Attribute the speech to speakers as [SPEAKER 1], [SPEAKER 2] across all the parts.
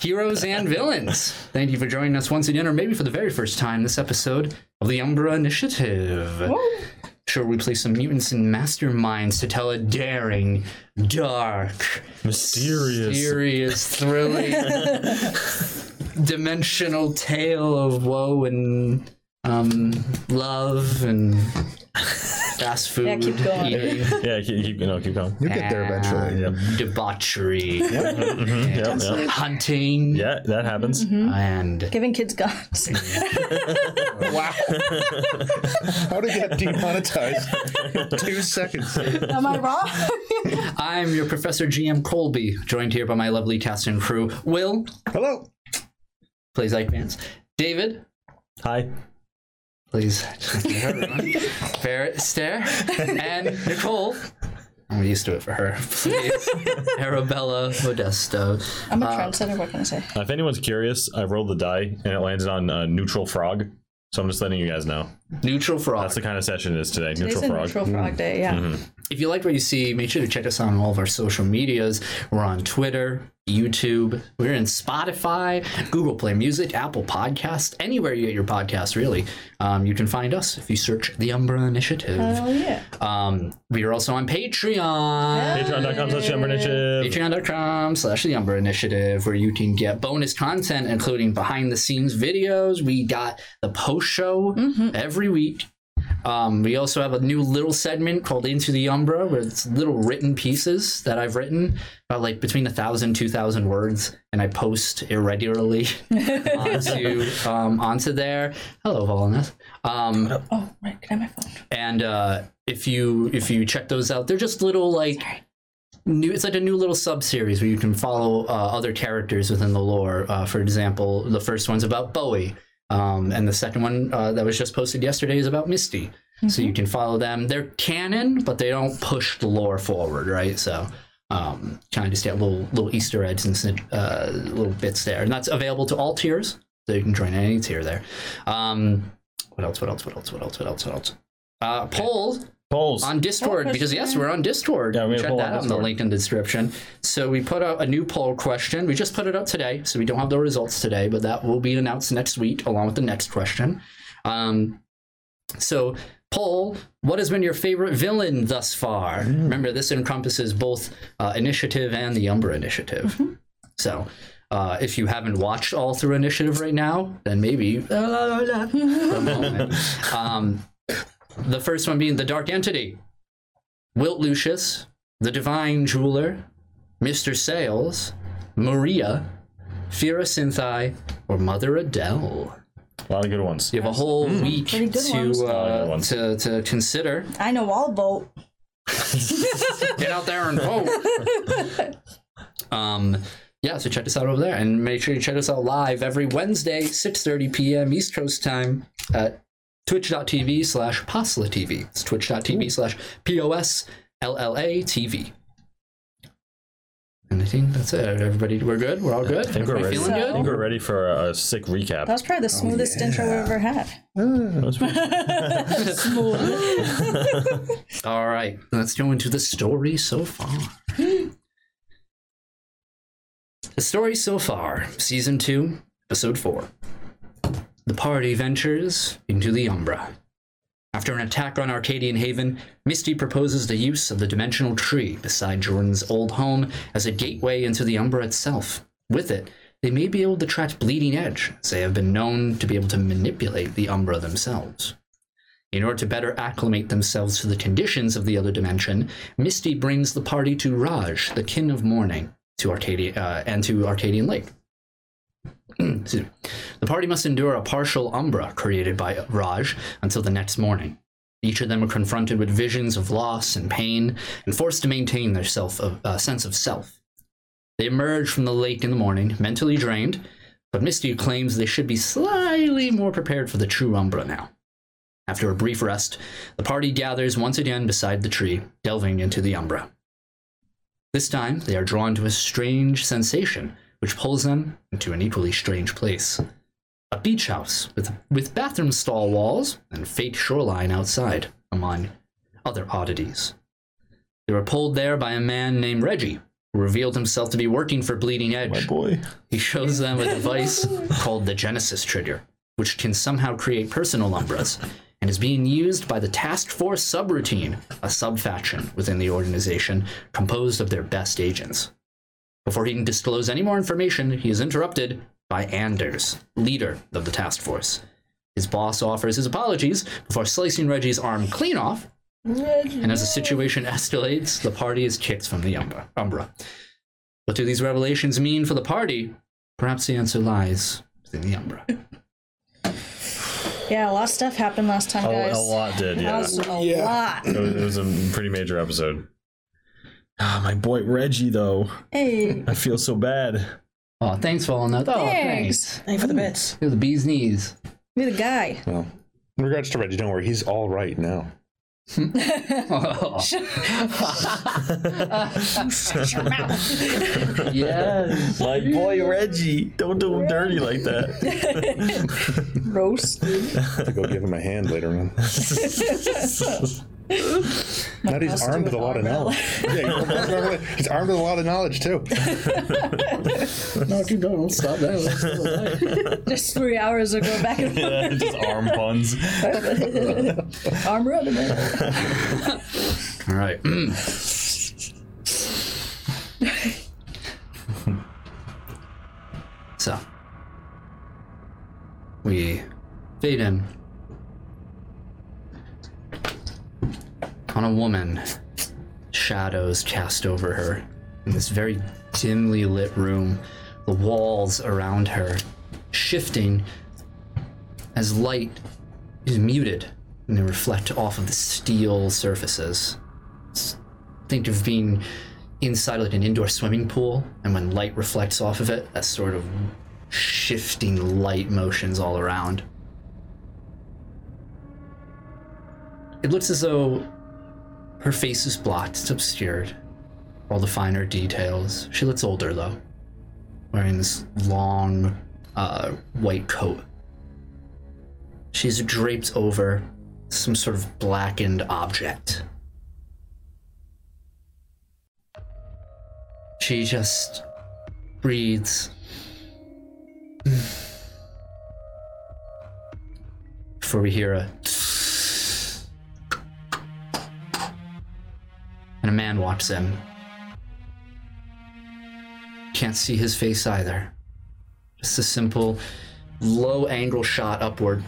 [SPEAKER 1] heroes and villains. Thank you for joining us once again, or maybe for the very first time, this episode of the Umbra Initiative. Sure, we play some mutants and masterminds to tell a daring, dark,
[SPEAKER 2] Mysterious.
[SPEAKER 1] serious, thrilling, dimensional tale of woe and um, love and fast food
[SPEAKER 3] Yeah, keep going.
[SPEAKER 1] eating
[SPEAKER 2] Yeah, keep, keep, no, keep going.
[SPEAKER 4] You'll get there eventually.
[SPEAKER 1] and debauchery,
[SPEAKER 2] Yeah, yeah.
[SPEAKER 1] hunting,
[SPEAKER 2] yeah, that happens.
[SPEAKER 1] Mm-hmm. and
[SPEAKER 3] Giving kids guns.
[SPEAKER 1] wow.
[SPEAKER 4] How to get demonetized? Two seconds.
[SPEAKER 3] Am I wrong?
[SPEAKER 1] I'm your Professor GM Colby, joined here by my lovely cast and crew. Will
[SPEAKER 4] Hello.
[SPEAKER 1] plays Ike Vance. David
[SPEAKER 2] Hi.
[SPEAKER 1] plays Barrett Stare. And Nicole. I'm used to it for her. Please. Arabella Modesto.
[SPEAKER 3] I'm a trendsetter. What can I say?
[SPEAKER 2] Uh, if anyone's curious, I rolled the die and it landed on uh, neutral frog. So I'm just letting you guys know.
[SPEAKER 1] Neutral Frog.
[SPEAKER 2] That's the kind of session it is today.
[SPEAKER 3] Today's
[SPEAKER 2] Neutral frog.
[SPEAKER 3] a
[SPEAKER 2] Mm-hmm.
[SPEAKER 3] neutral frog day. Yeah.
[SPEAKER 1] If you like what you see, make sure to check us out on all of our social medias. We're on Twitter, YouTube, we're in Spotify, Google Play Music, Apple Podcasts, anywhere you get your podcast, really. Um, you can find us if you search The Umbra Initiative.
[SPEAKER 3] Oh yeah.
[SPEAKER 1] Um, we are also on Patreon.
[SPEAKER 2] Patreon.com slash Jumper Initiative.
[SPEAKER 1] Patreon.com slash the Umbra Initiative, where you can get bonus content, including behind the scenes videos. We got the post show every week. Um, we also have a new little segment called Into the Umbra, where it's little written pieces that I've written about like between a thousand, two thousand words, and I post irregularly onto um, onto there. Hello, Volunus. Um,
[SPEAKER 3] Oh right. Can I have my phone?
[SPEAKER 1] and uh, if you if you check those out they're just little like new it's like a new little sub series where you can follow uh, other characters within the lore uh, for example the first one's about bowie um, and the second one uh, that was just posted yesterday is about misty so you can follow them they're canon but they don't push the lore forward right so um, kind of just get little little Easter eggs and snip- uh, little bits there, and that's available to all tiers, so you can join any tier there. Um, what else? What else? What else? What else? What else? What else? Uh, poll
[SPEAKER 2] Polls.
[SPEAKER 1] on Discord
[SPEAKER 3] Poll
[SPEAKER 1] because yes,
[SPEAKER 3] question.
[SPEAKER 1] we're on Discord.
[SPEAKER 2] Yeah, we have a
[SPEAKER 1] Check
[SPEAKER 2] poll
[SPEAKER 1] that
[SPEAKER 2] on
[SPEAKER 1] out in the
[SPEAKER 2] Discord.
[SPEAKER 1] link in the description. So we put out a new poll question. We just put it up today, so we don't have the results today, but that will be announced next week along with the next question. Um, so poll: What has been your favorite villain thus far?
[SPEAKER 2] Hmm.
[SPEAKER 1] Remember, this encompasses both uh, Initiative and the Umbra Initiative.
[SPEAKER 2] Mm-hmm.
[SPEAKER 1] So. Uh, if you haven't watched all through initiative right now, then maybe the moment. Um, the first one being the Dark Entity, Wilt Lucius, the Divine Jeweler, Mr. Sales, Maria, Fira Synthi, or Mother Adele.
[SPEAKER 2] A lot of good ones.
[SPEAKER 1] You have a whole week
[SPEAKER 3] Pretty good ones.
[SPEAKER 1] to,
[SPEAKER 2] lot of
[SPEAKER 1] uh,
[SPEAKER 2] good ones.
[SPEAKER 1] to to consider.
[SPEAKER 3] I know all vote.
[SPEAKER 1] Get out there and vote. um, yeah, so check us out over there, and make sure you check us out live every Wednesday, 6.30 p.m. East Coast time at twitch.tv slash posla TV. It's twitch.tv slash P-O-S-L-L-A TV. And I think that's it. Everybody, we're good? We're all good?
[SPEAKER 2] think we're
[SPEAKER 1] Everybody
[SPEAKER 2] ready.
[SPEAKER 1] feeling
[SPEAKER 3] So-
[SPEAKER 2] I
[SPEAKER 1] good?
[SPEAKER 2] think we're ready for a, a sick recap.
[SPEAKER 3] That was probably the smoothest intro we've ever had.
[SPEAKER 2] That was pretty-
[SPEAKER 1] All right, let's go into the story so far. the story so far, season two, episode four. The party ventures into the Umbra. After an attack on Arcadian Haven, Misty proposes the use of the dimensional tree beside Jordan's old home as a gateway into the Umbra itself. With it, they may be able to track Bleeding Edge, as they have been known to be able to manipulate the Umbra themselves. In order to better acclimate themselves to the conditions of the other dimension, Misty brings the party to Raj, the kin of mourning, to Arcadia uh, and to Arcadian Lake. Excuse me. the party must endure a partial umbra created by Raj until the next morning. Each of them are confronted with visions of loss and pain, and forced to maintain their self of, uh, sense of self. They emerge from the lake in the morning, mentally drained, but Misty claims they should be slightly more prepared for the true umbra now. After a brief rest, the party gathers once again beside the tree, delving into the umbra. This time, they are drawn to a strange sensation, which pulls them into an equally strange place. A beach house with, with bathroom stall walls and fake shoreline outside, among other oddities. They were pulled there by a man named Reggie, revealed himself to be working for Bleeding
[SPEAKER 2] My
[SPEAKER 1] Edge.
[SPEAKER 2] boy.
[SPEAKER 1] He shows them a device called the Genesis Trigger, which can somehow create personal umbras, and is being used by the Task Force subroutine, a subfaction within the organization composed of their best agents. Before he can disclose any more information, he is interrupted by Anders, leader of the task force. His boss offers his apologies before slicing Reggie's arm clean off, and as the situation escalates, the party is kicked from the Umbra. Umbra. What do these revelations mean for the party? Perhaps the answer lies within the Umbra.
[SPEAKER 3] Yeah, a lot of stuff happened last time,
[SPEAKER 2] A,
[SPEAKER 3] guys.
[SPEAKER 2] a lot did,
[SPEAKER 3] That
[SPEAKER 2] yeah.
[SPEAKER 3] was a
[SPEAKER 4] Yeah.
[SPEAKER 3] lot.
[SPEAKER 2] It was, it was a pretty major episode. Ah, my boy Reggie, though.
[SPEAKER 3] Hey,
[SPEAKER 2] I feel so bad.
[SPEAKER 1] Oh, thanks for all that. Oh, thanks.
[SPEAKER 3] thanks. Hey for the bits.
[SPEAKER 1] You're the bee's knees.
[SPEAKER 3] You're the guy.
[SPEAKER 4] Well, in regards to Reggie, don't worry, he's all right now.
[SPEAKER 1] yes.
[SPEAKER 2] My boy Reggie. Don't do him dirty like that.
[SPEAKER 3] Roast.
[SPEAKER 4] I go give him a hand later on. now he's armed with a lot of knowledge. yeah, he's armed with a lot of knowledge too.
[SPEAKER 1] no, keep going. Don't stop that.
[SPEAKER 3] Just three hours ago, back and forth.
[SPEAKER 2] yeah, just arm puns.
[SPEAKER 3] Arm rubbing it.
[SPEAKER 1] All right. so we feed him on a woman. Shadows cast over her in this very dimly lit room. The walls around her shifting as light is muted and they reflect off of the steel surfaces. It's- Think of being inside like an indoor swimming pool, and when light reflects off of it, that sort of shifting light motions all around. It looks as though her face is blocked, it's obscured. All the finer details. She looks older though, wearing this long uh, white coat. She's draped over some sort of blackened object. She just breathes. Before we hear a. And a man walks in. Can't see his face either. Just a simple, low angle shot upward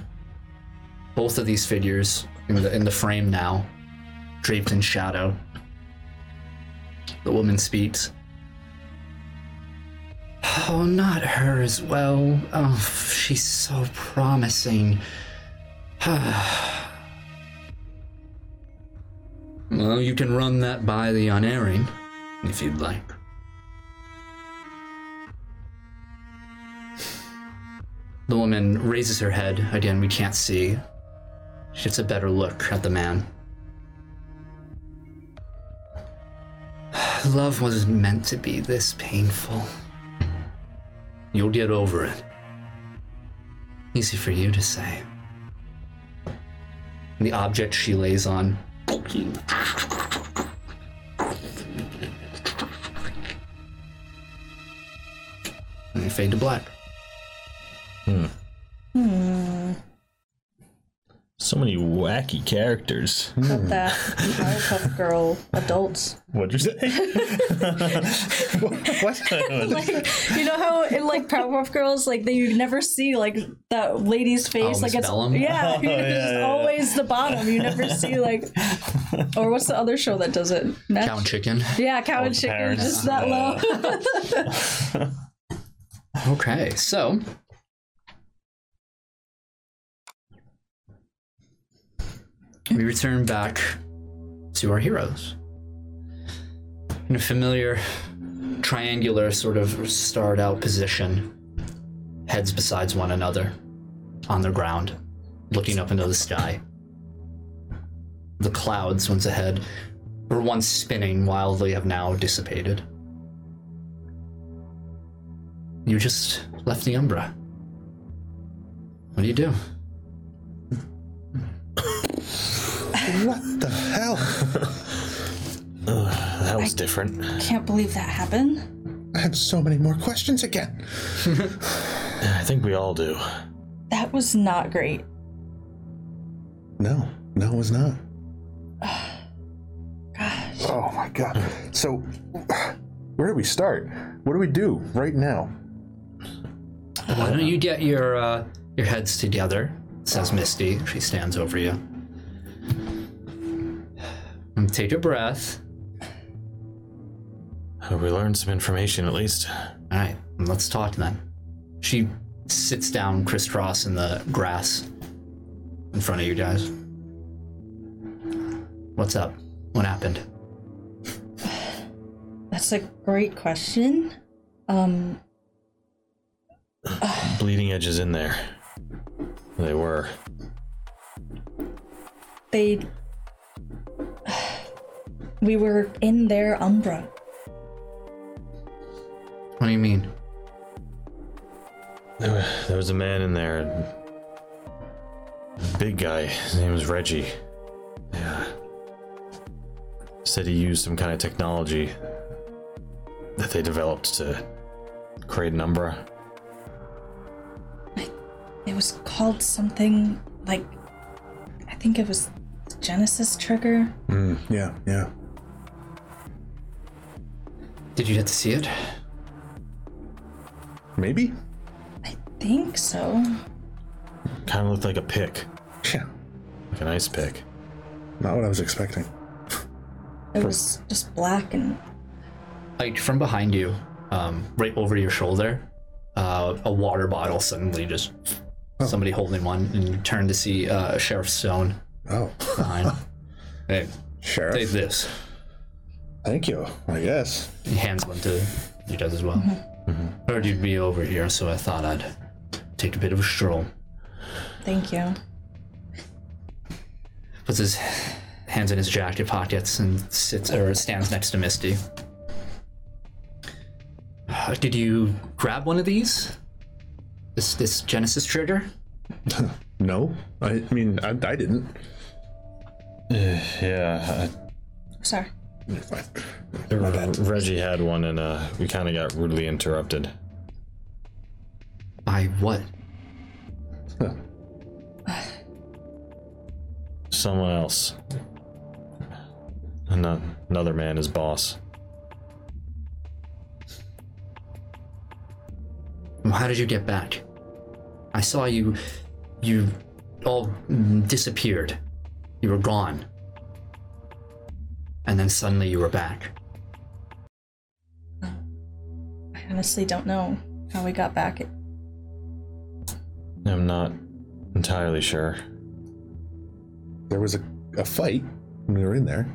[SPEAKER 1] both of these figures in the in the frame now, draped in shadow. The woman speaks. Oh, not her as well. Oh, she's so promising. well, you can run that by the unerring, if you'd like. The woman raises her head. Again, we can't see. She gets a better look at the man. Love was meant to be this painful. You'll get over it. Easy for you to say. The object she lays on. And they fade to black.
[SPEAKER 2] So many wacky characters.
[SPEAKER 3] Cut that. Powerpuff Girl adults.
[SPEAKER 2] What'd you say?
[SPEAKER 4] What?
[SPEAKER 3] Like, you know how in like Powerpuff Girls, like they you never see like that lady's face,
[SPEAKER 1] Oh,
[SPEAKER 3] like
[SPEAKER 1] Miss
[SPEAKER 3] it's
[SPEAKER 1] Bellum?
[SPEAKER 2] yeah,
[SPEAKER 3] yeah, it's
[SPEAKER 2] yeah.
[SPEAKER 3] always the bottom. You never see like, or what's the other show that does it? Nat-
[SPEAKER 1] Cow and chicken.
[SPEAKER 3] Yeah, cow and
[SPEAKER 2] the
[SPEAKER 3] chicken,
[SPEAKER 2] parents.
[SPEAKER 3] just that low.
[SPEAKER 1] Okay, so. We return back to our heroes. In a familiar triangular sort of starred out position, heads besides one another, on the ground, looking up into the sky. The clouds once ahead were once spinning wildly have now dissipated. You just left the Umbra. What do you do?
[SPEAKER 4] what the hell?
[SPEAKER 2] that feels different.
[SPEAKER 3] Can't believe that happened.
[SPEAKER 4] I have so many more questions again.
[SPEAKER 2] I think we all do.
[SPEAKER 3] That was not great.
[SPEAKER 4] No, no, it was not.
[SPEAKER 3] Gosh.
[SPEAKER 4] Oh my god. So, where do we start? What do we do right now?
[SPEAKER 1] Why don't you get your uh, your heads together? Says Misty. She stands over you. And take a breath.
[SPEAKER 2] Hope we learned some information at least.
[SPEAKER 1] All right, let's talk then. She sits down crisscross in the grass in front of you guys. What's up? What happened?
[SPEAKER 3] That's a great question. Um,
[SPEAKER 2] Bleeding edges in there. They were.
[SPEAKER 3] they. We were in their umbra.
[SPEAKER 1] What do you mean?
[SPEAKER 2] There wa- there was a man in there. A big guy. His name was Reggie. Yeah. Said he used some kind of technology that they developed to create an umbra.
[SPEAKER 3] It was called something like. I think it was the Genesis trigger.
[SPEAKER 4] Yeah, yeah.
[SPEAKER 1] Did you get to see it?
[SPEAKER 4] Maybe?
[SPEAKER 3] I think so.
[SPEAKER 2] Kind of looked like a pick,
[SPEAKER 4] Yeah.
[SPEAKER 2] like an ice pick.
[SPEAKER 4] Not what I was expecting.
[SPEAKER 3] It was just black and
[SPEAKER 1] Like from behind you, um, right over your shoulder, uh, a water bottle suddenly just somebody holding one, and you turn to see uh, Sheriff Stone
[SPEAKER 4] Oh,
[SPEAKER 1] behind. hey,
[SPEAKER 4] Sheriff.
[SPEAKER 1] take this.
[SPEAKER 4] Thank you, I guess.
[SPEAKER 1] He hands one to you guys as well. Heard you'd be over here, so I thought I'd take a bit of a stroll.
[SPEAKER 3] thank you.
[SPEAKER 1] Puts his hands in his jacket pockets and sits or stands next to Misty. Uh, Did you grab one of these? This this Genesis trigger?
[SPEAKER 4] No, I mean, I, I didn't.
[SPEAKER 2] Yeah,
[SPEAKER 3] Sorry.
[SPEAKER 4] You're fine.
[SPEAKER 2] I, Reggie had one, and uh, we kind of got rudely interrupted.
[SPEAKER 1] By what?
[SPEAKER 4] Huh.
[SPEAKER 2] Someone else, Ano- another man, his boss.
[SPEAKER 1] How did you get back? I saw you. You all disappeared. You were gone. And then suddenly you were back.
[SPEAKER 3] I honestly don't know how we got back. It,
[SPEAKER 2] I'm not entirely sure.
[SPEAKER 4] There was a, a fight when we were in there.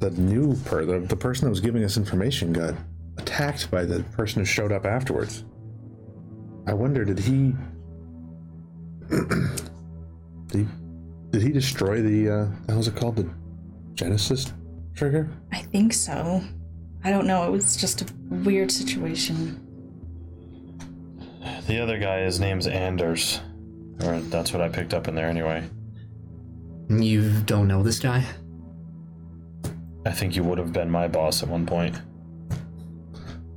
[SPEAKER 4] The new per the, the person that was giving us information got attacked by the person who showed up afterwards. I wonder, did he did he, did he destroy the uh, how's it called the Genesis trigger?
[SPEAKER 3] I think so. I don't know. It was just a weird situation.
[SPEAKER 2] The other guy, his name's Anders, or that's what I picked up in there anyway.
[SPEAKER 1] You don't know this guy?
[SPEAKER 2] I think you would have been my boss at one point.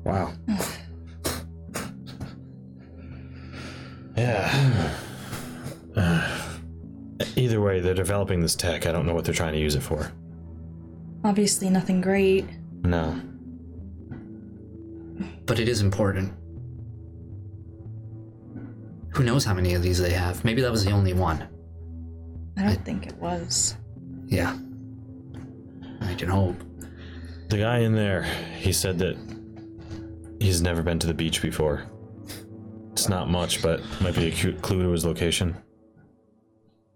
[SPEAKER 4] Wow.
[SPEAKER 2] Yeah. Either way, they're developing this tech. I don't know what they're trying to use it for.
[SPEAKER 3] Obviously, nothing great.
[SPEAKER 2] No.
[SPEAKER 1] But it is important. Who knows how many of these they have? Maybe that was the only one.
[SPEAKER 3] I don't think it was.
[SPEAKER 1] Yeah. I can hope.
[SPEAKER 2] The guy in there, he said that he's never been to the beach before. It's not much, but might be a cu- clue to his location.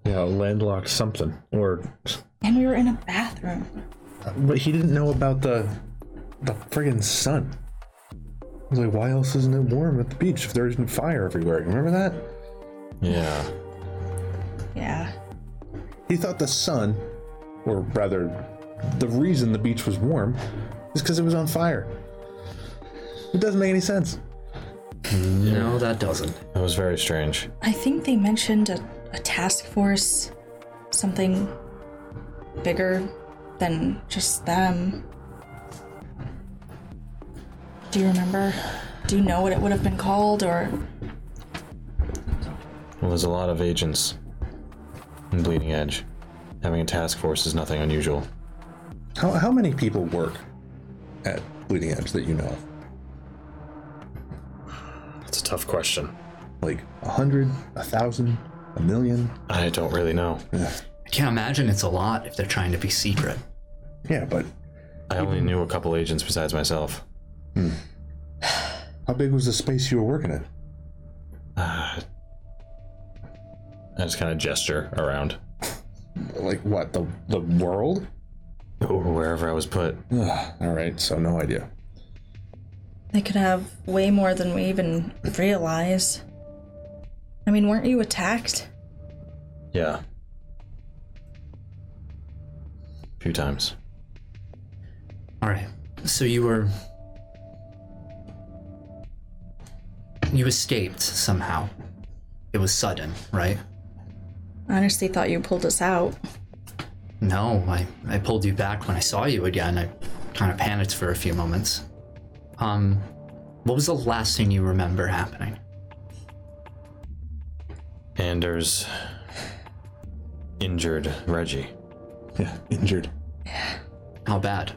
[SPEAKER 4] Yeah, landlocked something. Or
[SPEAKER 3] And we were in a bathroom.
[SPEAKER 4] but he didn't know about the the friggin' sun. I was like, why else isn't it warm at the beach if there isn't fire everywhere? Remember that?
[SPEAKER 2] Yeah.
[SPEAKER 3] Yeah.
[SPEAKER 4] He thought the sun, or rather, the reason the beach was warm, is because it was on fire. It doesn't make any sense.
[SPEAKER 1] No, that doesn't.
[SPEAKER 2] That was very strange.
[SPEAKER 3] I think they mentioned a, a task force, something bigger than just them. Do you remember? Do you know what it would have been called? Or
[SPEAKER 2] Well, there's a lot of agents in Bleeding Edge. Having a task force is nothing unusual.
[SPEAKER 4] How, how many people work at Bleeding Edge that you know of?
[SPEAKER 2] That's a tough question.
[SPEAKER 4] Like a hundred, a thousand, a million?
[SPEAKER 2] I don't really know.
[SPEAKER 1] I can't imagine it's a lot if they're trying to be secret.
[SPEAKER 4] Yeah, but
[SPEAKER 2] I only knew a couple agents besides myself.
[SPEAKER 4] how big was the space you were working in?
[SPEAKER 2] Uh, I just kind of gesture around.
[SPEAKER 4] Like what? The the world?
[SPEAKER 2] Or wherever I was put.
[SPEAKER 4] Ugh, all right, so no idea.
[SPEAKER 3] they could have way more than we even realize. I mean, weren't you attacked?
[SPEAKER 2] Yeah. A few times.
[SPEAKER 1] All right. So you were. You escaped somehow. It was sudden, right?
[SPEAKER 3] I honestly thought you pulled us out.
[SPEAKER 1] No, I, I pulled you back when I saw you again. I kind of panicked for a few moments. Um, what was the last thing you remember happening?
[SPEAKER 2] Anders injured Reggie
[SPEAKER 4] Yeah, injured.
[SPEAKER 1] How bad?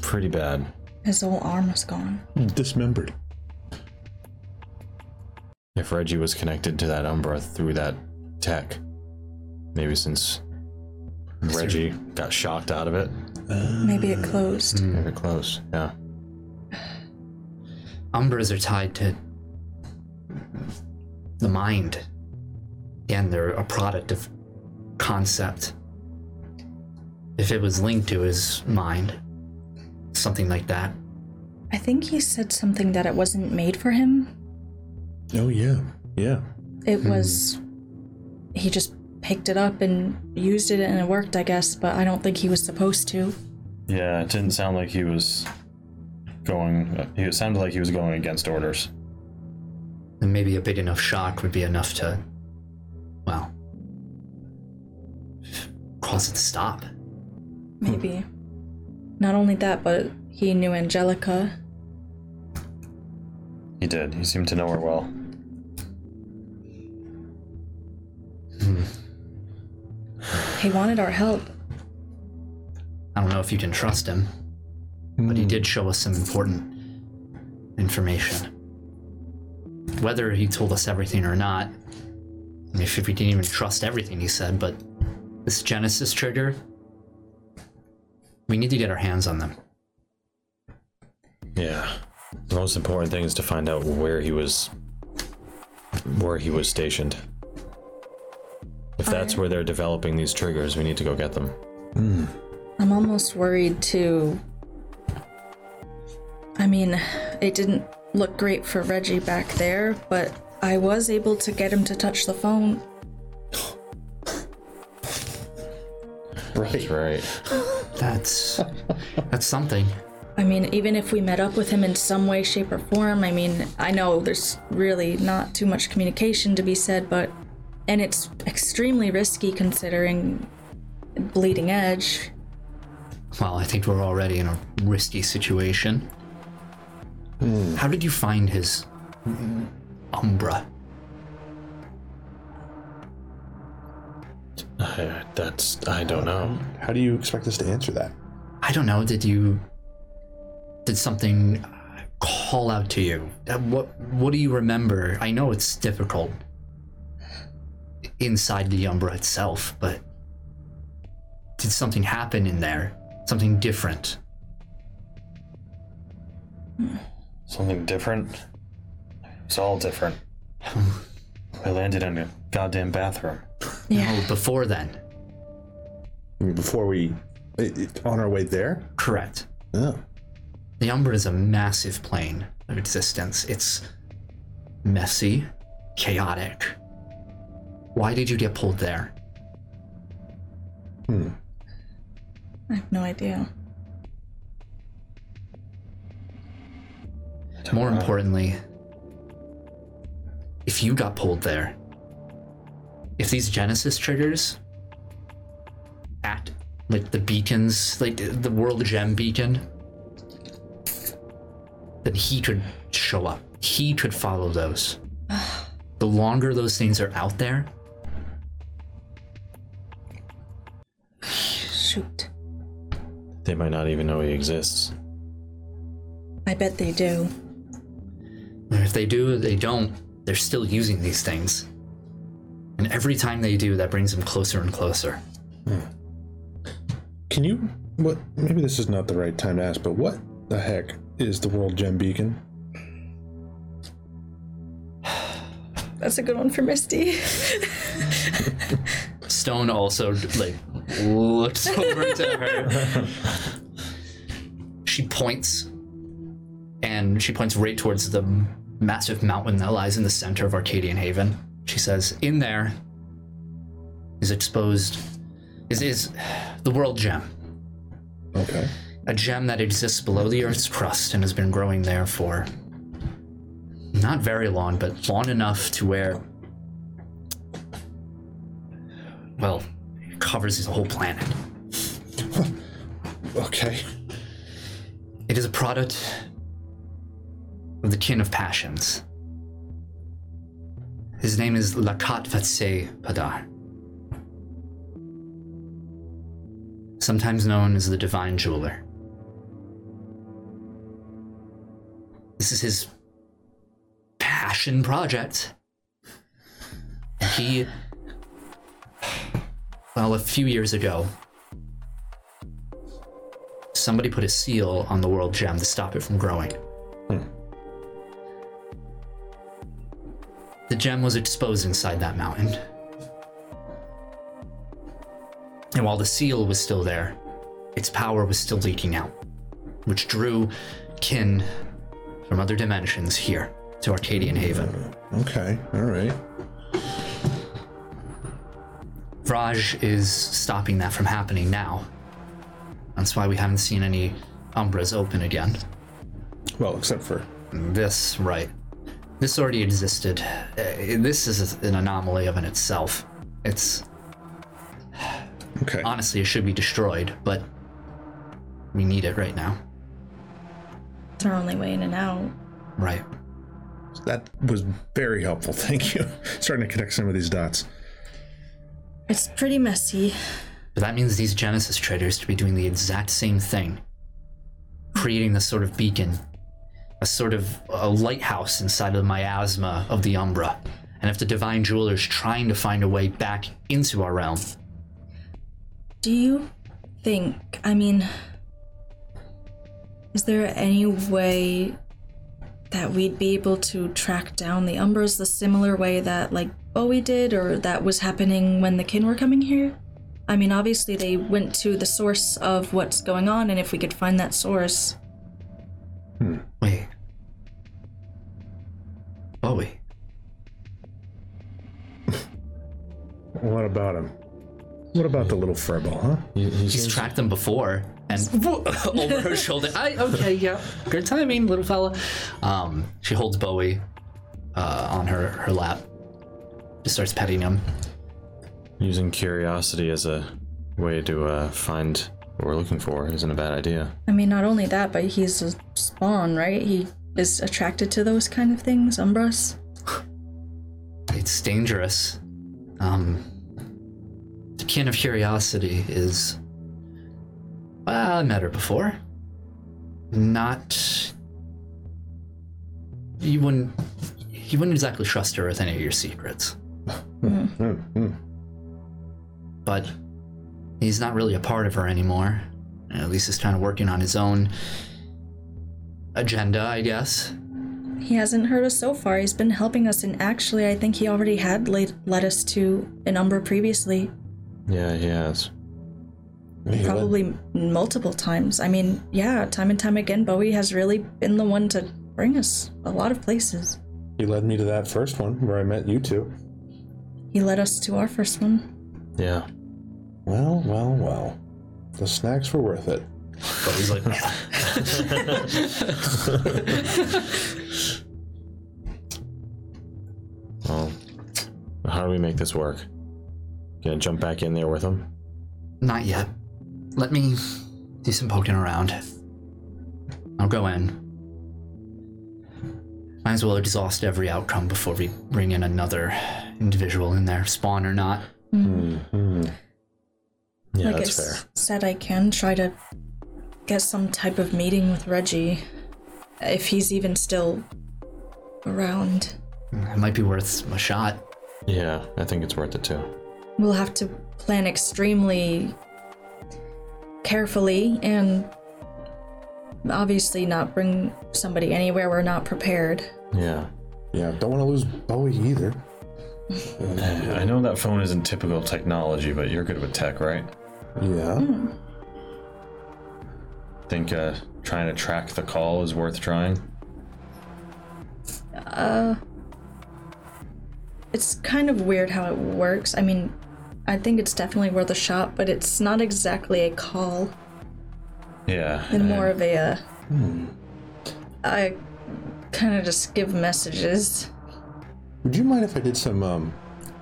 [SPEAKER 2] pretty bad.
[SPEAKER 3] His whole arm was gone.
[SPEAKER 4] Dismembered.
[SPEAKER 2] If Reggie was connected to that Umbra through that tech, maybe since Reggie got shocked out of it,
[SPEAKER 3] Maybe it closed.
[SPEAKER 2] maybe close. Yeah.
[SPEAKER 1] Umbras are tied to the mind. Again, they're a product of concept. If it was linked to his mind, something like that.
[SPEAKER 3] I think he said something that it wasn't made for him.
[SPEAKER 4] Oh yeah, yeah.
[SPEAKER 3] It was. He just picked it up and used it and it worked, I guess, but I don't think he was supposed to.
[SPEAKER 2] Yeah, it didn't sound like he was going. It sounded like he was going against orders.
[SPEAKER 1] And maybe a big enough shock would be enough to, well, cause it to stop.
[SPEAKER 3] Maybe. Not only that, but he knew Angelica.
[SPEAKER 2] He did. He seemed to know her well.
[SPEAKER 3] He wanted our help.
[SPEAKER 1] I don't know if you can trust him, but he did show us some important information. Whether he told us everything or not, I mean, if we didn't even trust everything he said, but this Genesis trigger, we need to get our hands on them.
[SPEAKER 2] Yeah. The most important thing is to find out where he was where he was stationed. If that's where they're developing these triggers, we need to go get them.
[SPEAKER 3] I'm almost worried too. I mean, it didn't look great for Reggie back there, but I was able to get him to touch the phone.
[SPEAKER 2] That's right.
[SPEAKER 1] That's that's something.
[SPEAKER 3] I mean, even if we met up with him in some way, shape, or form, I mean, I know there's really not too much communication to be said, but. And it's extremely risky considering Bleeding Edge.
[SPEAKER 1] Well, I think we're already in a risky situation. How did you find his umbra?
[SPEAKER 2] I, that's I don't know.
[SPEAKER 4] How do you expect us to answer that?
[SPEAKER 1] I don't know. Did you? Did something uh, call out to you? Uh, What What do you remember? I know it's difficult inside the Umbra itself, but did something happen in there? Something different?
[SPEAKER 2] Something different. It's all different. I landed in a goddamn bathroom.
[SPEAKER 1] Oh, before then,
[SPEAKER 4] I mean, before we it, it- on our way there.
[SPEAKER 1] correct.
[SPEAKER 4] Yeah.
[SPEAKER 1] The Umbra is a massive plane of existence. It's messy, chaotic. Why did you get pulled there?
[SPEAKER 3] I have no idea.
[SPEAKER 1] More importantly, if you got pulled there, if these Genesis triggers act like the beacons, like the- the World Gem beacon, that he could show up. He could follow those. the longer those things are out there,
[SPEAKER 3] Shoot.
[SPEAKER 5] They might not even know he exists.
[SPEAKER 3] I bet they do.
[SPEAKER 1] and if they do, they don't, they're still using these things. And every time they do, that brings them closer and closer.
[SPEAKER 4] Can you? What? Maybe this is not the right time to ask, but what the heck is the World Gem Beacon?
[SPEAKER 3] That's a good one for Misty.
[SPEAKER 1] Stone also like looks over to her. she points, and she points right towards the massive mountain that lies in the center of Arcadian Haven. She says, "In there is exposed is is the world gem,
[SPEAKER 4] Okay.
[SPEAKER 1] a gem that exists below the Earth's crust and has been growing there for not very long, but long enough to where, well, it covers the whole planet."
[SPEAKER 4] Okay.
[SPEAKER 1] It is a product of the kin of passions. His name is Lakat Vatse Padar. Sometimes known as the Divine Jeweler. This is his passion project. He, well, a few years ago, somebody put a seal on the world gem to stop it from growing. The gem was exposed inside that mountain. And while the seal was still there, its power was still leaking out, which drew kin from other dimensions here to Arcadian Haven.
[SPEAKER 4] Okay. All right.
[SPEAKER 1] Vraj is stopping that from happening now. That's why we haven't seen any Umbras open again.
[SPEAKER 4] Well, except for
[SPEAKER 1] This, right. This already existed. Uh, This is an anomaly of in itself. It's
[SPEAKER 4] okay.
[SPEAKER 1] honestly, it should be destroyed, but we need it right now.
[SPEAKER 3] it's our only way in and out.
[SPEAKER 1] Right.
[SPEAKER 4] That was very helpful. Thank you. Starting to connect some of these dots.
[SPEAKER 3] It's pretty messy.
[SPEAKER 1] But that means these Genesis traders to be doing the exact same thing creating this sort of beacon, a sort of a lighthouse inside of the miasma of the Umbra. And if the Divine Jeweler is trying to find a way back into our realm,
[SPEAKER 3] Do you think, I mean, is there any way that we'd be able to track down the Umbras the similar way that, like, Bowie did, or that was happening when the kin were coming here? I mean, obviously, they went to the source of what's going on, and if we could find that source.
[SPEAKER 1] Wait. Oh, Bowie.
[SPEAKER 4] What about him? What about the little furball, huh?
[SPEAKER 1] He's tracked them before and over her shoulder. I okay, yeah. Good timing, little fella. Um, she holds Bowie uh, on her, her lap. Just starts petting him.
[SPEAKER 5] Using curiosity as a way to uh, find what we're looking for isn't a bad idea.
[SPEAKER 3] I mean, not only that, but he's a spawn, right? He is attracted to those kind of things, Umbras.
[SPEAKER 1] It's dangerous. Um, the kin of curiosity is. Well, I met her before. Not. You wouldn't. You wouldn't exactly trust her with any of your secrets. But he's not really a part of her anymore. At least he's kind of working on his own agenda, I guess.
[SPEAKER 3] He hasn't hurt us so far. He's been helping us, and actually, I think he already had laid, led us to an Umbra previously,
[SPEAKER 5] Yeah, he has.
[SPEAKER 3] probably m- multiple times. I mean, yeah, time and time again, Bowie has really been the one to bring us a lot of places.
[SPEAKER 4] He led me to that first one where I met you two.
[SPEAKER 3] He led us to our first one.
[SPEAKER 5] Yeah.
[SPEAKER 4] Well, well, well. The snacks were worth it.
[SPEAKER 1] But he's like,
[SPEAKER 5] Well, how do we make this work? Gonna jump back in there with him?
[SPEAKER 1] Not yet. Let me do some poking around. I'll go in. Might as well exhaust every outcome before we bring in another individual in there, spawn or not.
[SPEAKER 5] Yeah,
[SPEAKER 3] like
[SPEAKER 5] that's
[SPEAKER 3] Mm-hmm. I
[SPEAKER 5] fair.
[SPEAKER 3] s- said, I can try to get some type of meeting with Reggie, if he's even still around.
[SPEAKER 1] It might be worth a shot.
[SPEAKER 5] Yeah, I think it's worth it too.
[SPEAKER 3] We'll have to plan extremely carefully and obviously not bring somebody anywhere we're not prepared.
[SPEAKER 5] Yeah.
[SPEAKER 4] Yeah, don't want to lose Bowie either.
[SPEAKER 5] I know that phone isn't typical technology, but you're good with tech, right?
[SPEAKER 4] Yeah.
[SPEAKER 3] Hmm.
[SPEAKER 5] Think uh, trying to track the call is worth trying?
[SPEAKER 3] It's kind of weird how it works. I mean, I think it's definitely worth a shot, but it's not exactly a call.
[SPEAKER 5] Yeah.
[SPEAKER 3] and more of a uh, I kind of just give messages.
[SPEAKER 4] Would you mind if I did some um,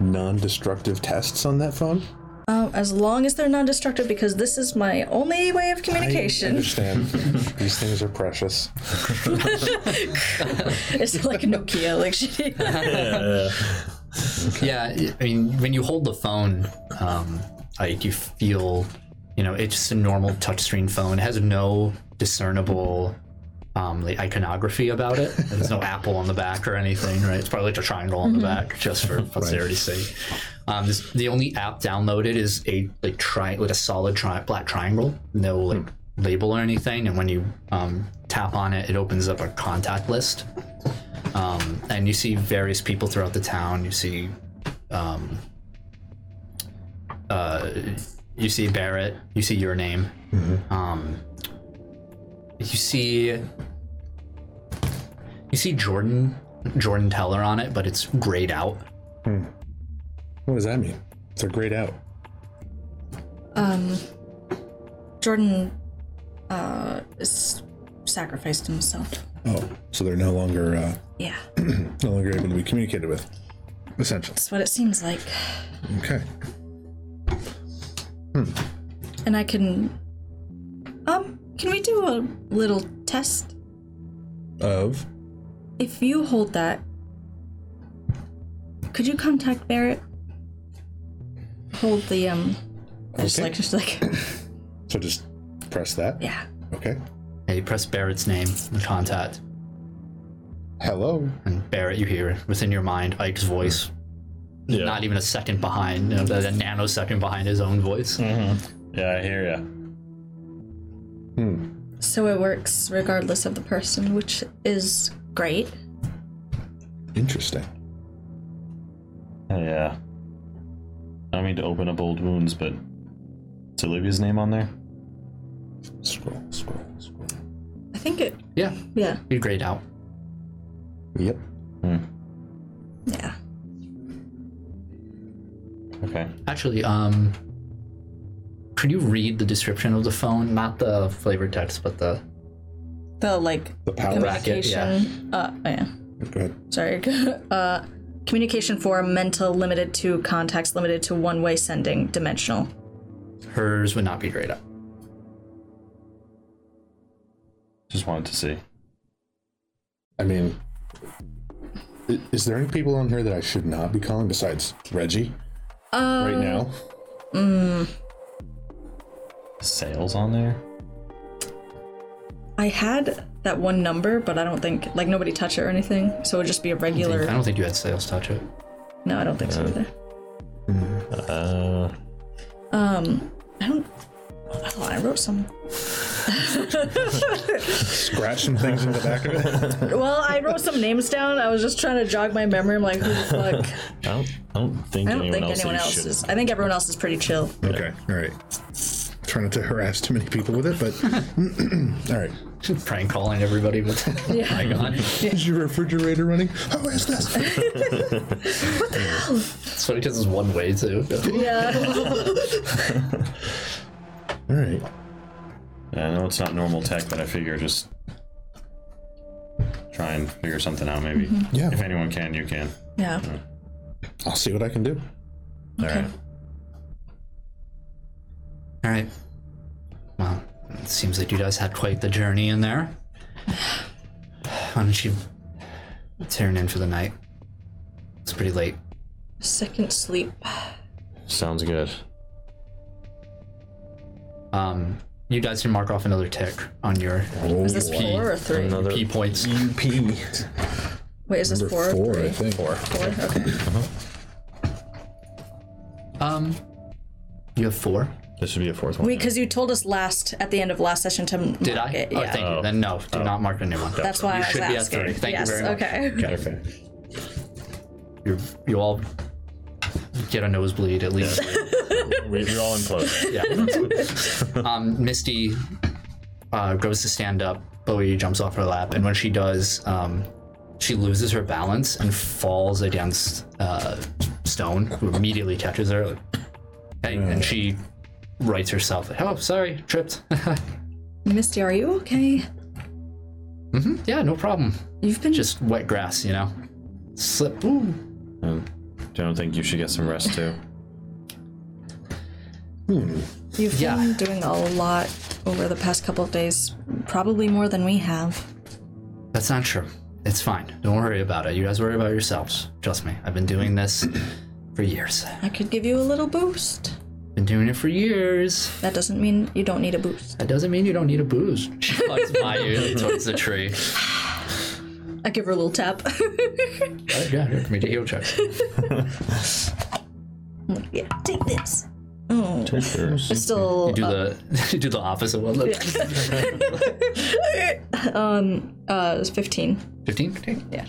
[SPEAKER 4] non-destructive tests on that phone?
[SPEAKER 3] Um, as long as they're non-destructive, because this is my only way of
[SPEAKER 4] I
[SPEAKER 3] communication.
[SPEAKER 4] understand. These things are precious.
[SPEAKER 3] it's like Nokia, like she.
[SPEAKER 1] Yeah, I mean, when you hold the phone, um, like you feel, you know, it's just a normal touchscreen phone. It has no discernible um, like iconography about it. There's no apple on the back or anything, right? It's probably like a triangle on the back, just for posterity's sake. Um, this, the only app downloaded is a like tri like a solid tri- black triangle, no like label or anything. And when you um, tap on it, it opens up a contact list. Um, and you see various people throughout the town. You see, um, uh, you see Barrett. You see your name. Um, you see, you see Jordan, Jordan Teller on it, but it's grayed out.
[SPEAKER 4] What does that mean? It's a grayed out.
[SPEAKER 3] Um, Jordan uh, s- sacrificed himself.
[SPEAKER 4] Oh, so they're no longer uh,
[SPEAKER 3] Yeah,
[SPEAKER 4] no longer able to be communicated with. Essential.
[SPEAKER 3] that's what it seems like.
[SPEAKER 4] Okay.
[SPEAKER 3] And I can. Um, can we do a little test?
[SPEAKER 4] Of
[SPEAKER 3] If you hold that, could you contact Barrett? Hold the um, just
[SPEAKER 4] Okay.
[SPEAKER 3] like just like
[SPEAKER 4] so just press that.
[SPEAKER 3] yeah.
[SPEAKER 4] Okay.
[SPEAKER 1] And you press Barrett's name in contact,
[SPEAKER 4] Hello.
[SPEAKER 1] and Barrett, you hear within your mind Ike's voice. Not even a second behind, you know, a nanosecond behind his own voice.
[SPEAKER 2] Mm.
[SPEAKER 5] Yeah, I hear you.
[SPEAKER 3] So it works regardless of the person, which is great.
[SPEAKER 4] Interesting.
[SPEAKER 5] Yeah. I don't mean to open up old wounds, but is Olivia's name on there?
[SPEAKER 4] Scroll, scroll, scroll.
[SPEAKER 3] I think it.
[SPEAKER 1] Yeah,
[SPEAKER 3] Yeah.
[SPEAKER 1] you grayed out.
[SPEAKER 4] Yep.
[SPEAKER 5] Hmm,
[SPEAKER 3] Yeah.
[SPEAKER 5] Okay.
[SPEAKER 1] Actually, um, could you read the description of the phone? Not the flavor text, but the
[SPEAKER 3] The like
[SPEAKER 4] The power.
[SPEAKER 1] Bracket, yeah.
[SPEAKER 3] communication. Uh, oh yeah.
[SPEAKER 4] Go ahead.
[SPEAKER 3] Sorry. uh, communication for mental limited to contacts limited to one way sending dimensional.
[SPEAKER 1] hers would not be grayed up.
[SPEAKER 5] Just wanted to see.
[SPEAKER 4] I mean, i- is there any people on here that I should not be calling besides Reggie? Uh, right
[SPEAKER 3] Um.
[SPEAKER 4] now,
[SPEAKER 5] Sales on there?
[SPEAKER 3] I had that one number, but I don't think like nobody touch it or anything. So it would just be a
[SPEAKER 1] I
[SPEAKER 3] regular.
[SPEAKER 1] don't think you had sales touch it.
[SPEAKER 3] No, I don't think so either.
[SPEAKER 5] Uh,
[SPEAKER 3] Um, I don't. Oh, I wrote some.
[SPEAKER 4] scratch some things on the back of it.
[SPEAKER 3] Well, I wrote some names down. I was just trying to jog my memory. I'm like, who the fuck?
[SPEAKER 5] I don't, I don't think
[SPEAKER 3] I don't
[SPEAKER 5] anyone
[SPEAKER 3] think
[SPEAKER 5] else,
[SPEAKER 3] anyone else
[SPEAKER 5] should.
[SPEAKER 3] is. I think everyone else is pretty chill.
[SPEAKER 4] Okay. All right. Try not to harass too many people with it, but all right.
[SPEAKER 1] Prank calling everybody with
[SPEAKER 3] Yeah.
[SPEAKER 1] my god.
[SPEAKER 4] Is your refrigerator running? How is this?
[SPEAKER 1] It's funny because it's one way too.
[SPEAKER 3] Yeah.
[SPEAKER 4] All right.
[SPEAKER 5] I know it's not normal tech, but I figure just try and figure something out maybe.
[SPEAKER 3] Mm-hmm.
[SPEAKER 4] Yeah.
[SPEAKER 5] If anyone can, you can.
[SPEAKER 3] Yeah.
[SPEAKER 4] I'll see what I can do.
[SPEAKER 5] All right.
[SPEAKER 1] All right. Well, it seems like you guys had quite the journey in there. Why don't you tearing in for the night. It's pretty late.
[SPEAKER 3] Second sleep.
[SPEAKER 5] Sounds good.
[SPEAKER 1] Um, you guys can mark off another tick on your
[SPEAKER 3] Is
[SPEAKER 4] Oh,
[SPEAKER 3] this
[SPEAKER 1] P,
[SPEAKER 3] four or three?
[SPEAKER 5] Another
[SPEAKER 1] P points.
[SPEAKER 4] P.
[SPEAKER 3] Wait, is this
[SPEAKER 4] Number
[SPEAKER 3] four or
[SPEAKER 4] four, I
[SPEAKER 3] three?
[SPEAKER 4] think.
[SPEAKER 3] Four? Okay.
[SPEAKER 1] Um, you have four.
[SPEAKER 5] This should be a fourth one.
[SPEAKER 3] Wait, because you told us last at the end of last session to mark
[SPEAKER 1] Did I?
[SPEAKER 3] it.
[SPEAKER 1] Oh,
[SPEAKER 3] yeah.
[SPEAKER 1] thank you. Then no, do not mark a new one.
[SPEAKER 3] That's why I
[SPEAKER 1] you
[SPEAKER 3] was
[SPEAKER 1] should
[SPEAKER 3] asking.
[SPEAKER 1] be at three. Thank
[SPEAKER 3] yes.
[SPEAKER 1] you very much.
[SPEAKER 3] okay.
[SPEAKER 2] Okay.
[SPEAKER 1] You're, you all get a nosebleed at least.
[SPEAKER 2] We, you're all imploded.
[SPEAKER 1] Yeah. um, Misty uh, goes to stand up. Bowie jumps off her lap, and when she does, um, she loses her balance and falls against uh, Stone, who immediately catches her. like, hey, and she rights herself. Like, oh, sorry, tripped.
[SPEAKER 3] Misty, are you okay?
[SPEAKER 1] yeah, no problem.
[SPEAKER 3] You've been
[SPEAKER 1] Just wet grass, you know. Slip. Ooh.
[SPEAKER 5] Don't think you should get some rest too.
[SPEAKER 4] Hmm,
[SPEAKER 3] you've
[SPEAKER 1] yeah.
[SPEAKER 3] been doing a lot over the past couple of days, probably more than we have.
[SPEAKER 1] That's not true. It's fine. Don't worry about it. You guys worry about yourselves. Trust me. I've been doing this for years.
[SPEAKER 3] I could give you a little boost.
[SPEAKER 1] Been doing it for years.
[SPEAKER 3] That doesn't mean you don't need a boost.
[SPEAKER 1] That doesn't mean you don't need a booze. She plugs my ear towards the tree.
[SPEAKER 3] I give her a little tap.
[SPEAKER 1] Oh, yeah, here, make a heal check.
[SPEAKER 3] yeah, take this. Oh, it's still
[SPEAKER 1] You do the you do the opposite one.
[SPEAKER 3] uh it's 15.
[SPEAKER 1] 15? Yeah.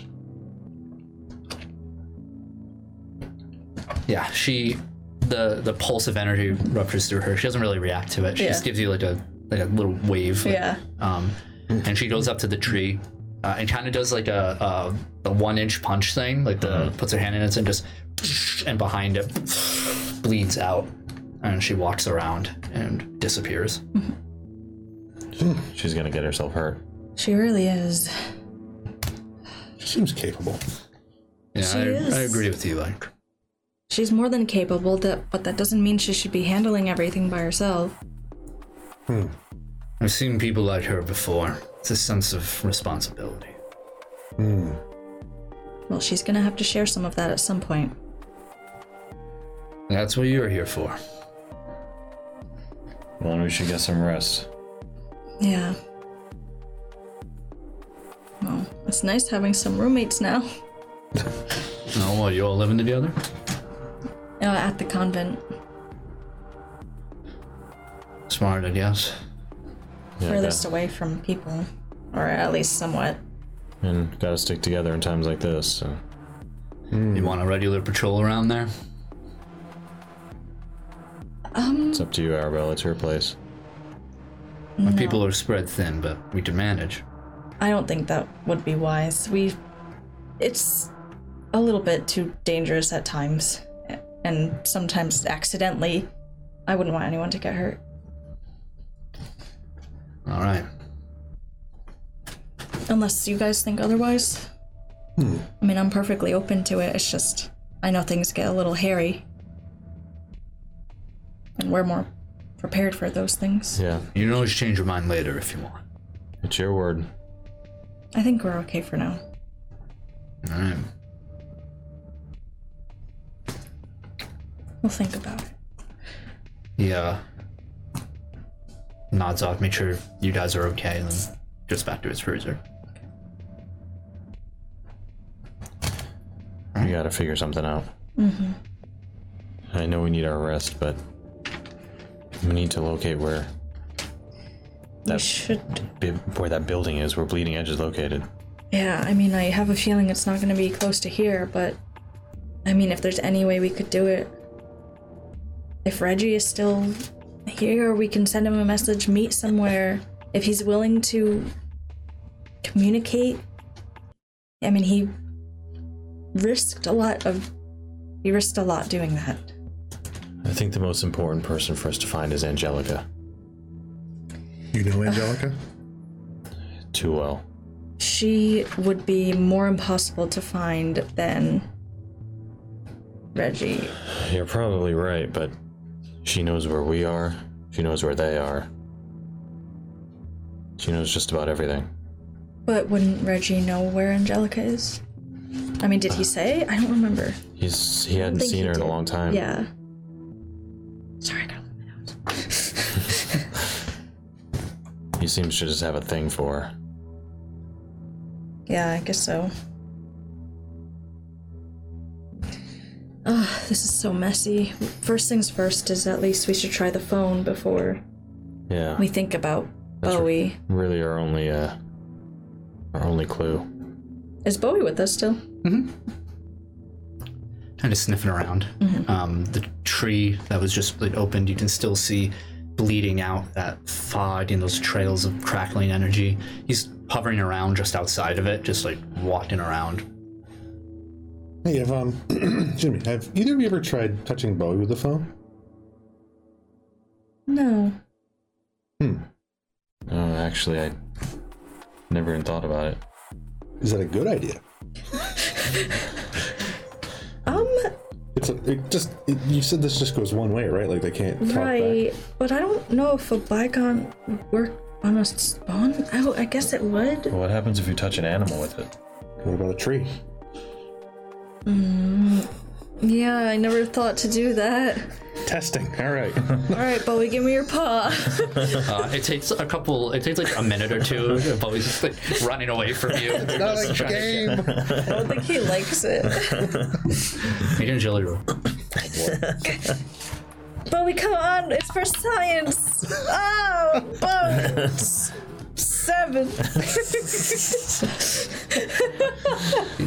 [SPEAKER 1] Yeah, she the the pulse of energy ruptures through her. She doesn't really react to it. She
[SPEAKER 3] Yeah.
[SPEAKER 1] just gives you like a like a little wave. like,
[SPEAKER 3] Yeah.
[SPEAKER 1] Um, and she goes up to the tree uh, and kind of does like a, a, a one inch punch thing, like the
[SPEAKER 3] Mm-hmm.
[SPEAKER 1] puts her hand in it and just and behind it bleeds out, and she walks around and disappears.
[SPEAKER 5] She's gonna get herself hurt.
[SPEAKER 3] She really is.
[SPEAKER 4] Seems capable.
[SPEAKER 1] Yeah,
[SPEAKER 3] She
[SPEAKER 1] I,
[SPEAKER 3] is-
[SPEAKER 1] I agree with you. Like,
[SPEAKER 3] She's more than capable, that, but that doesn't mean she should be handling everything by herself.
[SPEAKER 1] I've seen people like her before. It's a sense of responsibility.
[SPEAKER 3] Well, she's gonna have to share some of that at some point.
[SPEAKER 1] That's what you're here for.
[SPEAKER 5] Well, we should get some rest.
[SPEAKER 3] Yeah. Well, it's nice having some roommates now.
[SPEAKER 1] Oh, what, you all living together?
[SPEAKER 3] Uh, at the convent
[SPEAKER 1] Smart, I guess.
[SPEAKER 3] furthest away from people, or at least somewhat.
[SPEAKER 5] And gotta stick together in times like this. So.
[SPEAKER 3] Mm.
[SPEAKER 1] You want a regular patrol around there?
[SPEAKER 5] It's up to you, Arabella. It's your place.
[SPEAKER 1] My people are spread thin, but we can manage.
[SPEAKER 3] I don't think that would be wise. We. It's a little bit too dangerous at times, and sometimes accidentally. I wouldn't want anyone to get hurt.
[SPEAKER 1] All right.
[SPEAKER 3] Unless you guys think otherwise. I mean, I'm perfectly open to it. It's just, I know things get a little hairy. And we're more prepared for those things.
[SPEAKER 5] Yeah,
[SPEAKER 1] You can always change your mind later if you want.
[SPEAKER 5] it's your word.
[SPEAKER 3] I think we're okay for now.
[SPEAKER 1] All right.
[SPEAKER 3] We'll think about it.
[SPEAKER 1] Yeah. Nods off, make sure you guys are okay, and then goes back to his cruiser.
[SPEAKER 5] We gotta figure something out. Mm-hmm. I know we need our rest, but we need to locate where
[SPEAKER 3] We
[SPEAKER 5] that
[SPEAKER 3] should.
[SPEAKER 5] bi- where that building is, where Bleeding Edge is located.
[SPEAKER 3] Yeah, I mean, I have a feeling it's not going to be close to here, but I mean, if there's any way we could do it. If Reggie is still here, we can send him a message, meet somewhere. If he's willing to communicate, I mean, he risked a lot of. He risked a lot doing that.
[SPEAKER 5] I think the most important person for us to find is Angelica.
[SPEAKER 4] You know Angelica?
[SPEAKER 5] Too well.
[SPEAKER 3] She would be more impossible to find than Reggie.
[SPEAKER 5] You're probably right, but she knows where we are. She knows where they are. She knows just about everything.
[SPEAKER 3] But wouldn't Reggie know where Angelica is? I mean, did he say? I don't remember.
[SPEAKER 5] He's he hadn't
[SPEAKER 3] think
[SPEAKER 5] seen
[SPEAKER 3] he
[SPEAKER 5] her in a
[SPEAKER 3] did.
[SPEAKER 5] long
[SPEAKER 2] Um,
[SPEAKER 5] time.
[SPEAKER 3] Yeah. Sorry, I got out.
[SPEAKER 5] He seems to just have a thing for her.
[SPEAKER 3] Yeah, I guess so. Ugh, this is so messy. First things first is at least we should try the phone before
[SPEAKER 5] Yeah.
[SPEAKER 3] we think about
[SPEAKER 5] That's right.
[SPEAKER 3] Bowie.
[SPEAKER 5] really our only uh our only clue.
[SPEAKER 3] Is Bowie with us still?
[SPEAKER 1] kind of sniffing around. Um, the tree that was just like, opened, you can still see bleeding out that fog and those trails of crackling energy. He's hovering around just outside of it, just like walking around.
[SPEAKER 4] Hey, have um, excuse me. Have either of you ever tried touching Bowie with the phone?
[SPEAKER 3] No.
[SPEAKER 5] Oh, actually I never even thought about it.
[SPEAKER 4] Is that a good idea?
[SPEAKER 3] Um,
[SPEAKER 4] It's a, it just it, you said this just goes one way, right? Like they can't talk back.
[SPEAKER 3] right. But I don't know if a bygone would work on a spawn. Oh, I guess it would.
[SPEAKER 5] What happens if you touch an animal with it?
[SPEAKER 4] What about a tree?
[SPEAKER 3] Yeah, I never thought to do that.
[SPEAKER 4] Testing. All right.
[SPEAKER 3] All right, Bowie, give me your paw.
[SPEAKER 1] Uh, it takes a couple, it takes like a minute or two of always just like running away from you.
[SPEAKER 4] Not a game.
[SPEAKER 3] I don't think he likes it.
[SPEAKER 1] Make an agility roll.
[SPEAKER 3] Bowie, come on! It's for science! Oh! Bowie! S- Seven!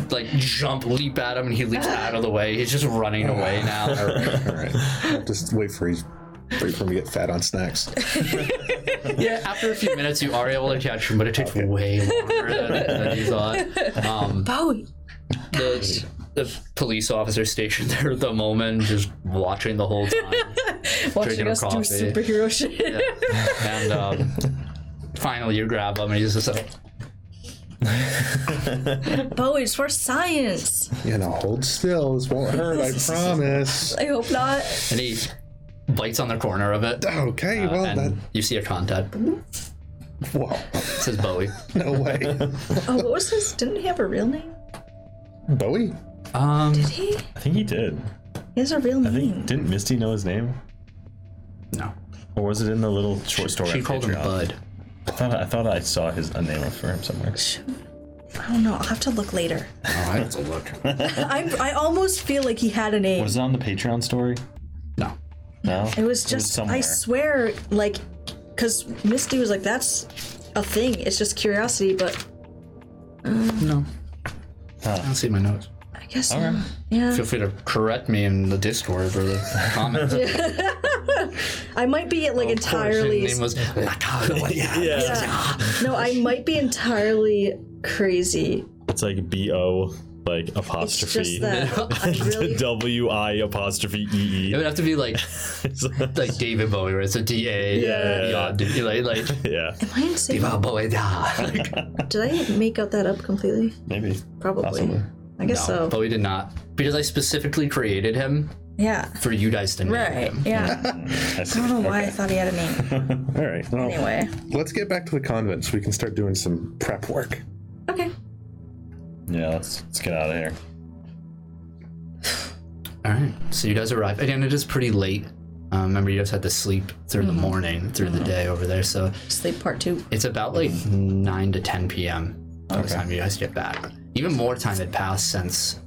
[SPEAKER 1] Like jump, leap at him, and he leaps out of the way. He's just running away now.
[SPEAKER 4] All right. Just wait for he's wait for him to get fat on snacks.
[SPEAKER 1] Yeah, after a few minutes, you are able to catch him, but it takes way longer than, than you thought. Um,
[SPEAKER 3] Bowie!
[SPEAKER 1] the, the police officer stationed there at the moment, just watching the whole time.
[SPEAKER 3] Watching
[SPEAKER 1] our
[SPEAKER 3] us do
[SPEAKER 1] coffee.
[SPEAKER 3] superhero shit.
[SPEAKER 1] And um, finally, you grab him, and he's just uh, like,
[SPEAKER 3] Bowie, it's for science!
[SPEAKER 4] You know, hold still. This won't hurt. I promise.
[SPEAKER 3] I hope not.
[SPEAKER 1] and he bites on the corner of it.
[SPEAKER 4] Okay. well,
[SPEAKER 1] and
[SPEAKER 4] that.
[SPEAKER 1] you see a contact.
[SPEAKER 4] Whoa.
[SPEAKER 1] It says Bowie.
[SPEAKER 4] No way.
[SPEAKER 3] Oh, what was his? Didn't he have a real name?
[SPEAKER 4] Bowie.
[SPEAKER 1] Um,
[SPEAKER 3] Did he?
[SPEAKER 2] I think he did.
[SPEAKER 3] He has a real
[SPEAKER 2] I think
[SPEAKER 3] name.
[SPEAKER 2] didn't Misty know his name?
[SPEAKER 1] no.
[SPEAKER 2] Or was it in the little short story?
[SPEAKER 1] She
[SPEAKER 2] on
[SPEAKER 1] called him
[SPEAKER 2] Patreon?
[SPEAKER 1] Bud.
[SPEAKER 2] I thought I, thought I saw his a name for him somewhere.
[SPEAKER 3] I don't know. I'll have to look later.
[SPEAKER 1] All right, let's look.
[SPEAKER 3] I'm, I almost feel like he had a name.
[SPEAKER 2] Was it on the Patreon story?
[SPEAKER 1] No.
[SPEAKER 2] No.
[SPEAKER 3] It was just, I swear, like, because Misty was like, that's a thing. It's just curiosity, but
[SPEAKER 1] No. I don't see my notes.
[SPEAKER 3] I guess. not. Yeah.
[SPEAKER 1] Feel free to correct me in the Discord or the comments. Of
[SPEAKER 3] I might be like
[SPEAKER 1] course, his
[SPEAKER 3] entirely.
[SPEAKER 1] name was Makagoya.
[SPEAKER 3] Yeah. no, I might be entirely crazy.
[SPEAKER 2] It's like B O like
[SPEAKER 3] It's just
[SPEAKER 2] apostrophe
[SPEAKER 3] that I really.
[SPEAKER 2] W I apostrophe E
[SPEAKER 1] It would have to be like
[SPEAKER 2] E.
[SPEAKER 1] like David Bowie, where it's a D A.
[SPEAKER 2] Yeah.
[SPEAKER 1] Like, like
[SPEAKER 2] Yeah,
[SPEAKER 3] Am I insane?
[SPEAKER 1] David Bowie, da. Like,
[SPEAKER 3] Did I make out that up completely?
[SPEAKER 2] maybe.
[SPEAKER 3] Probably.
[SPEAKER 2] Possibly.
[SPEAKER 3] I guess
[SPEAKER 1] no,
[SPEAKER 3] so.
[SPEAKER 1] Bowie did not. Because I specifically created him
[SPEAKER 3] Yeah.
[SPEAKER 1] for you guys to name
[SPEAKER 3] Right.
[SPEAKER 1] him.
[SPEAKER 3] Yeah.
[SPEAKER 2] I see.
[SPEAKER 3] I don't know why I thought he had a name.
[SPEAKER 4] All right. Well,
[SPEAKER 3] Anyway.
[SPEAKER 4] let's get back to the convent so we can start doing some prep work.
[SPEAKER 3] Okay.
[SPEAKER 2] Yeah, let's let's get out of here.
[SPEAKER 1] All right. So you guys arrive. Again, it is pretty late. Um, remember, you guys had to sleep through
[SPEAKER 3] Mm-hmm.
[SPEAKER 1] the morning, through the day over there. So
[SPEAKER 3] Sleep part two.
[SPEAKER 1] it's about like 9 to 10 p.m. by the time you guys get back. Even more time had passed since.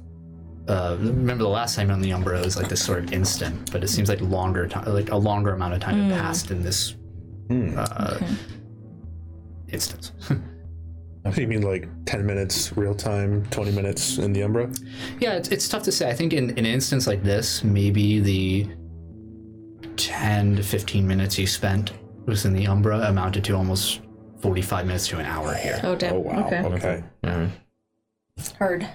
[SPEAKER 1] Uh, remember the last time on the Umbra, it was like this sort of instant, but it seems like longer time, like a longer amount of time had passed in this uh, instance.
[SPEAKER 4] So you mean like 10 minutes real time, 20 minutes in the Umbra?
[SPEAKER 1] Yeah, it's, it's tough to say. I think in, in an instance like this, maybe the 10 to 15 minutes you spent was in the Umbra amounted to almost 45 minutes to an hour here.
[SPEAKER 3] Oh, damn.
[SPEAKER 4] Oh, wow.
[SPEAKER 3] Okay.
[SPEAKER 4] Okay.
[SPEAKER 3] Heard.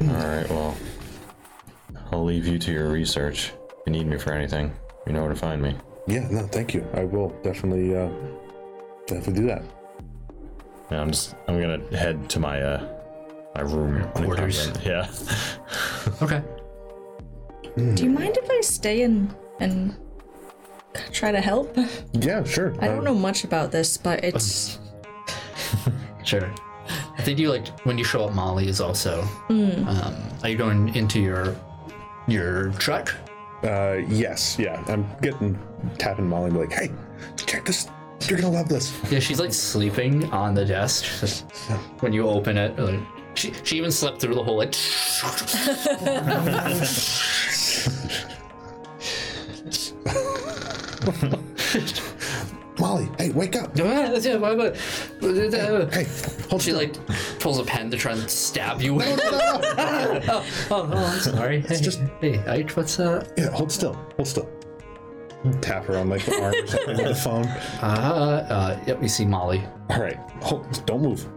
[SPEAKER 5] All right, well, I'll leave you to your research. If you need me for anything, you know where to find me.
[SPEAKER 4] Yeah, no, thank you. I will definitely, uh, definitely do that.
[SPEAKER 5] Yeah, I'm just I'm gonna head to my uh my room.
[SPEAKER 1] Quarters.
[SPEAKER 5] Yeah.
[SPEAKER 1] Okay.
[SPEAKER 3] Do you mind if I stay and and try to help?
[SPEAKER 4] Yeah, sure. Um,
[SPEAKER 3] I don't know much about this, but it's
[SPEAKER 1] Sure. I think you like when you show up. Molly is also. Um, are you going into your your truck?
[SPEAKER 4] Uh, yes, yeah. I'm getting tapping Molly and be like, hey, check this. You're gonna love this.
[SPEAKER 1] Yeah, she's like sleeping on the desk. when you open it, like, she she even slept through the whole like.
[SPEAKER 4] Molly, hey, wake up. Hey, hold
[SPEAKER 1] She
[SPEAKER 4] still.
[SPEAKER 1] like pulls a pen to try and stab you. with.
[SPEAKER 4] No, no, no.
[SPEAKER 1] oh, oh, I'm sorry. Hey,
[SPEAKER 4] just-
[SPEAKER 1] hey, Ike, what's up?
[SPEAKER 4] yeah, hold still. Hold still. Tap her on like the arm or something with the phone.
[SPEAKER 1] Uh, uh, yep, you see Molly.
[SPEAKER 4] All right, hold, don't move.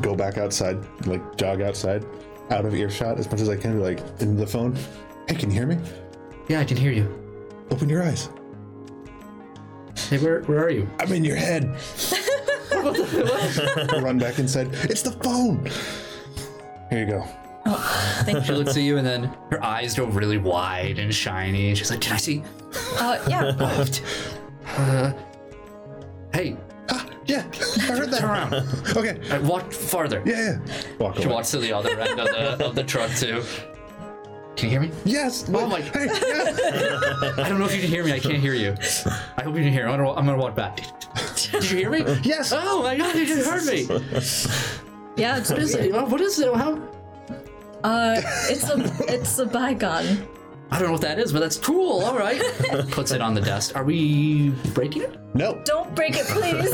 [SPEAKER 4] Go back outside, like jog outside, out of earshot as much as I can. Be like into the phone. Hey, can you hear me?
[SPEAKER 1] Yeah, I can hear you.
[SPEAKER 4] Open your eyes.
[SPEAKER 1] Hey, where, where are you?
[SPEAKER 4] I'm in your head. Run back inside. It's the phone. Here you go.
[SPEAKER 1] She looks at you and then her eyes go really wide and shiny. She's like, Did I see?
[SPEAKER 3] Uh, yeah.
[SPEAKER 1] Uh, hey,
[SPEAKER 4] Ah, yeah, I heard
[SPEAKER 1] turn
[SPEAKER 4] that.
[SPEAKER 1] around.
[SPEAKER 4] Okay.
[SPEAKER 1] I walked farther.
[SPEAKER 4] Yeah, yeah. Walk
[SPEAKER 1] She
[SPEAKER 4] away.
[SPEAKER 1] walks to the other end of the, of the truck, too. Can you hear me?
[SPEAKER 4] Yes.
[SPEAKER 1] Oh
[SPEAKER 4] like,
[SPEAKER 1] my-
[SPEAKER 4] Hey, yeah.
[SPEAKER 1] I don't know if you can hear me. I can't hear you. I hope you can hear. I'm gonna, I'm gonna walk back. Did you hear me?
[SPEAKER 4] Yes.
[SPEAKER 1] Oh my god, you just heard me.
[SPEAKER 3] Yeah, it's
[SPEAKER 1] What is it?
[SPEAKER 3] weird.
[SPEAKER 1] What is it? How?
[SPEAKER 3] Uh, it's a it's a bygone.
[SPEAKER 1] I don't know what that is, but that's cool. All right. Puts it on the desk. Are we breaking it?
[SPEAKER 4] No.
[SPEAKER 3] Don't break it, please.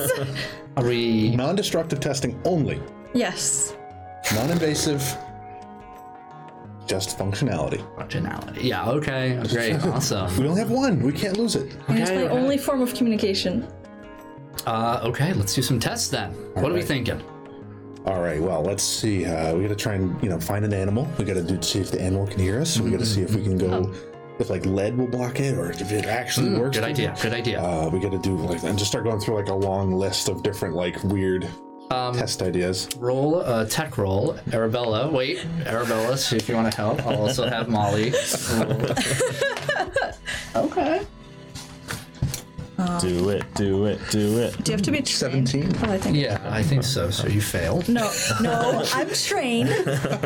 [SPEAKER 1] Are we?
[SPEAKER 4] Non-destructive testing only.
[SPEAKER 3] yes.
[SPEAKER 4] Non-invasive. Just functionality.
[SPEAKER 1] Functionality. Yeah. Okay. Great.
[SPEAKER 4] We
[SPEAKER 1] Awesome.
[SPEAKER 4] only have one. We can't lose it.
[SPEAKER 3] And it's my
[SPEAKER 1] Okay.
[SPEAKER 3] only form of communication.
[SPEAKER 1] Uh, okay. Let's do some tests then. What are we thinking?
[SPEAKER 4] All right. Well, let's see. Uh, we got to try and you know find an animal. We got to do see if the animal can hear us. We got to see if we can go. If like lead will block it, or if it actually works.
[SPEAKER 1] Hmm. Good idea. Good idea.
[SPEAKER 4] Uh, we got to do like and just start going through like a long list of different like weird
[SPEAKER 1] Um,
[SPEAKER 4] test ideas.
[SPEAKER 1] Roll uh, tech roll. Arabella. Wait, Arabella. See if you want to help. I'll also have Molly. roll. okay.
[SPEAKER 5] Do it, do it, do it.
[SPEAKER 3] Do you have to be trained?
[SPEAKER 4] 17.
[SPEAKER 3] Oh, I think.
[SPEAKER 1] Yeah, I think so. So you failed.
[SPEAKER 3] No, no, I'm trained.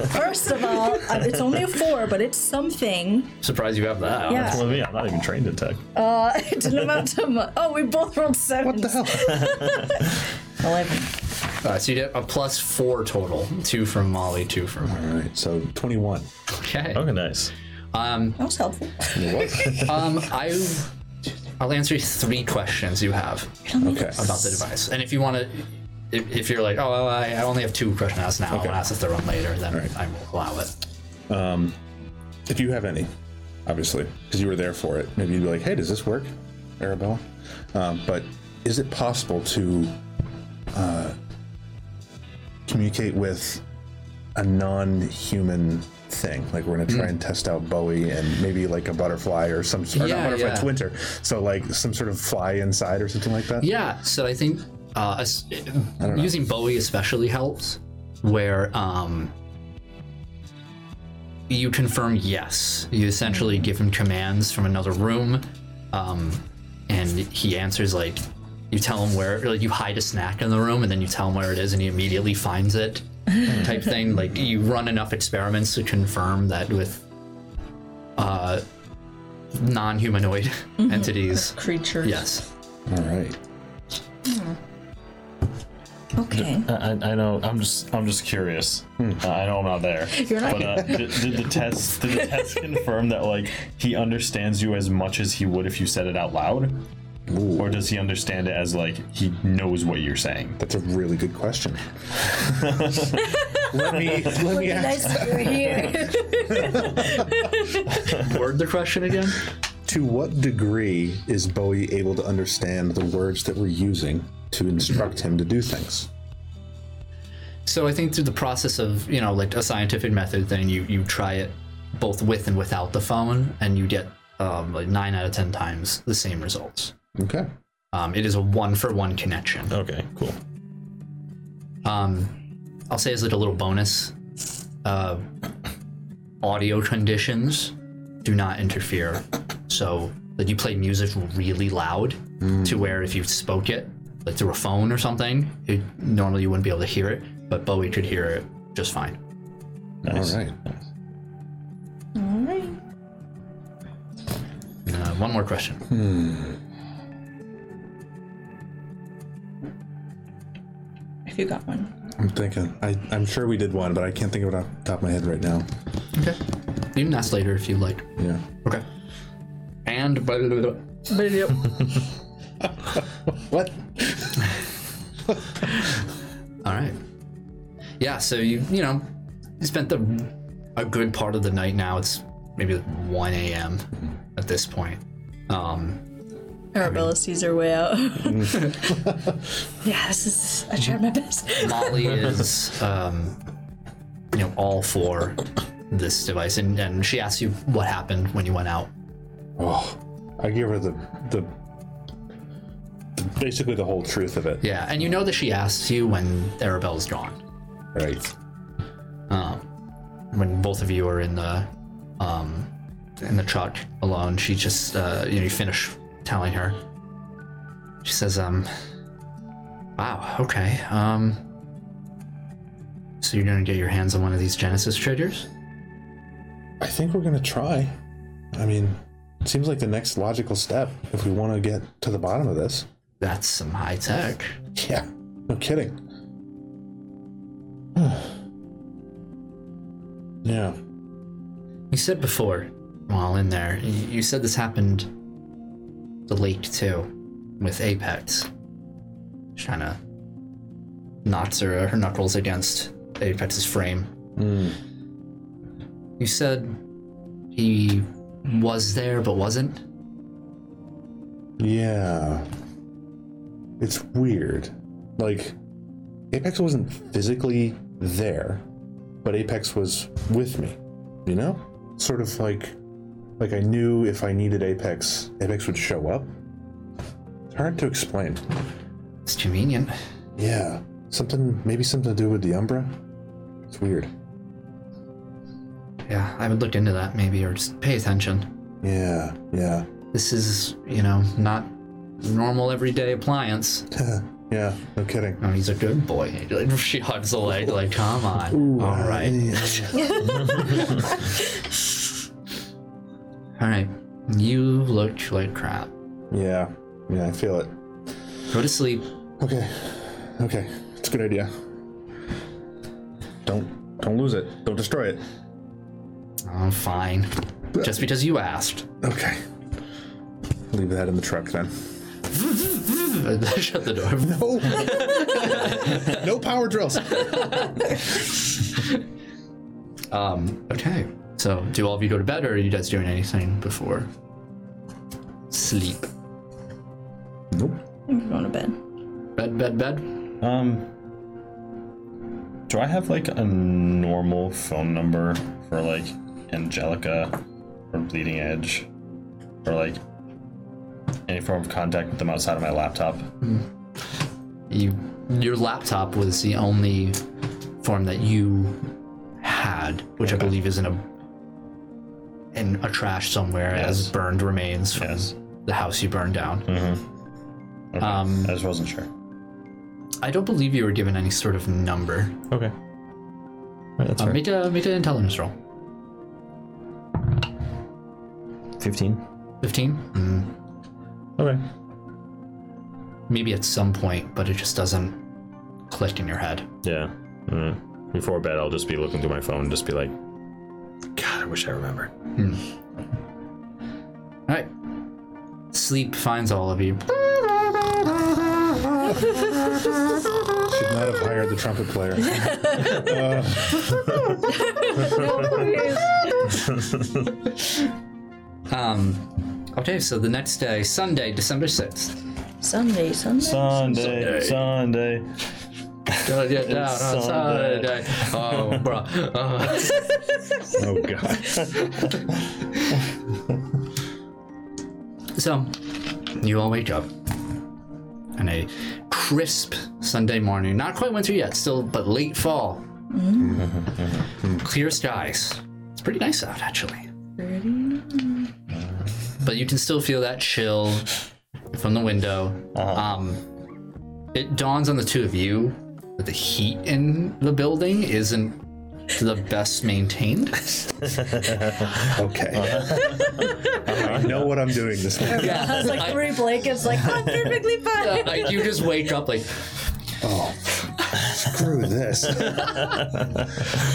[SPEAKER 3] First of all, uh, it's only a four, but it's something.
[SPEAKER 1] Surprised you have that.
[SPEAKER 3] Yeah.
[SPEAKER 5] Well, me, I'm not even trained in tech.
[SPEAKER 3] Uh, it didn't amount to much. Oh, we both rolled
[SPEAKER 4] What
[SPEAKER 3] sevens.
[SPEAKER 4] the hell?
[SPEAKER 3] Eleven.
[SPEAKER 1] Uh, so you get a plus four total. Two from Molly. Two from her.
[SPEAKER 4] All right. So twenty-one.
[SPEAKER 1] Okay.
[SPEAKER 5] Okay, nice.
[SPEAKER 3] That was helpful.
[SPEAKER 1] Um, I, I'll answer three questions you have
[SPEAKER 4] Okay.
[SPEAKER 1] about the device, and if you want to, if, if you're like, oh, well, I, I only have two questions now, I'll ask the third one later, then I will allow it.
[SPEAKER 4] If you have any, obviously, because you were there for it, maybe you'd be like, "Hey, does this work, Arabella?" Um, but is it possible to uh, communicate with a non-human thing? Like we're gonna
[SPEAKER 1] Hmm.
[SPEAKER 4] try and test out Bowie and maybe like a butterfly or some or
[SPEAKER 1] Yeah,
[SPEAKER 4] not butterfly,
[SPEAKER 1] yeah.
[SPEAKER 4] it's winter. So like some sort of fly inside or something like that.
[SPEAKER 1] Yeah, so I think uh, as- using Bowie especially helps, where um, you confirm yes. You essentially give him commands from another room, um, and he answers like you tell him where, like you hide a snack in the room, and then you tell him where it is, and he immediately finds it, type thing. Like you run enough experiments to confirm that with uh, non-humanoid entities.
[SPEAKER 3] Creatures.
[SPEAKER 1] Yes.
[SPEAKER 4] All right.
[SPEAKER 3] Okay.
[SPEAKER 5] I, I I know. I'm just. I'm just curious. Uh, I know I'm not there.
[SPEAKER 3] You're not-
[SPEAKER 5] But uh, did, did the test? Did the test confirm that like he understands you as much as he would if you said it out loud, or does he understand it as like he knows what you're saying?
[SPEAKER 4] That's a really good question. let me let
[SPEAKER 3] Would
[SPEAKER 4] me
[SPEAKER 3] be nice
[SPEAKER 4] ask
[SPEAKER 3] if you were here.
[SPEAKER 1] Word the question again.
[SPEAKER 4] To what degree is Bowie able to understand the words that we're using to instruct him to do things?
[SPEAKER 1] So I think through the process of you know like a scientific method, then you you try it both with and without the phone, and you get um, like nine out of ten times the same results.
[SPEAKER 4] Okay.
[SPEAKER 1] Um, it is a one for one connection.
[SPEAKER 5] Okay, cool.
[SPEAKER 1] Um, I'll say as like a little bonus, uh, audio conditions do not interfere. So like you play music really loud to where if you spoke it like through a phone or something, it, normally you wouldn't be able to hear it. but Bowie could hear it just fine.
[SPEAKER 2] Nice.
[SPEAKER 4] All right.
[SPEAKER 3] All right.
[SPEAKER 1] Uh, one more question.
[SPEAKER 3] If you got one.
[SPEAKER 4] I'm thinking. I, I'm sure we did one, but I can't think of it off the top of my head right now.
[SPEAKER 1] Okay. You can ask later if you like.
[SPEAKER 4] Yeah.
[SPEAKER 1] Okay. And blah, blah, blah, blah.
[SPEAKER 4] What?
[SPEAKER 1] all right. Yeah. So you you know you spent the a good part of the night. Now it's maybe like 1 a.m. at this point. Um,
[SPEAKER 3] Arabella sees her way out. yeah, this is. I tried my best.
[SPEAKER 1] Molly is um, you know all for this device, and, and she asks you what happened when you went out.
[SPEAKER 4] Oh, I give her the, the the basically the whole truth of it.
[SPEAKER 1] Yeah, and you know that she asks you when Arabella's gone.
[SPEAKER 4] Right.
[SPEAKER 1] when both of you are in the um in the truck alone she just uh you know you finish telling her she says um wow okay um so you're gonna get your hands on one of these genesis traders
[SPEAKER 4] I think we're gonna try. I mean, it seems like the next logical step if we want to get to the bottom of this.
[SPEAKER 1] that's some high tech
[SPEAKER 4] Yeah. No kidding. yeah.
[SPEAKER 1] you said before while in there you you said this happened the lake too with apex She's trying to knots her, her knuckles against apex's frame
[SPEAKER 4] Mm.
[SPEAKER 1] You said he was there but wasn't?
[SPEAKER 4] Yeah. It's weird. Like, Apex wasn't physically there, but Apex was with me, you know? Sort of like like I knew if I needed Apex, Apex would show up. It's hard to explain.
[SPEAKER 1] It's convenient.
[SPEAKER 4] Yeah. Something maybe something to do with the Umbra? It's weird.
[SPEAKER 1] Yeah, I would look into that maybe or just pay attention.
[SPEAKER 4] Yeah, yeah.
[SPEAKER 1] This is, you know, not normal everyday appliance.
[SPEAKER 4] yeah, no kidding.
[SPEAKER 1] Oh, he's a good boy. Like, she hugs a leg, like, come on. All right. All right. You look like crap.
[SPEAKER 4] Yeah. Yeah, I feel it.
[SPEAKER 1] Go to sleep.
[SPEAKER 4] Okay. Okay. It's a good idea. Don't don't lose it. Don't destroy it.
[SPEAKER 1] Oh, fine. Just because you asked.
[SPEAKER 4] Okay. Leave that in the truck then.
[SPEAKER 1] Shut the door.
[SPEAKER 4] No. Oh! no power drills.
[SPEAKER 1] Um, okay. So, do all of you go to bed, or are you guys doing anything before sleep?
[SPEAKER 4] Nope.
[SPEAKER 3] I'm going to bed.
[SPEAKER 1] Bed, bed, bed.
[SPEAKER 2] Um, do I have like a normal phone number for like Angelica or Bleeding Edge or like any form of contact with them outside of my laptop?
[SPEAKER 1] You, your laptop was the only form that you had, which I believe is in a in a trash somewhere as
[SPEAKER 2] Yes.
[SPEAKER 1] burned remains from
[SPEAKER 2] Yes.
[SPEAKER 1] the house you burned down.
[SPEAKER 2] Okay.
[SPEAKER 1] Um,
[SPEAKER 2] I just wasn't sure.
[SPEAKER 1] I don't believe you were given any sort of number.
[SPEAKER 2] Okay. that's
[SPEAKER 1] Uh,
[SPEAKER 2] right.
[SPEAKER 1] make a make an intelligence roll.
[SPEAKER 2] 15.
[SPEAKER 1] Fifteen. Mm.
[SPEAKER 2] Okay.
[SPEAKER 1] Maybe at some point, but it just doesn't click in your head.
[SPEAKER 2] Yeah. Mm. Before bed, I'll just be looking through my phone and just be like, God, I wish I remembered.
[SPEAKER 1] All right. Sleep finds all of you.
[SPEAKER 4] Should not have hired the trumpet player.
[SPEAKER 1] Um, okay, so the next day, Sunday, December 6th.
[SPEAKER 3] Sunday, Sunday.
[SPEAKER 2] Sunday, Sunday.
[SPEAKER 1] Don't get down on
[SPEAKER 2] Sunday.
[SPEAKER 1] Sunday. Oh, bro.
[SPEAKER 4] Oh god.
[SPEAKER 1] So, you all wake up on a crisp Sunday morning. Not quite winter yet, still, but late fall. Clear skies. It's pretty nice out, actually.
[SPEAKER 3] Pretty.
[SPEAKER 1] but you can still feel that chill from the window. Um, it dawns on the two of you But the heat in the building isn't the best maintained.
[SPEAKER 4] Okay. I know what I'm doing this morning.
[SPEAKER 3] I was like three blankets, like I'm perfectly fine.
[SPEAKER 1] Like you just wake up like
[SPEAKER 4] Oh, screw this.
[SPEAKER 1] I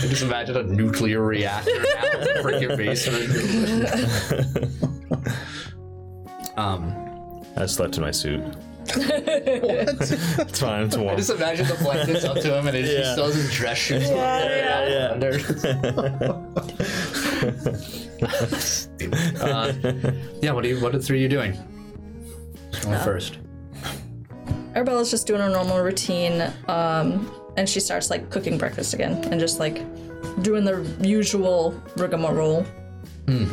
[SPEAKER 1] just imagine a nuclear reactor out in the freaking basement. um,
[SPEAKER 5] I slept in my suit. It's fine. It's warm.
[SPEAKER 1] just imagine the blankets up to him and he
[SPEAKER 5] Yeah.
[SPEAKER 1] just doesn't dress shoes.
[SPEAKER 5] yeah, yeah.
[SPEAKER 1] uh, yeah, what do you? What are the three you doing? Going
[SPEAKER 3] Uh,
[SPEAKER 1] first.
[SPEAKER 3] Arabella's just doing her normal routine, um, and she starts like cooking breakfast again and just like doing the usual rigmarole.
[SPEAKER 2] I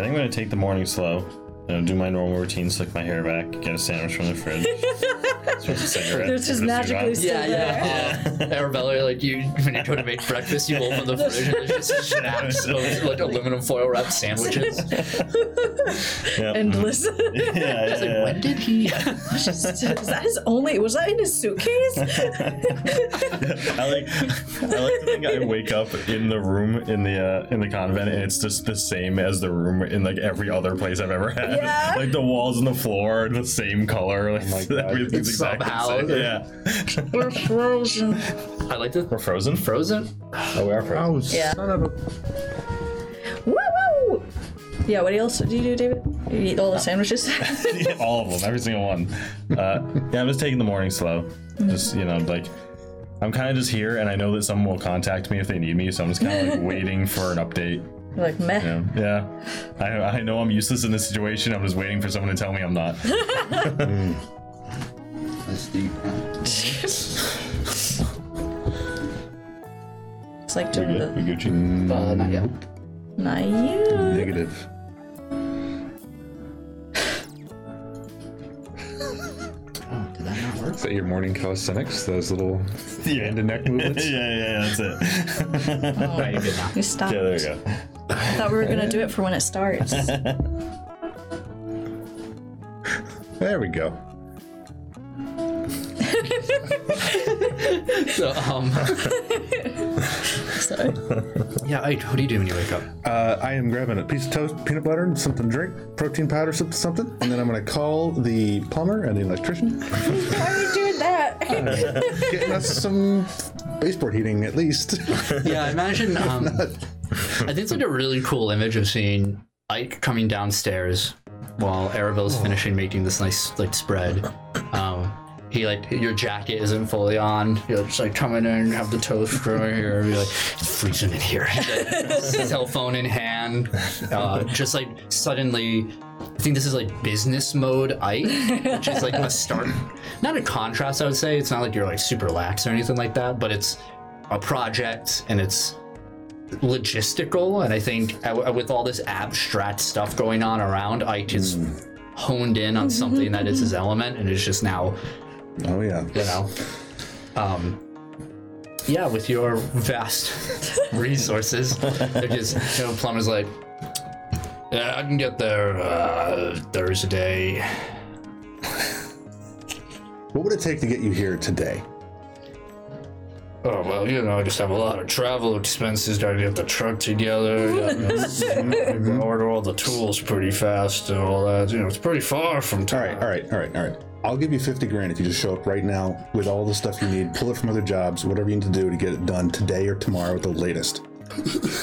[SPEAKER 2] think I'm gonna take the morning slow. You know, do my normal routine, slick my hair back, get a sandwich from the fridge. smoke a cigarette,
[SPEAKER 3] There's just
[SPEAKER 2] put a suit
[SPEAKER 3] magically
[SPEAKER 2] on.
[SPEAKER 3] still there.
[SPEAKER 1] Um, Arabella, like you, when you go to make breakfast, you open the fridge and there's just snacks of like aluminum foil wrapped sandwiches.
[SPEAKER 3] Endless.
[SPEAKER 2] yeah, yeah, yeah.
[SPEAKER 1] When did he?
[SPEAKER 3] Just- Is that his only? Was that in his suitcase?
[SPEAKER 2] I like, I like to think I wake up in the room in the uh, in the convent, and it's just the same as the room in like every other place I've ever had.
[SPEAKER 3] Yeah.
[SPEAKER 2] Like the walls and the floor are the same color. Like
[SPEAKER 4] my God.
[SPEAKER 2] everything's exactly
[SPEAKER 1] Somehow.
[SPEAKER 2] the same. Yeah,
[SPEAKER 3] We're frozen.
[SPEAKER 1] I like the
[SPEAKER 2] we're frozen.
[SPEAKER 1] frozen.
[SPEAKER 2] Oh, we are frozen.
[SPEAKER 4] Oh,
[SPEAKER 3] Yeah.
[SPEAKER 4] son of a.
[SPEAKER 3] Woo woo! Yeah, what else do you do, David? You eat all the sandwiches?
[SPEAKER 2] all of them, every single one. Uh, yeah, I'm just taking the morning slow. Just you know, like I'm kind of just here, and I know that someone will contact me if they need me, so I'm just kind of like waiting for an update.
[SPEAKER 3] like, meh.
[SPEAKER 2] You know? Yeah, I, I know I'm useless in this situation. I'm just waiting for someone to tell me I'm not.
[SPEAKER 3] It's like doing the.
[SPEAKER 2] Gucci.
[SPEAKER 1] Uh, not yet.
[SPEAKER 3] Not you.
[SPEAKER 4] Negative.
[SPEAKER 1] Oh, Did that not work?
[SPEAKER 4] Is that your morning calisthenics? Those little
[SPEAKER 2] Yeah.
[SPEAKER 4] hand and neck movements?
[SPEAKER 2] yeah, yeah, that's it.
[SPEAKER 1] Right, you did not.
[SPEAKER 3] You stopped.
[SPEAKER 2] Yeah, there you go.
[SPEAKER 3] I thought we were gonna do it for when it starts.
[SPEAKER 4] There we go.
[SPEAKER 1] So, um,
[SPEAKER 3] Sorry.
[SPEAKER 1] yeah, I, what do you do when you wake up?
[SPEAKER 4] Uh, I am grabbing a piece of toast, peanut butter, and something to drink, protein powder, something, something, and then I'm gonna call the plumber and the electrician,
[SPEAKER 3] Why are you doing that?
[SPEAKER 4] getting us some baseboard heating at least.
[SPEAKER 1] Yeah, I imagine. Um, I think it's like a really cool image of seeing Ike coming downstairs while Arabella's finishing making this nice like spread. Um, he like your jacket isn't fully on. You're just like coming in, have the toast right here. You're like it's freezing in here. Cell phone in hand, uh, just like suddenly. I think this is like business mode Ike, which is like a start. Not a contrast, I would say. It's not like you're like super lax or anything like that, but it's a project and it's logistical and i think uh, with all this abstract stuff going on around ike is honed in on something that is his element and is just now
[SPEAKER 4] oh yeah.
[SPEAKER 1] you know um yeah with your vast resources they're just you know plumber's like yeah i can get there uh, thursday
[SPEAKER 4] What would it take to get you here today?
[SPEAKER 1] Oh well, you know, I just have a lot of travel expenses. Gotta get the truck together. gotta order all the tools pretty fast and all that. You know, it's pretty far from
[SPEAKER 4] All right,
[SPEAKER 1] time.
[SPEAKER 4] all right, all right, all right. I'll give you 50 grand if you just show up right now with all the stuff you need, pull it from other jobs, whatever you need to do to get it done today or tomorrow at the latest.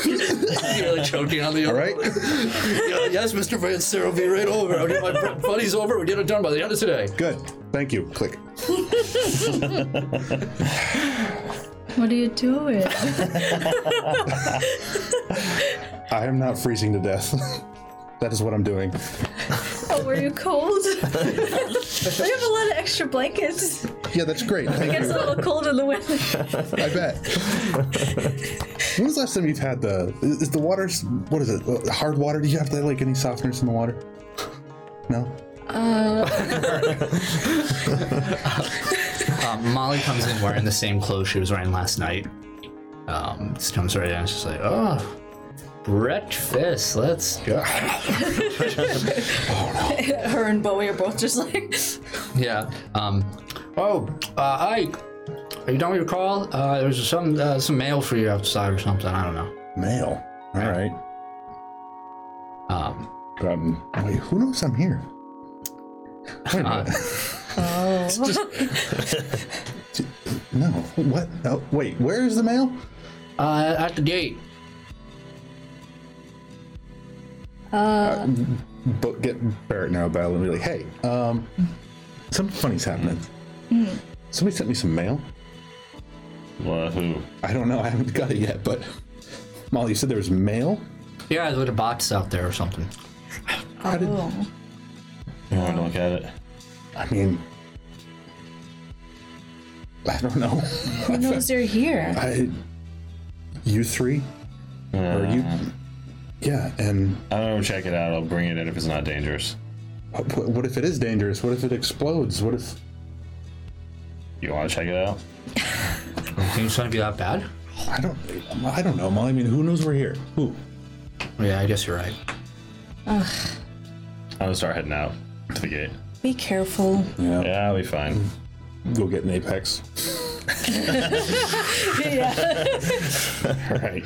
[SPEAKER 1] You're really choking on the.
[SPEAKER 4] All right?
[SPEAKER 1] Yeah, yes, Mr. Vance, sir, I'll be right over. I'll get my br- buddies over. We'll get it done by the end of today.
[SPEAKER 4] Good. Thank you. Click.
[SPEAKER 3] what are you doing?
[SPEAKER 4] I am not freezing to death. that is what I'm doing.
[SPEAKER 3] Oh, were you cold? we have a lot of extra blankets.
[SPEAKER 4] Yeah, that's great. Thank
[SPEAKER 3] It's
[SPEAKER 4] you.
[SPEAKER 3] a little cold in the winter.
[SPEAKER 4] I bet. when was the last time you've had the? Is is the water? s- What is it? uh, Hard water? Do you have to like any softeners in the water? No.
[SPEAKER 1] Um, Molly comes in wearing the same clothes she was wearing last night. Um, just comes right in. She's like, oh, breakfast. Let's go.
[SPEAKER 3] Her and Bowie are both just like,
[SPEAKER 1] Yeah. Um, Oh, uh, Ike. You don't recall? Uh, there was some uh, some mail for you outside or something. I don't know.
[SPEAKER 4] Mail. All right.
[SPEAKER 1] Um,
[SPEAKER 4] Um, wait, who knows I'm here? Wait a
[SPEAKER 1] Uh,
[SPEAKER 4] minute.
[SPEAKER 3] Oh.
[SPEAKER 4] No. What? No. Wait. Where is the mail?
[SPEAKER 1] uh, at the gate.
[SPEAKER 4] But get Barrett now battle and be like, hey, um, something funny's happening. Hmm. Somebody sent me some mail.
[SPEAKER 2] Wahoo.
[SPEAKER 4] I don't know. I haven't got it yet. But Molly, you said there was mail.
[SPEAKER 1] Yeah, there's a box out there or something.
[SPEAKER 4] How did?
[SPEAKER 3] oh.
[SPEAKER 2] You want to look at it?
[SPEAKER 4] I mean, I don't know.
[SPEAKER 3] Who knows you're here?
[SPEAKER 4] I, you three, or you? Yeah. And
[SPEAKER 2] I don't know. Check it out. I'll bring it in if it's not dangerous.
[SPEAKER 4] what, what if it is dangerous? What if it explodes? What if?
[SPEAKER 2] You want to check it out?
[SPEAKER 1] Think it's gonna be that bad?
[SPEAKER 4] I don't. I don't know, Molly. I mean, who knows we're here? Who?
[SPEAKER 1] Yeah, I guess you're right.
[SPEAKER 2] I'm gonna start heading out to the gate.
[SPEAKER 3] Be careful.
[SPEAKER 2] Yeah, I'll be fine.
[SPEAKER 4] Go get an apex.
[SPEAKER 2] All right.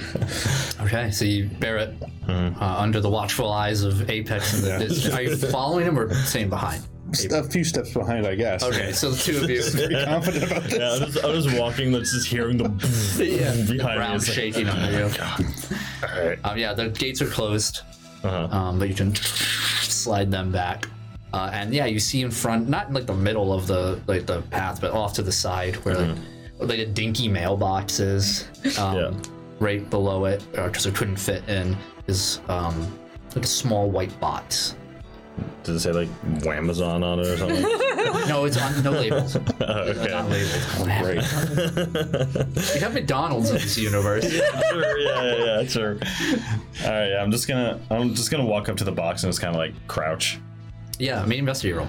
[SPEAKER 1] Okay, so you Barrett uh, under the watchful eyes of Apex. In the distance. Are you following him or staying behind?
[SPEAKER 4] A few steps behind, I guess.
[SPEAKER 1] Okay, so the two of you.
[SPEAKER 4] Confident about this.
[SPEAKER 5] Yeah, I was, I was walking, like, just hearing the
[SPEAKER 1] yeah, the
[SPEAKER 5] behind me.
[SPEAKER 1] ground
[SPEAKER 5] It's like,
[SPEAKER 1] shaking under you. Um, yeah, the gates are closed, um, but you can slide them back. Uh, and yeah, you see in front, not in like the middle of the like the path, but off to the side where like, like a dinky mailbox is. Um,
[SPEAKER 5] Yeah.
[SPEAKER 1] Right below it, because it couldn't fit in, is um, like a small white box.
[SPEAKER 5] Does it say like Wamazon on it or something?
[SPEAKER 1] No, it's on no labels.
[SPEAKER 5] okay.
[SPEAKER 1] Not labeled.
[SPEAKER 4] Great.
[SPEAKER 1] We have McDonald's in this universe.
[SPEAKER 5] sure, yeah, yeah, yeah, sure.
[SPEAKER 2] All right. I'm just gonna. I'm just gonna walk up to the box and just kind of like crouch.
[SPEAKER 1] Yeah, me investigate roll.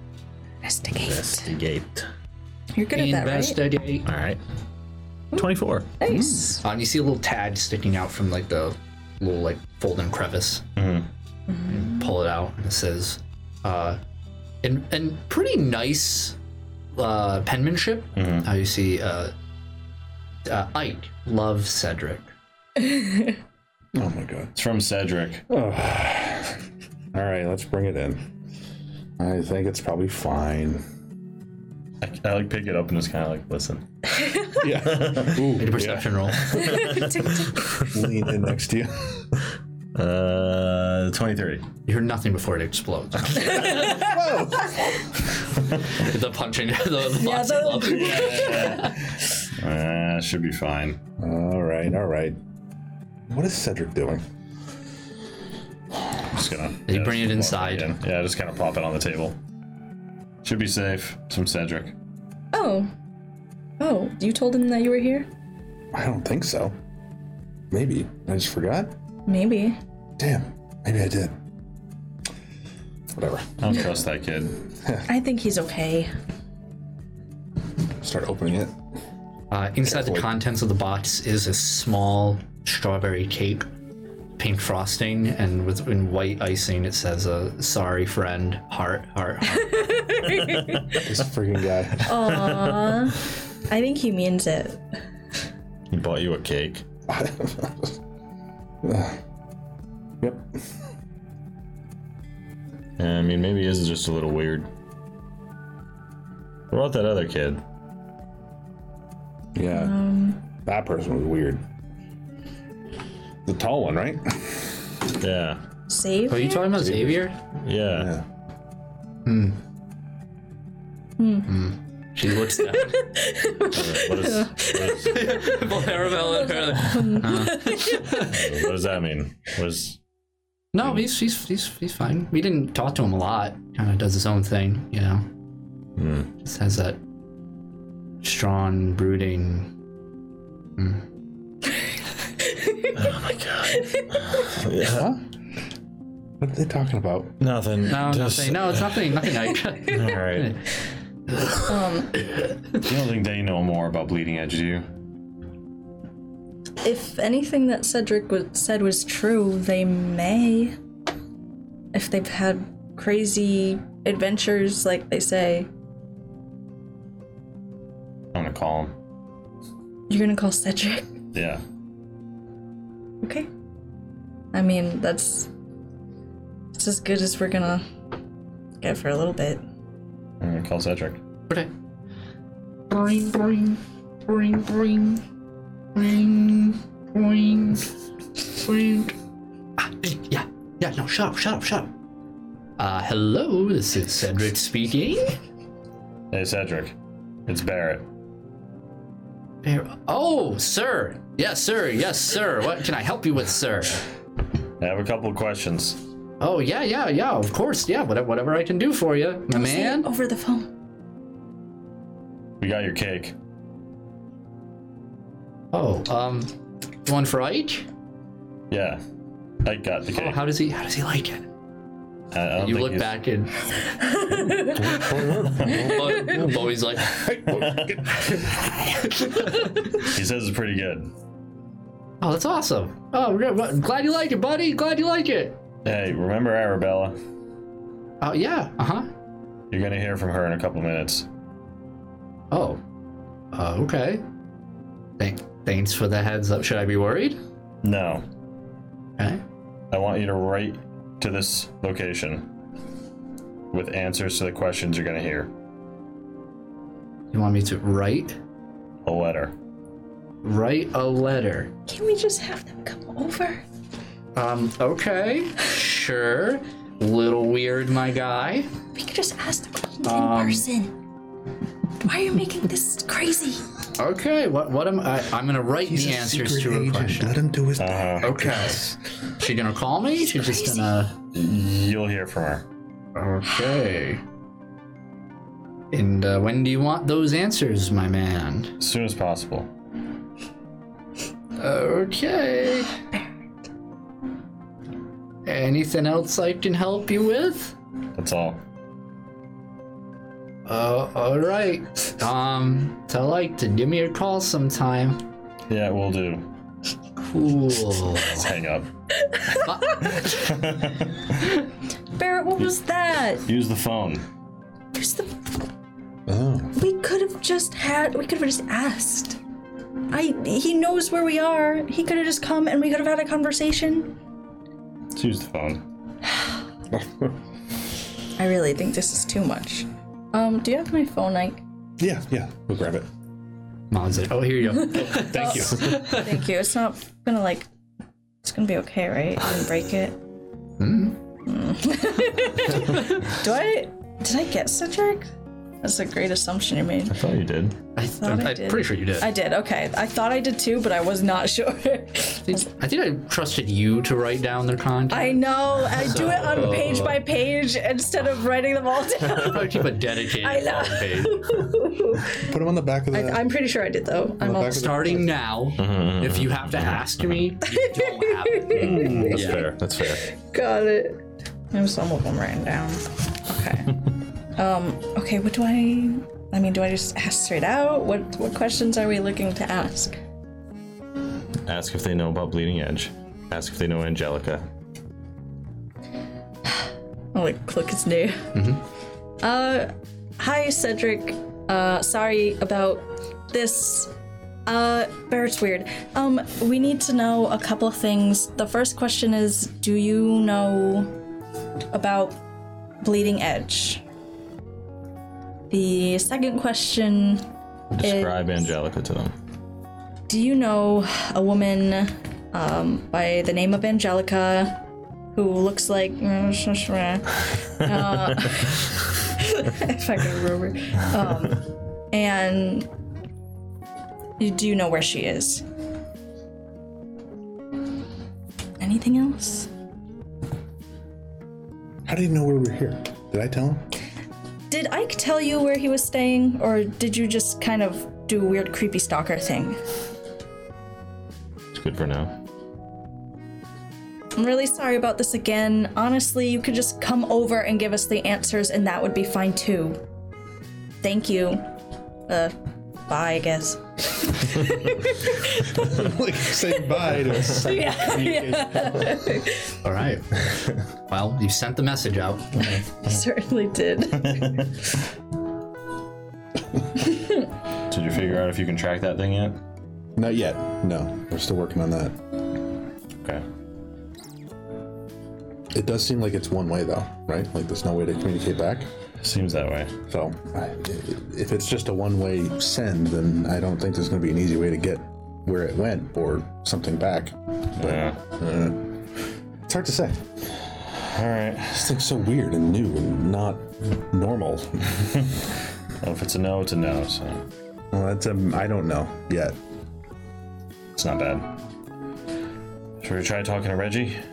[SPEAKER 3] Investigate.
[SPEAKER 5] Investigate.
[SPEAKER 3] You're good at that, right?
[SPEAKER 1] Investigate.
[SPEAKER 5] All right. 24.
[SPEAKER 3] Nice.
[SPEAKER 1] Um, you see a little tag sticking out from like the little like fold in crevice. And pull it out and it says, uh, in, in pretty nice uh, penmanship, how you see uh, uh, Ike love Cedric.
[SPEAKER 4] Oh my god.
[SPEAKER 2] It's from Cedric.
[SPEAKER 4] All right, let's bring it in. I think it's probably fine.
[SPEAKER 2] I, I like pick it up and just kind of like listen.
[SPEAKER 4] Yeah.
[SPEAKER 1] Made
[SPEAKER 4] Ooh,
[SPEAKER 1] a perception roll.
[SPEAKER 4] lean in next to you.
[SPEAKER 5] Uh,
[SPEAKER 2] 23.
[SPEAKER 1] You hear nothing before it explodes. the punching, the, the
[SPEAKER 3] Yeah,
[SPEAKER 1] box of love.
[SPEAKER 3] the-
[SPEAKER 2] Uh, should be fine.
[SPEAKER 4] All right, all right. What is Cedric doing?
[SPEAKER 2] I'm just gonna.
[SPEAKER 1] You bring it
[SPEAKER 2] just
[SPEAKER 1] inside.
[SPEAKER 2] plop in. Yeah, just kind of plop it on the table. Should be safe. It's from Cedric.
[SPEAKER 3] Oh. Oh, you told him that you were here?
[SPEAKER 4] I don't think so. Maybe I just forgot.
[SPEAKER 3] Maybe.
[SPEAKER 4] Damn, maybe I did. Whatever.
[SPEAKER 2] I don't trust that kid.
[SPEAKER 3] I think he's okay.
[SPEAKER 4] Start opening it.
[SPEAKER 1] Uh, inside the contents of the box is a small strawberry cake, pink frosting, and with in white icing it says uh, "Sorry, friend." Heart, heart, heart.
[SPEAKER 4] This freaking guy.
[SPEAKER 3] I think he means it.
[SPEAKER 5] he bought you a cake.
[SPEAKER 4] yep.
[SPEAKER 5] Yeah, I mean, maybe his is just a little weird. What about that other kid?
[SPEAKER 4] Yeah.
[SPEAKER 3] Um,
[SPEAKER 4] that person was weird. The tall one, right?
[SPEAKER 5] Yeah.
[SPEAKER 3] Save?
[SPEAKER 1] Are you talking about Xavier?
[SPEAKER 5] Yeah.
[SPEAKER 4] Yeah.
[SPEAKER 1] She looks down.
[SPEAKER 5] What, is, what, is,
[SPEAKER 1] Both Arabella and her.
[SPEAKER 5] what does that mean? Was
[SPEAKER 1] No, he's, he's he's he's fine. We didn't talk to him a lot. Kind of does his own thing, you know. Just has that strong brooding
[SPEAKER 4] Huh? What are they talking about?
[SPEAKER 5] nothing.
[SPEAKER 1] No,
[SPEAKER 5] just,
[SPEAKER 1] nothing. No, it's nothing. Nothing. Ike.
[SPEAKER 5] All right.
[SPEAKER 2] You don't think they know more about Bleeding Edge, do you?
[SPEAKER 3] If anything that Cedric was, said was true, they may. If they've had crazy adventures, like they say.
[SPEAKER 2] I'm gonna call him.
[SPEAKER 3] You're gonna call Cedric?
[SPEAKER 2] Yeah.
[SPEAKER 3] Okay. I mean, that's. It's as good as we're gonna get for a little bit.
[SPEAKER 2] I'm gonna call Cedric.
[SPEAKER 1] Okay. Ah, eh, yeah, yeah, no, shut up, shut up, shut up. Uh, hello, this is Cedric speaking.
[SPEAKER 2] Hey, Cedric. It's Barrett.
[SPEAKER 1] Bear- Oh, sir. Yes, sir. Yes, sir. What can I help you with, sir?
[SPEAKER 2] I have a couple of questions.
[SPEAKER 1] Oh, yeah, yeah, yeah. Of course. Yeah, whatever, whatever I can do for you, my man.
[SPEAKER 3] Over the phone.
[SPEAKER 2] We got your cake.
[SPEAKER 1] Oh, um, one for Ike?
[SPEAKER 2] Yeah. I got the
[SPEAKER 1] Oh,
[SPEAKER 2] cake.
[SPEAKER 1] how does he, how does he like it?
[SPEAKER 2] I- I don't
[SPEAKER 1] You
[SPEAKER 2] think
[SPEAKER 1] look
[SPEAKER 2] he's-
[SPEAKER 1] back and Bo- Bowie's like,
[SPEAKER 2] He says it's pretty good.
[SPEAKER 1] oh, that's awesome. Oh, we're good. glad you like it, buddy. Glad you like it.
[SPEAKER 2] Hey, remember Arabella?
[SPEAKER 1] Oh, yeah. Uh huh.
[SPEAKER 2] You're gonna hear from her in a couple minutes.
[SPEAKER 1] Oh. Uh, okay. Thank, thanks for the heads up. Should I be worried?
[SPEAKER 2] No,
[SPEAKER 1] Okay.
[SPEAKER 2] I want you to write to this location with answers to the questions you're gonna hear.
[SPEAKER 1] You want me to write?
[SPEAKER 2] A letter.
[SPEAKER 1] Write a letter.
[SPEAKER 3] Can we just have them come over?
[SPEAKER 1] Um, okay. Sure. Little weird, my guy.
[SPEAKER 3] We could just ask the questions
[SPEAKER 1] Um.
[SPEAKER 3] in person. Why are you making this crazy?
[SPEAKER 1] Okay, what what am I I'm gonna write the answers to her question.
[SPEAKER 4] Let him do his
[SPEAKER 2] Uh
[SPEAKER 4] thing.
[SPEAKER 5] Uh-huh.
[SPEAKER 2] huh.
[SPEAKER 1] Okay. She gonna call me? She's just gonna
[SPEAKER 2] You'll hear from her.
[SPEAKER 1] Okay. And uh, when do you want those answers, my man?
[SPEAKER 2] As soon as possible.
[SPEAKER 1] Okay. Anything else I can help you with?
[SPEAKER 2] That's all.
[SPEAKER 1] Uh, all right. Um, tell like to give me a call sometime.
[SPEAKER 2] Yeah, we'll do.
[SPEAKER 1] Cool.
[SPEAKER 2] Let's hang up.
[SPEAKER 3] Barrett, what was that?
[SPEAKER 2] Use the phone.
[SPEAKER 3] There's the.
[SPEAKER 4] Oh,
[SPEAKER 3] We could have just had. We could have just asked. I. He knows where we are. He could have just come and we could have had a conversation.
[SPEAKER 2] Let's use the phone.
[SPEAKER 3] I really think this is too much. Um, do you have my phone, Ike?
[SPEAKER 4] yeah, yeah. We'll grab it.
[SPEAKER 1] Mom's like, oh, here you go.
[SPEAKER 4] Thank you.
[SPEAKER 3] Thank you. It's not gonna like. It's gonna be okay, right? I didn't break it.
[SPEAKER 1] Mm-hmm.
[SPEAKER 3] Mm. Do I? Did I get Cedric? That's a great assumption you made.
[SPEAKER 2] I thought you did.
[SPEAKER 1] I,
[SPEAKER 3] I
[SPEAKER 1] am
[SPEAKER 3] did.
[SPEAKER 1] pretty sure you did.
[SPEAKER 3] I
[SPEAKER 1] I,
[SPEAKER 3] did. Okay. I thought I did too, but I was not sure.
[SPEAKER 1] think, I think I trusted you to write down their contact.
[SPEAKER 3] I know. I do it on page by page instead of writing them all down.
[SPEAKER 1] I keep a dedicated
[SPEAKER 3] I know.
[SPEAKER 1] front page.
[SPEAKER 4] Put him on the back of the.
[SPEAKER 3] I'm pretty sure I did though. I'm
[SPEAKER 4] back
[SPEAKER 3] all.
[SPEAKER 4] of the-
[SPEAKER 1] Starting now, if you have to ask me, you don't have to.
[SPEAKER 5] That's fair. That's fair.
[SPEAKER 3] Got it. I have some of them written down. Okay. um. Okay. What do I? I mean, do I just ask straight out? What What questions are we looking to ask?
[SPEAKER 5] Ask if they know about Bleeding Edge. Ask if they know Angelica.
[SPEAKER 3] I'll like click his name. Uh, hi Cedric. Uh, sorry about this. Uh, Barrett's weird. Um, we need to know a couple of things. The first question is, do you know about Bleeding Edge? The second question,
[SPEAKER 5] Describe Angelica to them.
[SPEAKER 3] do you know a woman um, by the name of Angelica who looks like. Uh, if I can remember. Um, and you do know where she is. Anything else?
[SPEAKER 4] How do you know we were here? Did I tell him?
[SPEAKER 3] Did Ike tell you where he was staying, or did you just kind of do a weird creepy stalker thing?
[SPEAKER 5] It's good for now.
[SPEAKER 3] I'm really sorry about this again. Honestly, you could just come over and give us the answers, and that would be fine too. Thank you. Uh, bye, I guess.
[SPEAKER 4] like say bye to us.
[SPEAKER 3] Yeah.
[SPEAKER 1] All right. Well, you sent the message out.
[SPEAKER 3] Certainly did.
[SPEAKER 2] Did you figure out if you can track that thing yet?
[SPEAKER 4] Not yet. No, we're still working on that.
[SPEAKER 2] Okay.
[SPEAKER 4] It does seem like it's one way though, right? Like there's no way to communicate back.
[SPEAKER 2] Seems that way.
[SPEAKER 4] So I- if it's just a one-way send, then I don't think there's going to be an easy way to get where it went or something back. Uh,
[SPEAKER 2] Yeah.
[SPEAKER 4] It's hard to say.
[SPEAKER 2] All right.
[SPEAKER 4] This thing's so weird and new and not normal.
[SPEAKER 2] Well, if it's a no, it's a no. So
[SPEAKER 4] Well, that's um, I don't know yet.
[SPEAKER 2] it's not bad. Should we try talking to Reggie?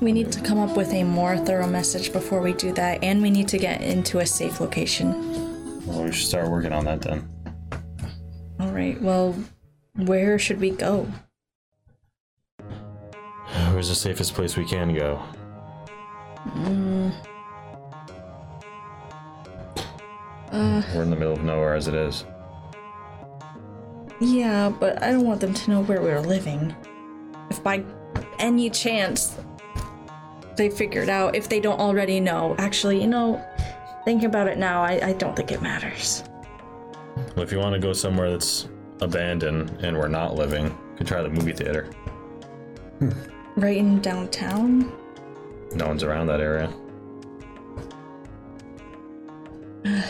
[SPEAKER 3] We need to come up with a more thorough message before we do that, and we need to get into a safe location.
[SPEAKER 2] Well, we should start working on that then.
[SPEAKER 3] All right, well, where should we go?
[SPEAKER 5] Where's the safest place we can go?
[SPEAKER 2] Mm. We're in the middle of nowhere as it is.
[SPEAKER 3] Yeah, but I don't want them to know where we're living. If by any chance they figure it out, if they don't already know. Actually, you know, thinking about it now, I, I don't think it matters.
[SPEAKER 2] Well, if you want to go somewhere that's abandoned and we're not living, you could try the movie theater.
[SPEAKER 3] Right in downtown?
[SPEAKER 2] No one's around that area.
[SPEAKER 3] I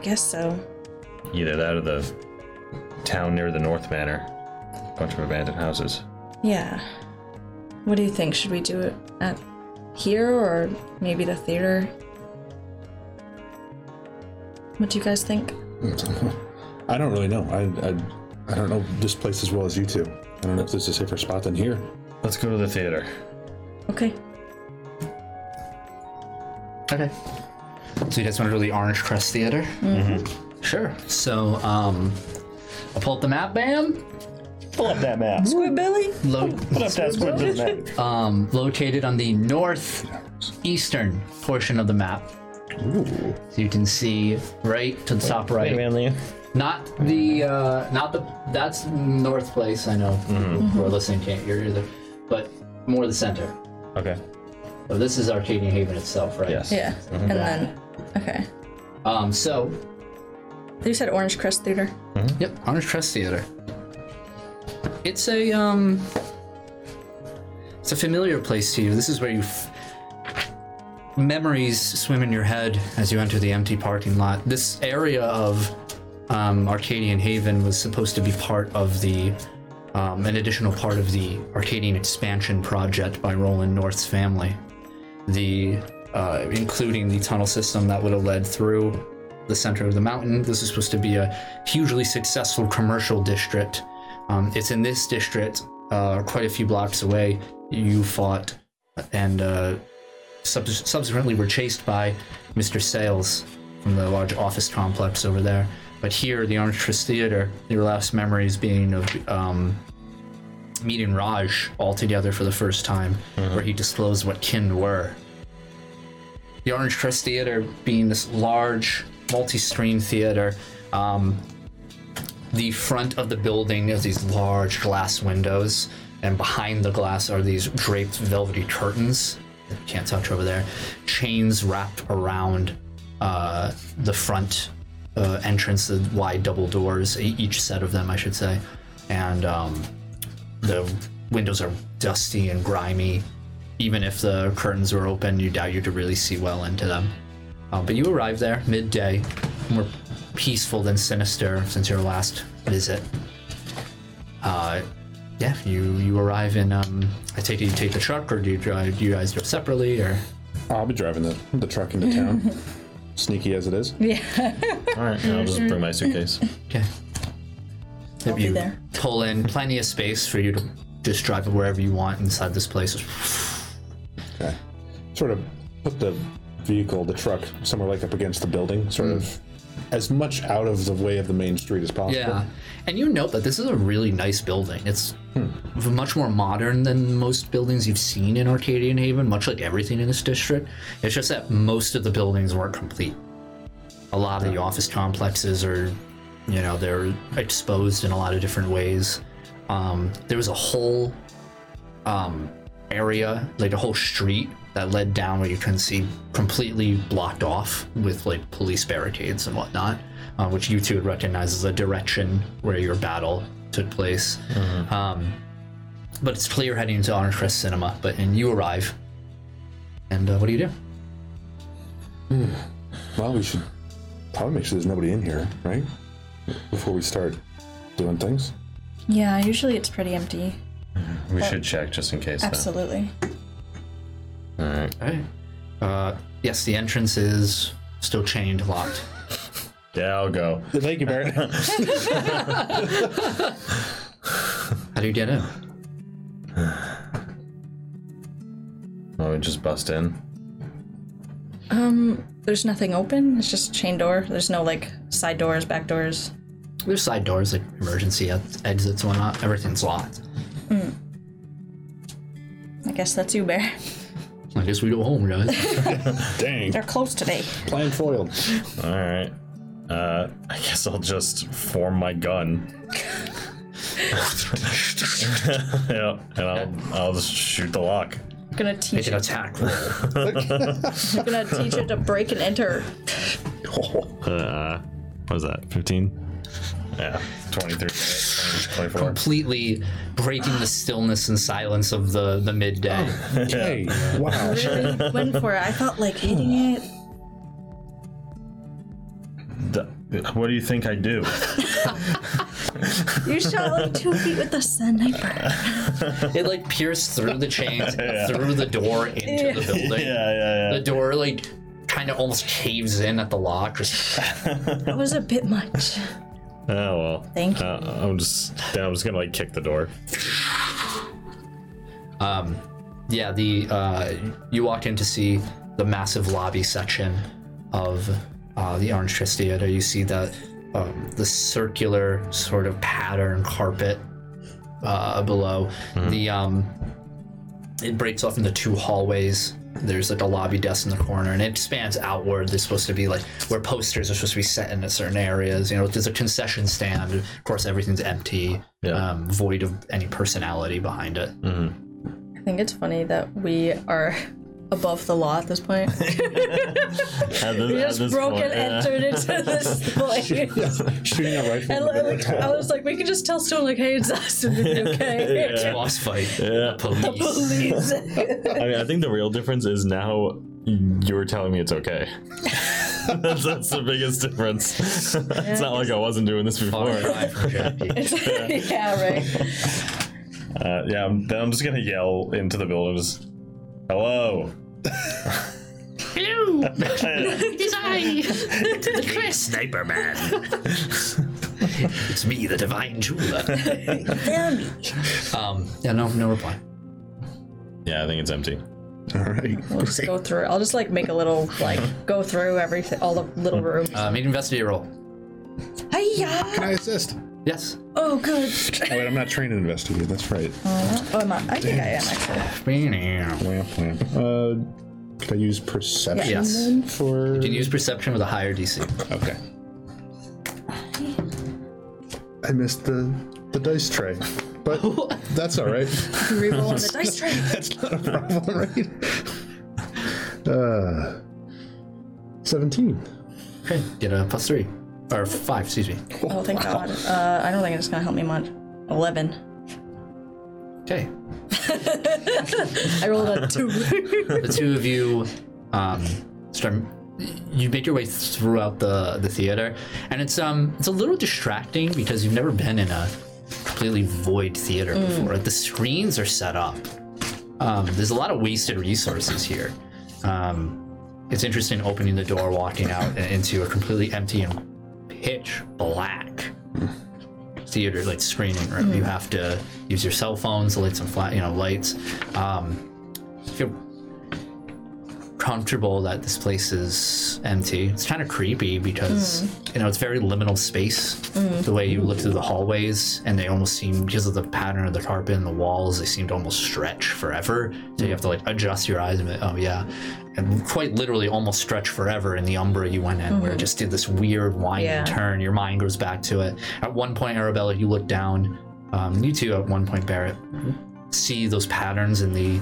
[SPEAKER 3] guess so.
[SPEAKER 2] Either that or the town near the North Manor. bunch of abandoned houses.
[SPEAKER 3] Yeah. What do you think? Should we do it at here or maybe the theater? What do you guys think?
[SPEAKER 4] I don't really know. I, I I don't know this place as well as you two. I don't know if there's a safer spot than here.
[SPEAKER 2] Let's go to the theater.
[SPEAKER 3] Okay.
[SPEAKER 1] Okay. So you guys want to do the Orange Crest Theater? Mm-hmm. Sure. So, um, I'll pull up the map, bam.
[SPEAKER 2] Pull up that map.
[SPEAKER 3] Squidbilly?
[SPEAKER 1] Lo-
[SPEAKER 2] Put up that squid map.
[SPEAKER 1] um, located on the northeastern portion of the map.
[SPEAKER 4] Ooh.
[SPEAKER 1] So you can see right to the top right. Not the uh, not the that's North Place. I know who are listening can't hear either, but more the center.
[SPEAKER 2] Okay.
[SPEAKER 1] So this is Arcadian Haven itself, right?
[SPEAKER 2] Yes.
[SPEAKER 3] Yeah. And then, okay.
[SPEAKER 1] Um. So
[SPEAKER 3] You said Orange Crest Theater.
[SPEAKER 1] Yep, Orange Crest Theater. It's a um, it's a familiar place to you. This is where you f- memories swim in your head as you enter the empty parking lot. This area of um, Arcadian Haven was supposed to be part of the um, an additional part of the Arcadian expansion project by Roland North's family. The uh, including the tunnel system that would have led through the center of the mountain. This is supposed to be a hugely successful commercial district. Um, it's in this district, uh, quite a few blocks away. You fought and uh, sub- subsequently were chased by Mr. Sales from the large office complex over there. But here, the Orange Trust Theater, your last memories being of um, meeting Raj all together for the first time, where he disclosed what kin were the Orange Crest Theater being this large multi-screen theater. Um, the front of the building is these large glass windows, and behind the glass are these draped velvety curtains. You can't touch over there. Chains wrapped around uh, the front uh, entrance, the wide double doors, e- each set of them, I should say, and um, the windows are dusty and grimy even if the curtains were open, you doubt you could really see well into them. Uh, but you arrive there midday, more peaceful than sinister since your last visit. Uh, yeah, you you arrive in. Um, I take it you take the truck, or do you drive? Do you guys drive separately, or
[SPEAKER 4] I'll be driving the, the truck into town. Sneaky as it is.
[SPEAKER 2] All right. I'll just bring my suitcase.
[SPEAKER 1] okay? If
[SPEAKER 3] be
[SPEAKER 1] you
[SPEAKER 3] there.
[SPEAKER 1] pull in plenty of space for you to just drive it wherever you want inside this place.
[SPEAKER 4] Okay. Sort of put the vehicle, the truck, somewhere like up against the building, sort of as much out of the way of the main street as possible.
[SPEAKER 1] Yeah, and you note that this is a really nice building. It's v- much more modern than most buildings you've seen in Arcadian Haven, much like everything in this district. It's just that most of the buildings weren't complete. A lot of the office complexes are, you know, they're exposed in a lot of different ways. Um, there was a whole um, area, like a whole street that led down where you couldn't see, completely blocked off with like police barricades and whatnot, uh, which you two would recognize as the direction where your battle took place. Um, but it's clear heading to Honor Crest Cinema. But and you arrive, and uh, what do you do?
[SPEAKER 4] Well, we should probably make sure there's nobody in here, right? Before we start doing things.
[SPEAKER 3] Yeah, usually it's pretty empty.
[SPEAKER 2] We should check just in case. though.
[SPEAKER 3] Absolutely.
[SPEAKER 5] Alright.
[SPEAKER 1] Alright. Uh, yes, the entrance is still chained, locked.
[SPEAKER 2] Yeah, I'll go.
[SPEAKER 4] Thank you, Barrett.
[SPEAKER 1] How do you get in?
[SPEAKER 5] Why don't we just bust in?
[SPEAKER 3] There's nothing open. It's just a chain door. There's no like side doors, back doors.
[SPEAKER 1] There's side doors, like emergency ex- exits, whatnot. Everything's locked.
[SPEAKER 3] I guess that's you, Bear.
[SPEAKER 1] I guess we go home, guys.
[SPEAKER 4] Dang.
[SPEAKER 3] They're closed today.
[SPEAKER 4] Plan foiled.
[SPEAKER 5] Alright. Uh, I guess I'll just form my gun. yeah, and I'll, I'll just shoot the lock.
[SPEAKER 3] I'm gonna
[SPEAKER 1] Make
[SPEAKER 3] teach
[SPEAKER 1] an
[SPEAKER 3] it.
[SPEAKER 1] attack roll.
[SPEAKER 3] I'm gonna teach it to break and enter.
[SPEAKER 5] Uh, what is that? 15? Yeah, 23, 24.
[SPEAKER 1] Completely breaking the stillness and silence of the, the midday.
[SPEAKER 4] Hey,
[SPEAKER 5] Oh,
[SPEAKER 4] wow.
[SPEAKER 3] Really went for it. I felt like hitting it.
[SPEAKER 5] D- what do you think I do?
[SPEAKER 3] You shot like two feet with the sniper.
[SPEAKER 1] It like pierced through the chains, through the door into the building.
[SPEAKER 5] yeah,
[SPEAKER 1] The door like kind of almost caves in at the lock. Just-
[SPEAKER 3] That was a bit much.
[SPEAKER 5] Oh well.
[SPEAKER 3] Thank you.
[SPEAKER 5] Uh, I'm just then I'm just gonna like kick the door.
[SPEAKER 1] Yeah, the uh, you walk in to see the massive lobby section of uh, the Orange Trist Theater. You see the um, the circular sort of pattern carpet uh, below. The um, it breaks off into two hallways. There's like a lobby desk in the corner, and it expands outward. There's supposed to be like where posters are supposed to be set in certain areas. You know, there's a concession stand. Of course, everything's empty,
[SPEAKER 5] Yeah.
[SPEAKER 1] um, void of any personality behind it.
[SPEAKER 3] I think it's funny that we are above the law at this point.
[SPEAKER 5] At this,
[SPEAKER 3] We just broke and entered into this place.
[SPEAKER 4] Shooting a rifle.
[SPEAKER 3] And li- like, I was like, we could just tell Stone, like, hey, it's us, and it'd be okay.
[SPEAKER 1] Boss fight.
[SPEAKER 5] Yeah.
[SPEAKER 1] Police.
[SPEAKER 3] Please.
[SPEAKER 5] I mean, I think the real difference is now you're telling me it's okay. that's, that's the biggest difference. it's not like I wasn't doing this before.
[SPEAKER 1] Far cry from Jackie.
[SPEAKER 3] yeah, right.
[SPEAKER 5] Uh, yeah, I'm, then I'm just gonna yell into the building. Just, Hello.
[SPEAKER 1] Hello! It's I! The Sniper Man! it's me, the Divine Jeweler. Um, yeah, no, no reply.
[SPEAKER 5] Yeah, I think it's empty.
[SPEAKER 4] All right.
[SPEAKER 3] We'll just go through. I'll just like make a little like go through everything, all the little rooms.
[SPEAKER 1] Uh, made an investigate roll.
[SPEAKER 3] Hiya!
[SPEAKER 4] Can I assist?
[SPEAKER 1] Yes.
[SPEAKER 3] Oh, good.
[SPEAKER 4] Oh, wait, I'm not trained to investigate. That's right.
[SPEAKER 3] Oh, I'm not. I think I am actually.
[SPEAKER 1] You
[SPEAKER 4] Wham, wham. Uh, could I use perception
[SPEAKER 1] Yes.
[SPEAKER 4] then for?
[SPEAKER 1] can use perception with a higher DC.
[SPEAKER 4] Okay. I missed the the dice tray, but that's all right.
[SPEAKER 3] Reroll on the dice tray.
[SPEAKER 4] That's not a problem, right? Uh, seventeen.
[SPEAKER 1] Okay, get a plus three. Or five, excuse me.
[SPEAKER 3] Oh, thank God. Uh, I don't think it's gonna help me much. Eleven.
[SPEAKER 1] Okay.
[SPEAKER 3] I rolled a two.
[SPEAKER 1] the two of you um, start you make your way throughout the the theater and it's um it's a little distracting because you've never been in a completely void theater before the screens are set up um, there's a lot of wasted resources here um, it's interesting opening the door walking out and into a completely empty and pitch black theater like screening room you have to use your cell phones light some flat you know lights um, feel comfortable that this place is empty. It's kind of creepy because you know it's very liminal space. The way you look through the hallways, and they almost seem because of the pattern of the carpet and the walls, they seem to almost stretch forever. So you have to like adjust your eyes and be like, oh yeah, and quite literally almost stretch forever in the umbra you went in, where it just did this weird wind
[SPEAKER 3] Yeah.
[SPEAKER 1] and turn. Your mind goes back to it. At one point, Arabella, you look down. Um, you two at one point, Barrett see those patterns in the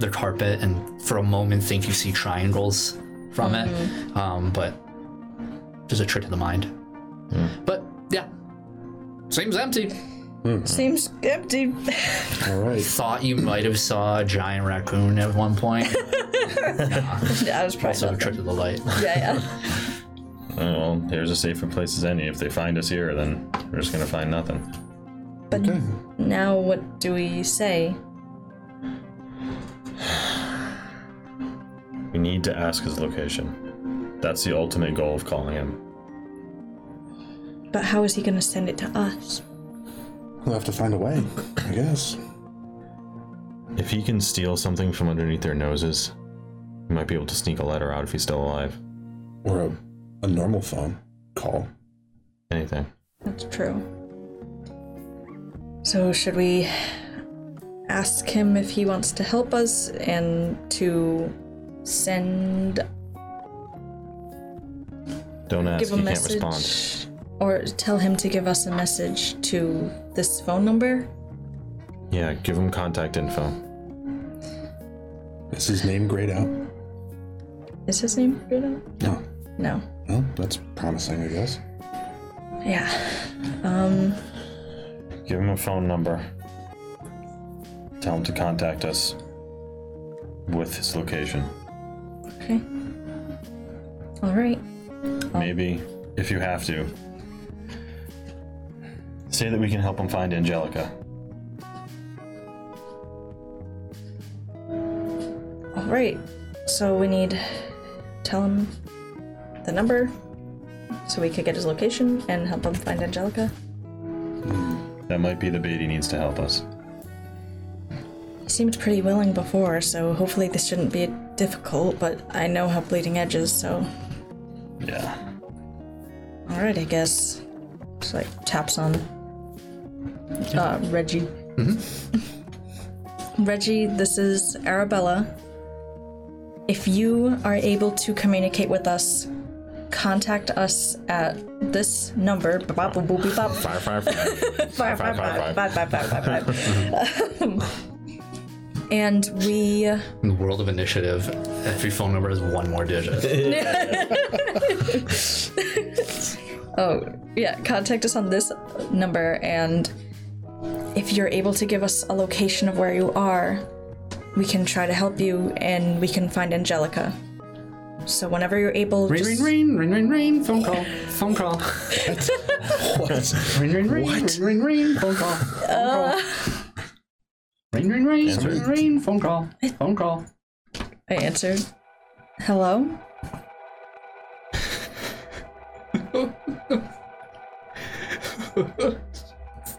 [SPEAKER 1] the carpet and for a moment think you see triangles from it. Um, but there's a trick of the mind. But yeah. Seems empty.
[SPEAKER 3] Seems empty.
[SPEAKER 4] All right.
[SPEAKER 1] Thought you might have saw a giant raccoon at one point.
[SPEAKER 3] I was probably
[SPEAKER 1] also a
[SPEAKER 3] not
[SPEAKER 1] trick of the light.
[SPEAKER 3] Yeah, yeah.
[SPEAKER 5] Uh,
[SPEAKER 2] Oh, well, here's a safer place as any. If they find us here, then we're just gonna find nothing.
[SPEAKER 3] But now what do we say?
[SPEAKER 2] We need to ask his location. That's the ultimate goal of calling him.
[SPEAKER 3] But how is he going to send it to us?
[SPEAKER 4] We'll have to find a way, I guess.
[SPEAKER 5] If he can steal something from underneath their noses, he might be able to sneak a letter out if he's still alive.
[SPEAKER 4] Or a, a normal phone call.
[SPEAKER 5] Anything.
[SPEAKER 3] That's true. So, should we ask him if he wants to help us and to send,
[SPEAKER 5] Don't ask.
[SPEAKER 3] give a
[SPEAKER 5] he can't
[SPEAKER 3] message?
[SPEAKER 5] respond.
[SPEAKER 3] Or tell him to give us a message to this phone number?
[SPEAKER 5] Yeah, give him contact info.
[SPEAKER 4] Is his name grayed out?
[SPEAKER 3] Is his name Bruno?
[SPEAKER 4] No.
[SPEAKER 3] No.
[SPEAKER 4] Well, that's promising, I guess.
[SPEAKER 3] Yeah.
[SPEAKER 2] Give him a phone number. Tell him to contact us with his location.
[SPEAKER 3] Okay. All right.
[SPEAKER 2] Maybe, if you have to, say that we can help him find Angelica.
[SPEAKER 3] All right. So we need tell him the number so we could get his location and help him find Angelica.
[SPEAKER 2] That might be the bait he needs to help us.
[SPEAKER 3] He seemed pretty willing before, so hopefully this shouldn't be difficult, but I know how bleeding edge is, so
[SPEAKER 2] Yeah.
[SPEAKER 3] all right, I guess. Just like taps on uh, Reggie.
[SPEAKER 5] Mm-hmm.
[SPEAKER 3] Reggie, this is Arabella. If you are able to communicate with us, contact us at this number. Bop, bop, bop, bop, bop.
[SPEAKER 5] Fire, fire, fire.
[SPEAKER 3] Five, five, five, five, five, five, five, five. Um, And we,
[SPEAKER 1] In the world of initiative, every phone number has one more digit.
[SPEAKER 3] oh, yeah, contact us on this number. And if you're able to give us a location of where you are, we can try to help you and we can find Angelica. So whenever you're able,
[SPEAKER 1] Ring,
[SPEAKER 3] just-
[SPEAKER 1] ring, ring, ring, ring, ring, phone call, phone call.
[SPEAKER 4] What?
[SPEAKER 1] Ring, ring, ring, ring, ring, ring, phone call, phone call. Ring, ring, ring,
[SPEAKER 2] Answer.
[SPEAKER 1] ring, ring, phone call, phone call.
[SPEAKER 3] I answered, hello?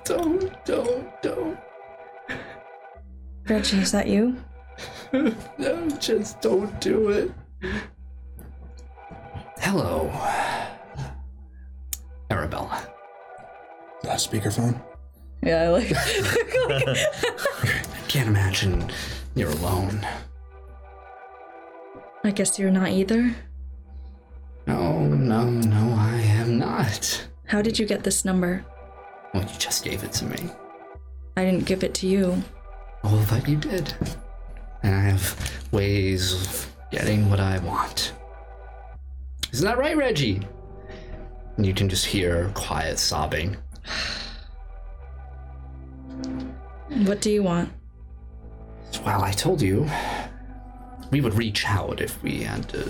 [SPEAKER 1] Don't, don't, don't,
[SPEAKER 3] Reggie, is that you?
[SPEAKER 1] no, just don't do it. Hello, Arabella.
[SPEAKER 4] Last speakerphone?
[SPEAKER 3] Yeah, I like.
[SPEAKER 1] I can't imagine you're alone.
[SPEAKER 3] I guess you're not either.
[SPEAKER 1] No, no, no, I am not.
[SPEAKER 3] How did you get this number?
[SPEAKER 1] Well, you just gave it to me.
[SPEAKER 3] I didn't give it to you.
[SPEAKER 1] All that you did. And I have ways of getting what I want. Isn't that right, Reggie? And you can just hear quiet sobbing.
[SPEAKER 3] What do you want?
[SPEAKER 1] So, well, I told you we would reach out if we had to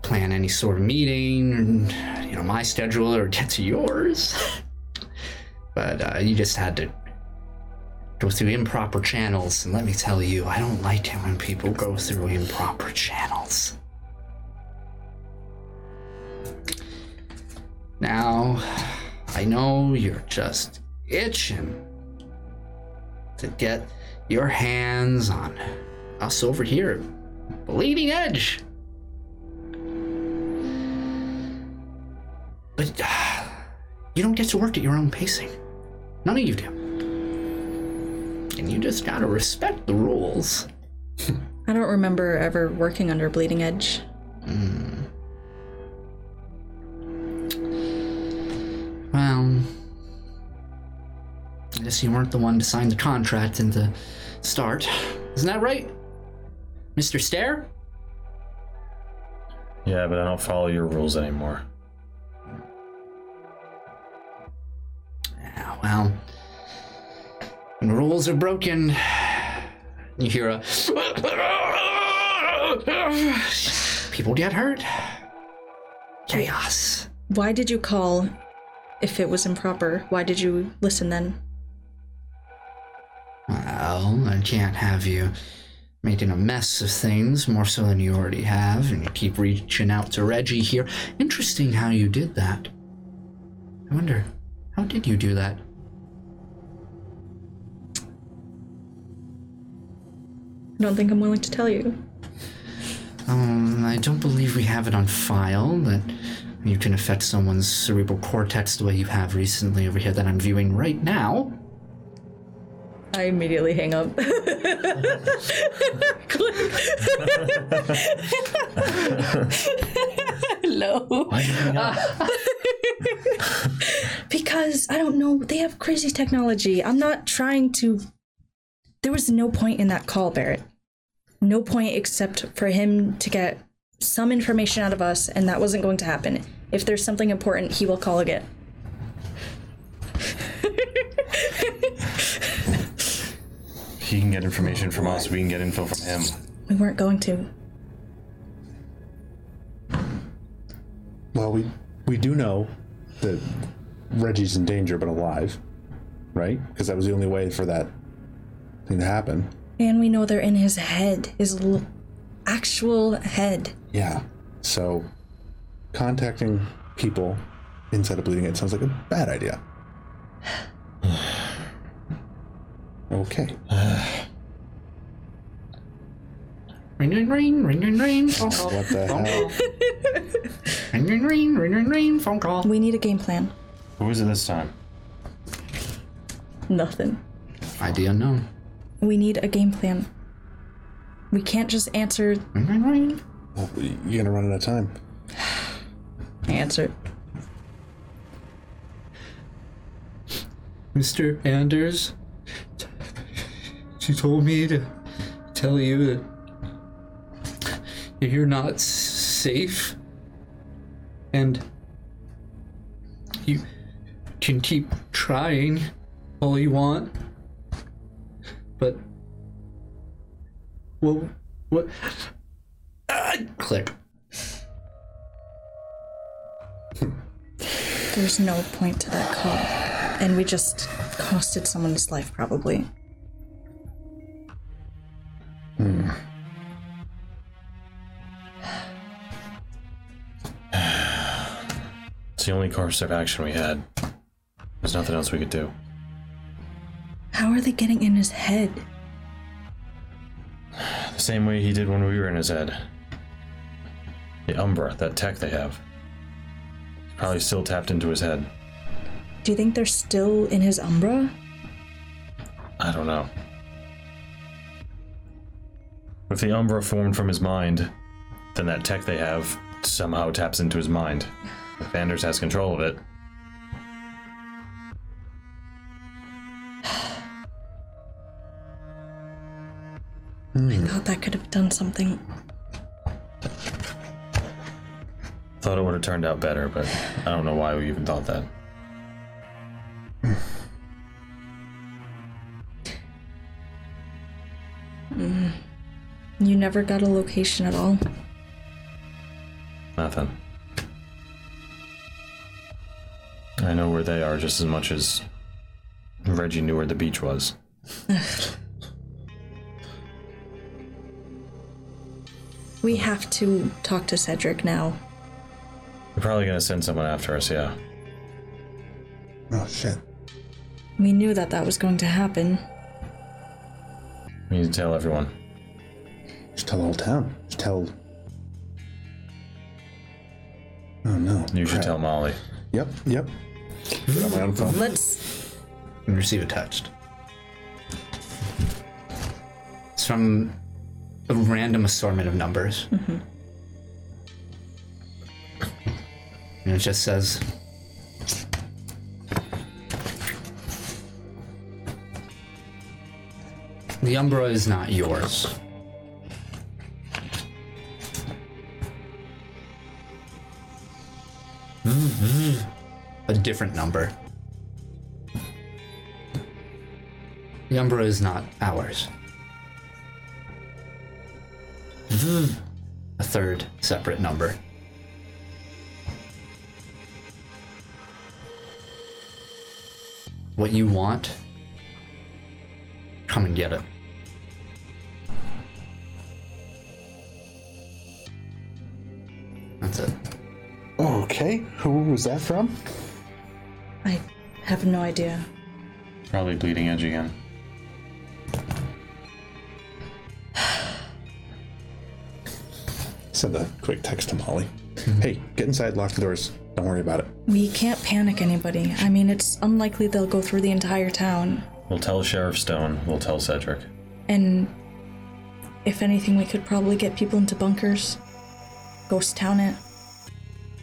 [SPEAKER 1] plan any sort of meeting, and, you know, my schedule or get to yours. but uh, you just had to go through improper channels, and let me tell you, I don't like it when people go through improper channels. Now, I know you're just itching to get your hands on us over here. Bleeding Edge. But ah, you don't get to work at your own pacing. None of you do. And you just gotta respect the rules.
[SPEAKER 3] I don't remember ever working under Bleeding Edge.
[SPEAKER 1] Well, notice you weren't the one to sign the contract and to start. Isn't that right? Mr. Stare?
[SPEAKER 2] Yeah, but I don't follow your rules anymore.
[SPEAKER 1] Yeah, well, when rules are broken, you hear a. People get hurt. Chaos.
[SPEAKER 3] Why did you call if it was improper? Why did you listen then?
[SPEAKER 1] Well, I can't have you making a mess of things more so than you already have, and you keep reaching out to Reggie here. Interesting how you did that. I wonder, how did you do that?
[SPEAKER 3] I don't think I'm willing to tell you.
[SPEAKER 1] Um, I don't believe we have it on file that you can affect someone's cerebral cortex the way you have recently over here that I'm viewing right now.
[SPEAKER 3] I immediately hang up. Hello. because I don't know, they have crazy technology. I'm not trying to. There was no point in that call, Barrett. No point except for him to get some information out of us, and that wasn't going to happen. If there's something important, he will call again.
[SPEAKER 6] He can get information from us. We can get info from him.
[SPEAKER 3] We weren't going to.
[SPEAKER 4] Well, we we do know that Reggie's in danger but alive, right? Because that was the only way for that thing to happen.
[SPEAKER 3] And we know they're in his head, his l- actual head.
[SPEAKER 4] Yeah. So, contacting people inside of Bleeding It sounds like a bad idea. Okay.
[SPEAKER 1] Ring, ring, ring, ring, ring, ring, phone call.
[SPEAKER 4] What the hell?
[SPEAKER 1] Ring, ring, ring, ring, ring, ring, phone call.
[SPEAKER 3] We need a game plan.
[SPEAKER 6] Who is it this time?
[SPEAKER 3] Nothing.
[SPEAKER 1] ID unknown.
[SPEAKER 3] We need a game plan. We can't just answer.
[SPEAKER 1] Ring, ring, ring.
[SPEAKER 4] Well, You're gonna run out of time.
[SPEAKER 3] Answer.
[SPEAKER 1] Mr. Anders, t- she told me to tell you that you're not s- safe and you can keep trying all you want, but what? What? Ah, click.
[SPEAKER 3] There's no point to that call. And we just costed someone's life, probably.
[SPEAKER 2] It's the only course of action we had. There's nothing else we could do.
[SPEAKER 3] How are they getting in his head?
[SPEAKER 2] The same way he did when we were in his head. The Umbra, that tech they have. Probably still tapped into his head.
[SPEAKER 3] Do you think they're still in his umbra?
[SPEAKER 2] I don't know. If the Umbra formed from his mind, then that tech they have somehow taps into his mind. If Anders has control of it,
[SPEAKER 3] I thought that could have done something.
[SPEAKER 2] thought it would have turned out better, but I don't know why we even thought that.
[SPEAKER 3] You never got a location at all.
[SPEAKER 2] Nothing. I know where they are just as much as Reggie knew where the beach was.
[SPEAKER 3] We have to talk to Cedric now.
[SPEAKER 2] They're probably gonna send someone after us, yeah.
[SPEAKER 4] Oh shit.
[SPEAKER 3] We knew that that was going to happen.
[SPEAKER 2] We need to tell everyone.
[SPEAKER 4] Just tell the whole town. Just tell. Oh no.
[SPEAKER 2] You should
[SPEAKER 4] Crap.
[SPEAKER 2] tell Molly.
[SPEAKER 4] Yep. Yep. Put on my own phone.
[SPEAKER 3] Let's.
[SPEAKER 1] and receive a text. It's from a random assortment of numbers. And it just says The Umbra is not yours. A different number. The Umbra is not ours. A third separate number. What you want, come and get it. That's it.
[SPEAKER 4] Okay, who was that from?
[SPEAKER 3] I have no idea.
[SPEAKER 2] Probably bleeding edge again.
[SPEAKER 4] Send a quick text to Molly.
[SPEAKER 2] Mm-hmm.
[SPEAKER 4] Hey, get inside, lock the doors. Don't worry about it.
[SPEAKER 3] We can't panic anybody. I mean, it's unlikely they'll go through the entire town.
[SPEAKER 2] We'll tell Sheriff Stone. We'll tell Cedric.
[SPEAKER 3] And if anything, we could probably get people into bunkers. Ghost town it.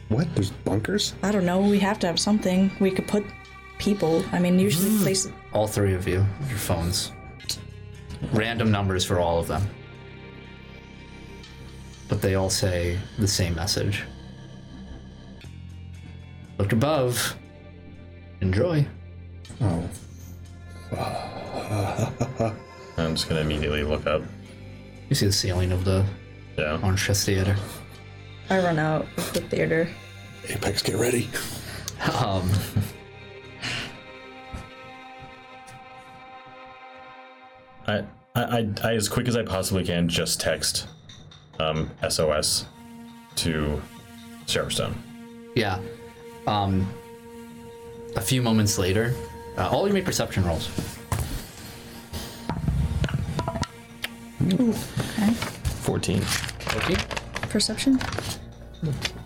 [SPEAKER 4] What? There's bunkers?
[SPEAKER 3] I don't know. We have to have something. We could put people. I mean, usually
[SPEAKER 1] Mm.
[SPEAKER 3] places.
[SPEAKER 1] all three of you, your phones. Random numbers for all of them. But they all say the same message. Look above. Enjoy.
[SPEAKER 4] Oh,
[SPEAKER 2] I'm just gonna immediately look up.
[SPEAKER 1] You see the ceiling of the
[SPEAKER 2] Yeah.
[SPEAKER 1] Orange Chest Theater.
[SPEAKER 3] I run out of the theater.
[SPEAKER 4] Apex, get ready.
[SPEAKER 1] Um,
[SPEAKER 2] I, I, I, I as quick as I possibly can, just text, um, SOS, to Sheriff Stone.
[SPEAKER 1] yeah. Um, a few moments later, uh, all you make perception rolls.
[SPEAKER 3] Okay.
[SPEAKER 5] 14.
[SPEAKER 1] Okay.
[SPEAKER 3] Perception?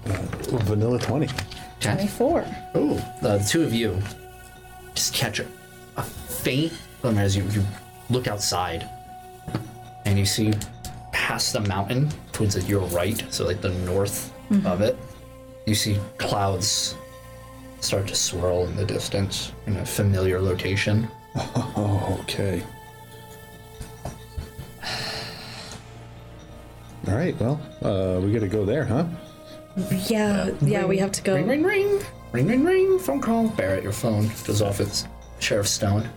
[SPEAKER 4] Vanilla 20.
[SPEAKER 3] 24.
[SPEAKER 1] Oh, the two of you just catch a, a faint glimmer as you, you look outside and you see past the mountain towards the, your right, so like the north of it, you see clouds start to swirl in the distance in a familiar location.
[SPEAKER 4] Oh, Okay. All right, well, uh, we gotta go there, huh?
[SPEAKER 3] Yeah, yeah, we have to
[SPEAKER 1] Ring,
[SPEAKER 3] go.
[SPEAKER 1] ring, ring. Ring, ring, ring. Phone call. Barrett, your phone goes off. It's Sheriff Stone.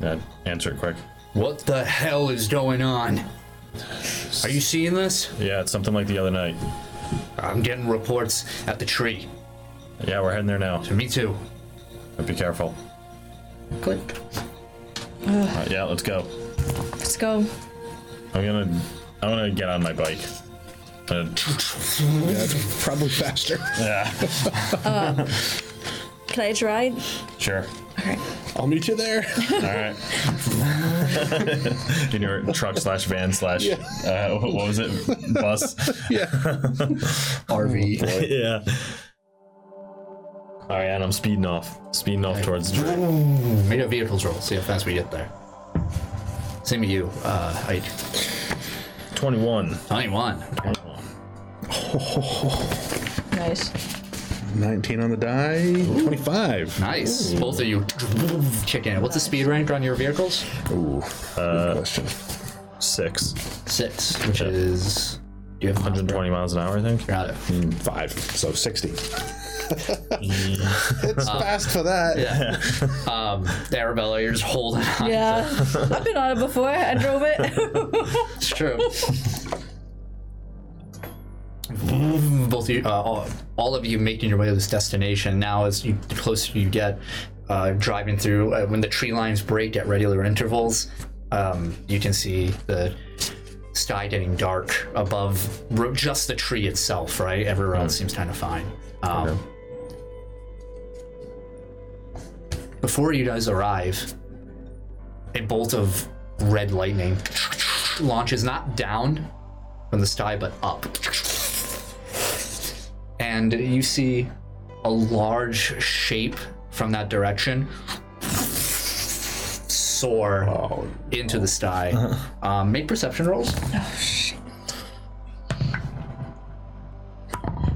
[SPEAKER 2] Yeah, answer it quick.
[SPEAKER 1] What the hell is going on? Are you seeing this?
[SPEAKER 2] Yeah, it's something like the other night.
[SPEAKER 1] I'm getting reports at the tree.
[SPEAKER 2] Yeah, we're heading there now.
[SPEAKER 1] Me too.
[SPEAKER 2] But be careful.
[SPEAKER 1] Click.
[SPEAKER 2] Uh, yeah, let's go.
[SPEAKER 3] Let's go.
[SPEAKER 2] I'm gonna, I'm gonna get on my bike. Uh,
[SPEAKER 4] Yeah, probably faster.
[SPEAKER 2] yeah,
[SPEAKER 3] Can I try?
[SPEAKER 2] sure.
[SPEAKER 3] Alright.
[SPEAKER 4] I'll meet you there.
[SPEAKER 2] All right. In your truck slash van slash, uh, what was it? Bus.
[SPEAKER 4] yeah.
[SPEAKER 1] RV.
[SPEAKER 2] yeah. All right, and I'm speeding off, speeding off towards.
[SPEAKER 1] Made up vehicles roll. See how fast we get there. Same with you, uh, height.
[SPEAKER 2] 21.
[SPEAKER 1] 21.
[SPEAKER 3] Nice.
[SPEAKER 4] 19 on the die. 25.
[SPEAKER 1] Nice. Both of you kick in. What's the speed rank on your vehicles?
[SPEAKER 4] Ooh, good question.
[SPEAKER 2] Uh, Six.
[SPEAKER 1] Six, which is. You have
[SPEAKER 2] 120 miles an hour, I think.
[SPEAKER 1] Got it.
[SPEAKER 4] Five, so 60. it's fast for that.
[SPEAKER 1] Um, Arabella, you're just holding on.
[SPEAKER 3] Yeah. I've been on it before. I drove it.
[SPEAKER 1] It's true. Both of you, uh, all, all of you making your way to this destination. Now, as you, the closer you get, uh, driving through, uh, when the tree lines break at regular intervals, um, you can see the sky getting dark above ro- just the tree itself, right? Everywhere else seems kind of fine. Um, Before you guys arrive, a bolt of red lightning launches not down from the sky but up. And you see a large shape from that direction soar
[SPEAKER 4] Oh,
[SPEAKER 1] into the sky. Um, make perception rolls.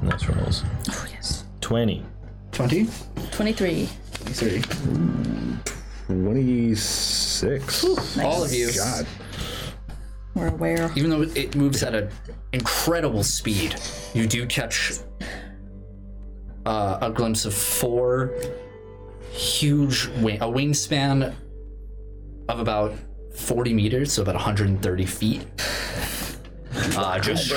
[SPEAKER 2] Nice rolls.
[SPEAKER 3] oh, yes.
[SPEAKER 2] 20.
[SPEAKER 1] 20,
[SPEAKER 3] 23.
[SPEAKER 1] 23.
[SPEAKER 4] 26.
[SPEAKER 1] All of you.
[SPEAKER 4] God.
[SPEAKER 3] We're aware.
[SPEAKER 1] Even though it moves at an incredible speed, you do catch uh, a glimpse of four huge wing, a wingspan of about 40 meters, so about 130 feet. Uh, just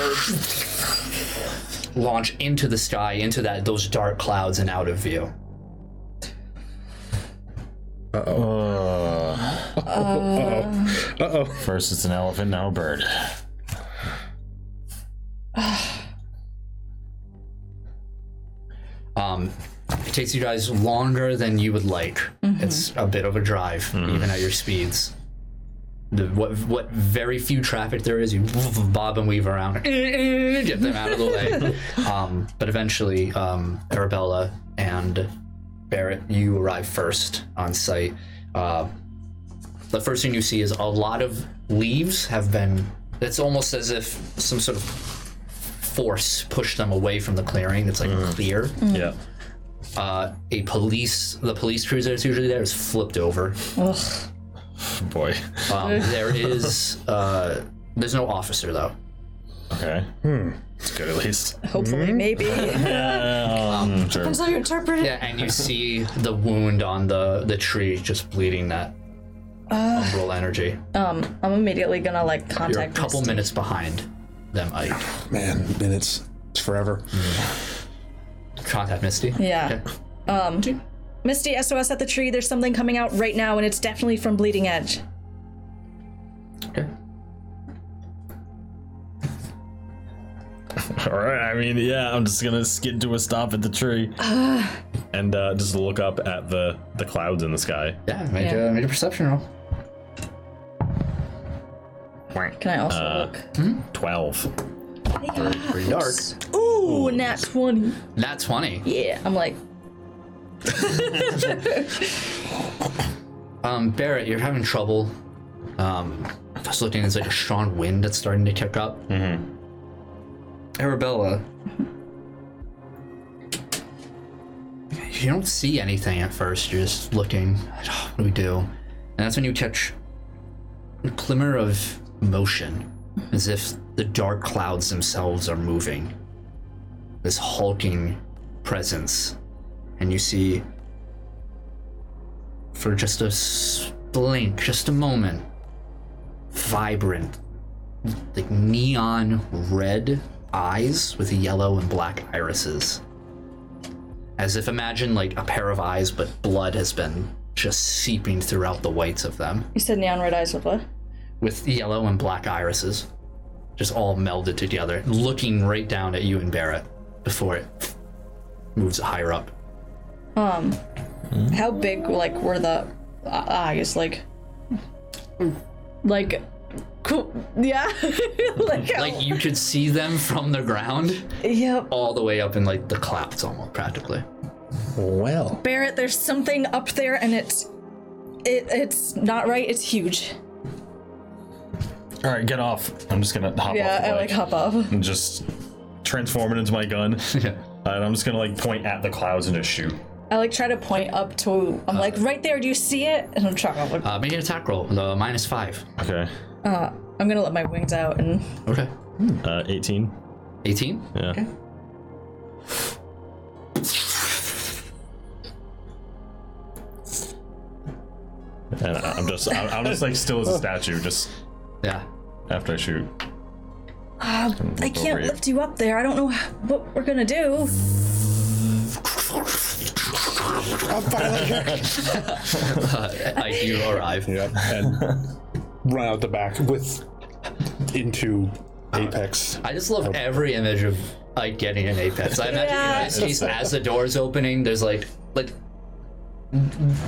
[SPEAKER 1] launch into the sky, into that those dark clouds, and out of view.
[SPEAKER 5] Uh,
[SPEAKER 4] Uh oh.
[SPEAKER 5] first it's an elephant, now a bird.
[SPEAKER 1] Um, it takes you guys longer than you would like. It's a bit of a drive, even at your speeds. The, what what very few traffic there is, you bob and weave around, get them out of the way. um, but eventually, um, Arabella and Barrett, you arrive first on site. Uh, the first thing you see is a lot of leaves have been. It's almost as if some sort of force pushed them away from the clearing. It's like clear
[SPEAKER 5] Hmm.
[SPEAKER 2] Yeah.
[SPEAKER 1] uh, a police the police cruiser that's usually there is flipped over.
[SPEAKER 3] Ugh.
[SPEAKER 5] Boy.
[SPEAKER 1] Um, there is uh, there's no officer though.
[SPEAKER 5] Okay. Hmm. It's good at least.
[SPEAKER 3] Hopefully, maybe.
[SPEAKER 5] Um, sure.
[SPEAKER 3] Depends how you interpret it.
[SPEAKER 1] Yeah, and you see the wound on the the tree just bleeding that
[SPEAKER 3] Uh,
[SPEAKER 1] umbral energy.
[SPEAKER 3] I'm immediately gonna like
[SPEAKER 1] You're a
[SPEAKER 3] contact.
[SPEAKER 1] couple
[SPEAKER 3] Misty.
[SPEAKER 1] minutes behind them, Ike.
[SPEAKER 4] Man, minutes. It's forever.
[SPEAKER 1] Contact Misty.
[SPEAKER 3] Yeah. Um,
[SPEAKER 1] Okay.
[SPEAKER 3] Misty, SOS at the tree. There's something coming out right now, and it's definitely from Bleeding Edge.
[SPEAKER 1] Okay.
[SPEAKER 5] All right. I mean, yeah. I'm just gonna skid to a stop at the tree,
[SPEAKER 2] And uh, just look up at the the clouds in the sky.
[SPEAKER 1] Yeah, make,
[SPEAKER 3] Yeah.
[SPEAKER 1] A, make a perception roll.
[SPEAKER 3] Can I also
[SPEAKER 2] Twelve.
[SPEAKER 1] Pretty dark.
[SPEAKER 3] look? Ooh, nat 20.
[SPEAKER 1] Nat 20.
[SPEAKER 3] Yeah. I'm like,
[SPEAKER 1] Um, Barrett, you're having trouble. Um, just looking, there's like a strong wind that's starting to kick up. Mm-hmm. Arabella, you don't see anything at first. You're just looking. What do we do? And that's when you catch a glimmer of motion, as if the dark clouds themselves are moving. This hulking presence, and you see for just a s- blink, just a moment. Vibrant, like neon red eyes with yellow and black irises. As if imagine like a pair of eyes, but blood has been just seeping throughout the whites of them
[SPEAKER 3] you said neon red eyes with what?
[SPEAKER 1] with yellow and black irises, just all melded together, looking right down at you and Barrett before it moves higher up.
[SPEAKER 3] How big, like, were the uh, eyes? Like, like, cool. Yeah. like, how-
[SPEAKER 1] Like you could see them from the ground.
[SPEAKER 3] yep.
[SPEAKER 1] all the way up in like the clouds almost practically.
[SPEAKER 4] Well.
[SPEAKER 3] Barrett, there's something up there, and it's, it, it's not right. It's huge.
[SPEAKER 5] All right, get off. I'm just gonna hop off
[SPEAKER 3] Yeah.
[SPEAKER 5] the
[SPEAKER 3] I
[SPEAKER 5] bike
[SPEAKER 3] like hop up.
[SPEAKER 5] and just transform it into my gun. and I'm just gonna like point at the clouds and just shoot.
[SPEAKER 3] I like try to point up to. I'm like, right there. Do you see it? And I'm trying. to look-
[SPEAKER 1] Uh, make an attack roll, the minus five.
[SPEAKER 5] Okay.
[SPEAKER 3] I'm gonna let my wings out and
[SPEAKER 1] Okay.
[SPEAKER 5] Uh, 18.
[SPEAKER 1] 18?
[SPEAKER 5] Yeah.
[SPEAKER 1] Okay.
[SPEAKER 5] And I- I'm just, I'm I'm just like still as a statue, just
[SPEAKER 1] Yeah.
[SPEAKER 5] after I shoot.
[SPEAKER 3] I can't
[SPEAKER 5] you.
[SPEAKER 3] lift you up there. I don't know what we're gonna do.
[SPEAKER 4] A violent kick.
[SPEAKER 1] I do arrive.
[SPEAKER 4] Yep. And run out the back with into Apex.
[SPEAKER 1] I just love every image of like getting an apex. I imagine
[SPEAKER 3] Yeah.
[SPEAKER 1] you guys, as the door's opening, there's like like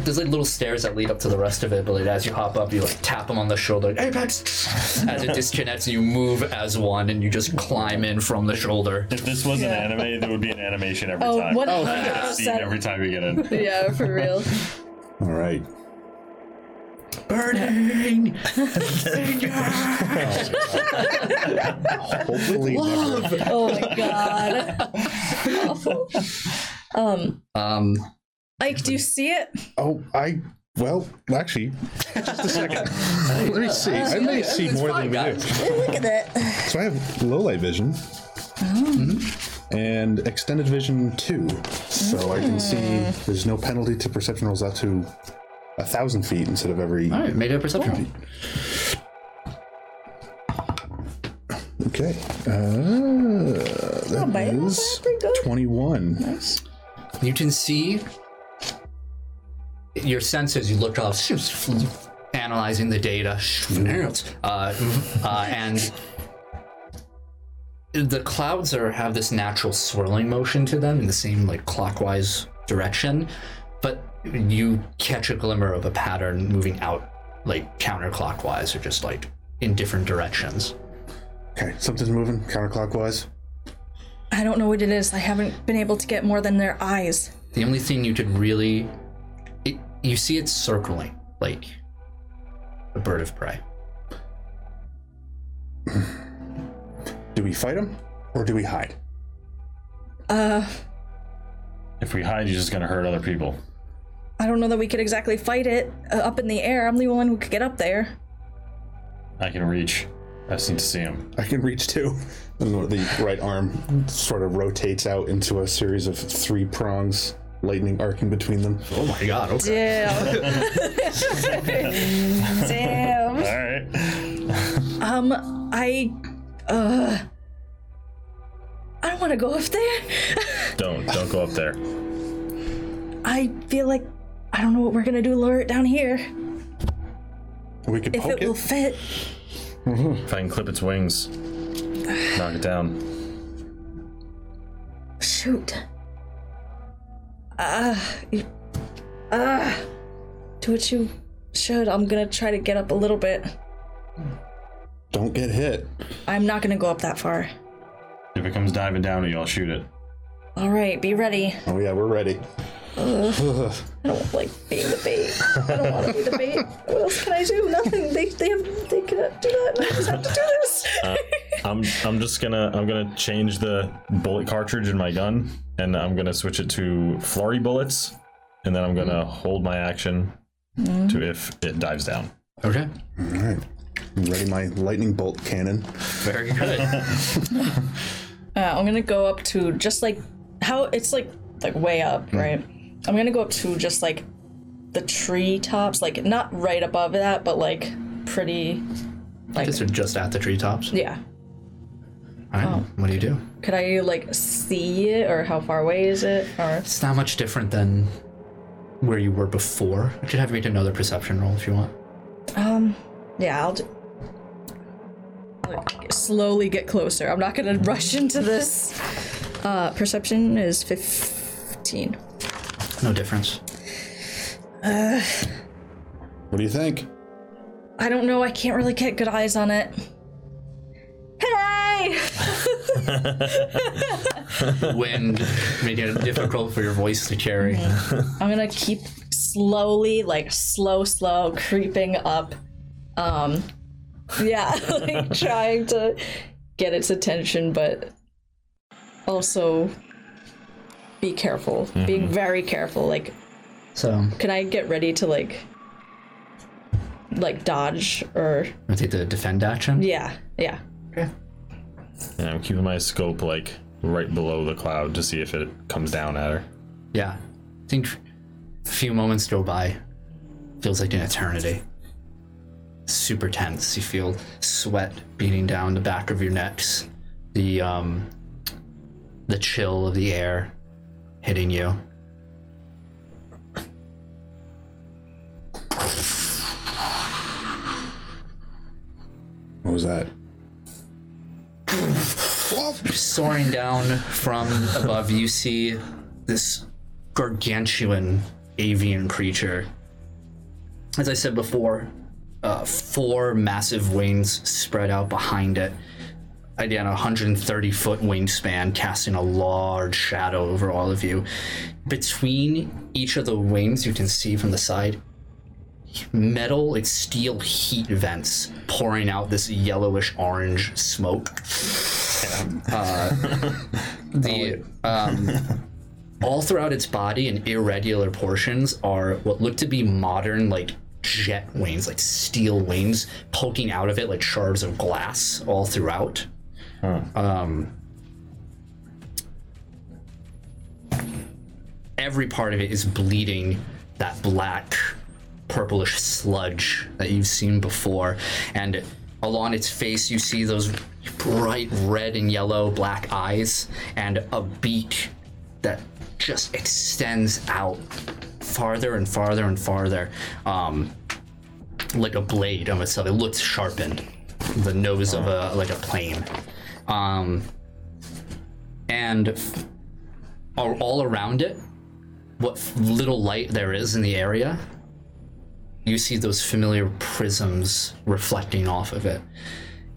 [SPEAKER 1] there's like little stairs that lead up to the rest of it, but like as you hop up, you like tap them on the shoulder, like, apex. As it disconnects, you move as one, and you just climb in from the shoulder.
[SPEAKER 2] If this was an anime, there would be an animation every
[SPEAKER 3] Oh,
[SPEAKER 2] time.
[SPEAKER 3] one hundred
[SPEAKER 2] That scene
[SPEAKER 3] percent.
[SPEAKER 2] every time we get in.
[SPEAKER 3] Yeah, for real.
[SPEAKER 4] All right.
[SPEAKER 1] Burning.
[SPEAKER 4] Hopefully, never.
[SPEAKER 3] Oh my god. Awful.
[SPEAKER 1] Um.
[SPEAKER 3] Ike, do you see it?
[SPEAKER 4] Oh, I Well, actually, just a second. Let me see. I may see more than you. do.
[SPEAKER 3] Look at that.
[SPEAKER 4] So I have low light vision
[SPEAKER 3] Mm-hmm.
[SPEAKER 4] and extended vision two, so I can see.
[SPEAKER 3] Mm.
[SPEAKER 4] There's no penalty to perception rolls out to a thousand feet instead of every.
[SPEAKER 1] All right, made a perception roll.
[SPEAKER 4] Okay, uh, that
[SPEAKER 3] bad, not
[SPEAKER 4] is
[SPEAKER 3] bad, pretty good.
[SPEAKER 4] twenty-one.
[SPEAKER 1] You can see your senses. You look up, analyzing the data, uh, uh, and the clouds are have this natural swirling motion to them in the same like clockwise direction, but you catch a glimmer of a pattern moving out like counterclockwise or just like in different directions.
[SPEAKER 4] Okay, something's moving counterclockwise.
[SPEAKER 3] I don't know what it is. I haven't been able to get more than their eyes.
[SPEAKER 1] The only thing you could really, it, you see it circling like a bird of prey.
[SPEAKER 4] Do we fight him or do we hide?
[SPEAKER 3] Uh,
[SPEAKER 2] If we hide, you're just gonna hurt other people.
[SPEAKER 3] I don't know that we could exactly fight it uh, up in the air. I'm the only one who could get up there.
[SPEAKER 2] I can reach. I just need to see him.
[SPEAKER 4] I can reach two. And the right arm sort of rotates out into a series of three prongs, lightning arcing between them.
[SPEAKER 1] Oh my god, okay.
[SPEAKER 3] Damn.
[SPEAKER 2] All
[SPEAKER 3] Damn.
[SPEAKER 2] right.
[SPEAKER 3] Um, I, uh, I don't want to go up there.
[SPEAKER 2] Don't don't go up there.
[SPEAKER 3] I feel like I don't know what we're gonna do. Lure it down here
[SPEAKER 4] We could
[SPEAKER 3] if
[SPEAKER 4] poke
[SPEAKER 3] it will fit.
[SPEAKER 2] If I can clip its wings, knock it down.
[SPEAKER 3] Shoot. Ah, uh, ah. do what you should. I'm gonna try to get up a little bit.
[SPEAKER 4] Don't get hit.
[SPEAKER 3] I'm not gonna go up that far.
[SPEAKER 2] If it comes diving down at you, I'll shoot it.
[SPEAKER 3] All right, be ready.
[SPEAKER 4] Oh yeah, we're ready.
[SPEAKER 3] I don't like being the bait. I don't want to be the bait. What else can I do? Nothing. They they have they cannot do that. I just have to do this.
[SPEAKER 2] I'm I'm just gonna I'm gonna change the bullet cartridge in my gun, and I'm gonna switch it to flurry bullets, and then I'm gonna hold my action to if it dives down.
[SPEAKER 1] Okay.
[SPEAKER 4] All right. I'm ready my lightning bolt cannon.
[SPEAKER 1] Very good.
[SPEAKER 3] Uh, I'm gonna go up to just like how it's like like way up, right? I'm gonna go up to just like the tree tops, like not right above that, but like pretty. Like
[SPEAKER 1] Just just at the treetops.
[SPEAKER 3] yeah.
[SPEAKER 1] All right. What do you do?
[SPEAKER 3] Could I like see it or how far away is it? Or
[SPEAKER 1] It's not much different than where you were before. You could have made another perception roll if you want.
[SPEAKER 3] yeah, I'll. d- Like, slowly get closer. I'm not gonna rush into this. Uh, perception is fifteen.
[SPEAKER 1] No difference.
[SPEAKER 4] What do you think?
[SPEAKER 3] I don't know. I can't really get good eyes on it. Hey!
[SPEAKER 1] Wind making it difficult for your voice to carry.
[SPEAKER 3] I'm gonna keep slowly, like slow, slow, creeping up. Um, yeah, like trying to get its attention, but also be careful, being very careful. Like,
[SPEAKER 1] So
[SPEAKER 3] can I get ready to like, like dodge or
[SPEAKER 1] I take the defend action.
[SPEAKER 3] yeah, yeah.
[SPEAKER 1] Okay.
[SPEAKER 2] And I'm keeping my scope like right below the cloud to see if it comes down at her.
[SPEAKER 1] Yeah. I think a few moments go by. Feels like an eternity. Super tense. You feel sweat beating down the back of your necks. The um the chill of the air hitting you.
[SPEAKER 4] What was that?
[SPEAKER 1] soaring down from above, you see this gargantuan avian creature. As I said before, uh, four massive wings spread out behind it. Again, a 130 foot wingspan, casting a large shadow over all of you. Between each of the wings, you can see from the side metal, it's steel heat vents pouring out this yellowish orange smoke the um, all throughout its body in irregular portions are what look to be modern, like jet wings, like steel wings poking out of it, like shards of glass all throughout. Um, every part of it is bleeding that black, purplish sludge that you've seen before, and along its face you see those bright red and yellow black eyes and a beak that just extends out farther and farther and farther, um, like a blade of itself. It looks sharpened, the nose of a like a plane, um, and f- all all around it, what f- little light there is in the area, you see those familiar prisms reflecting off of it,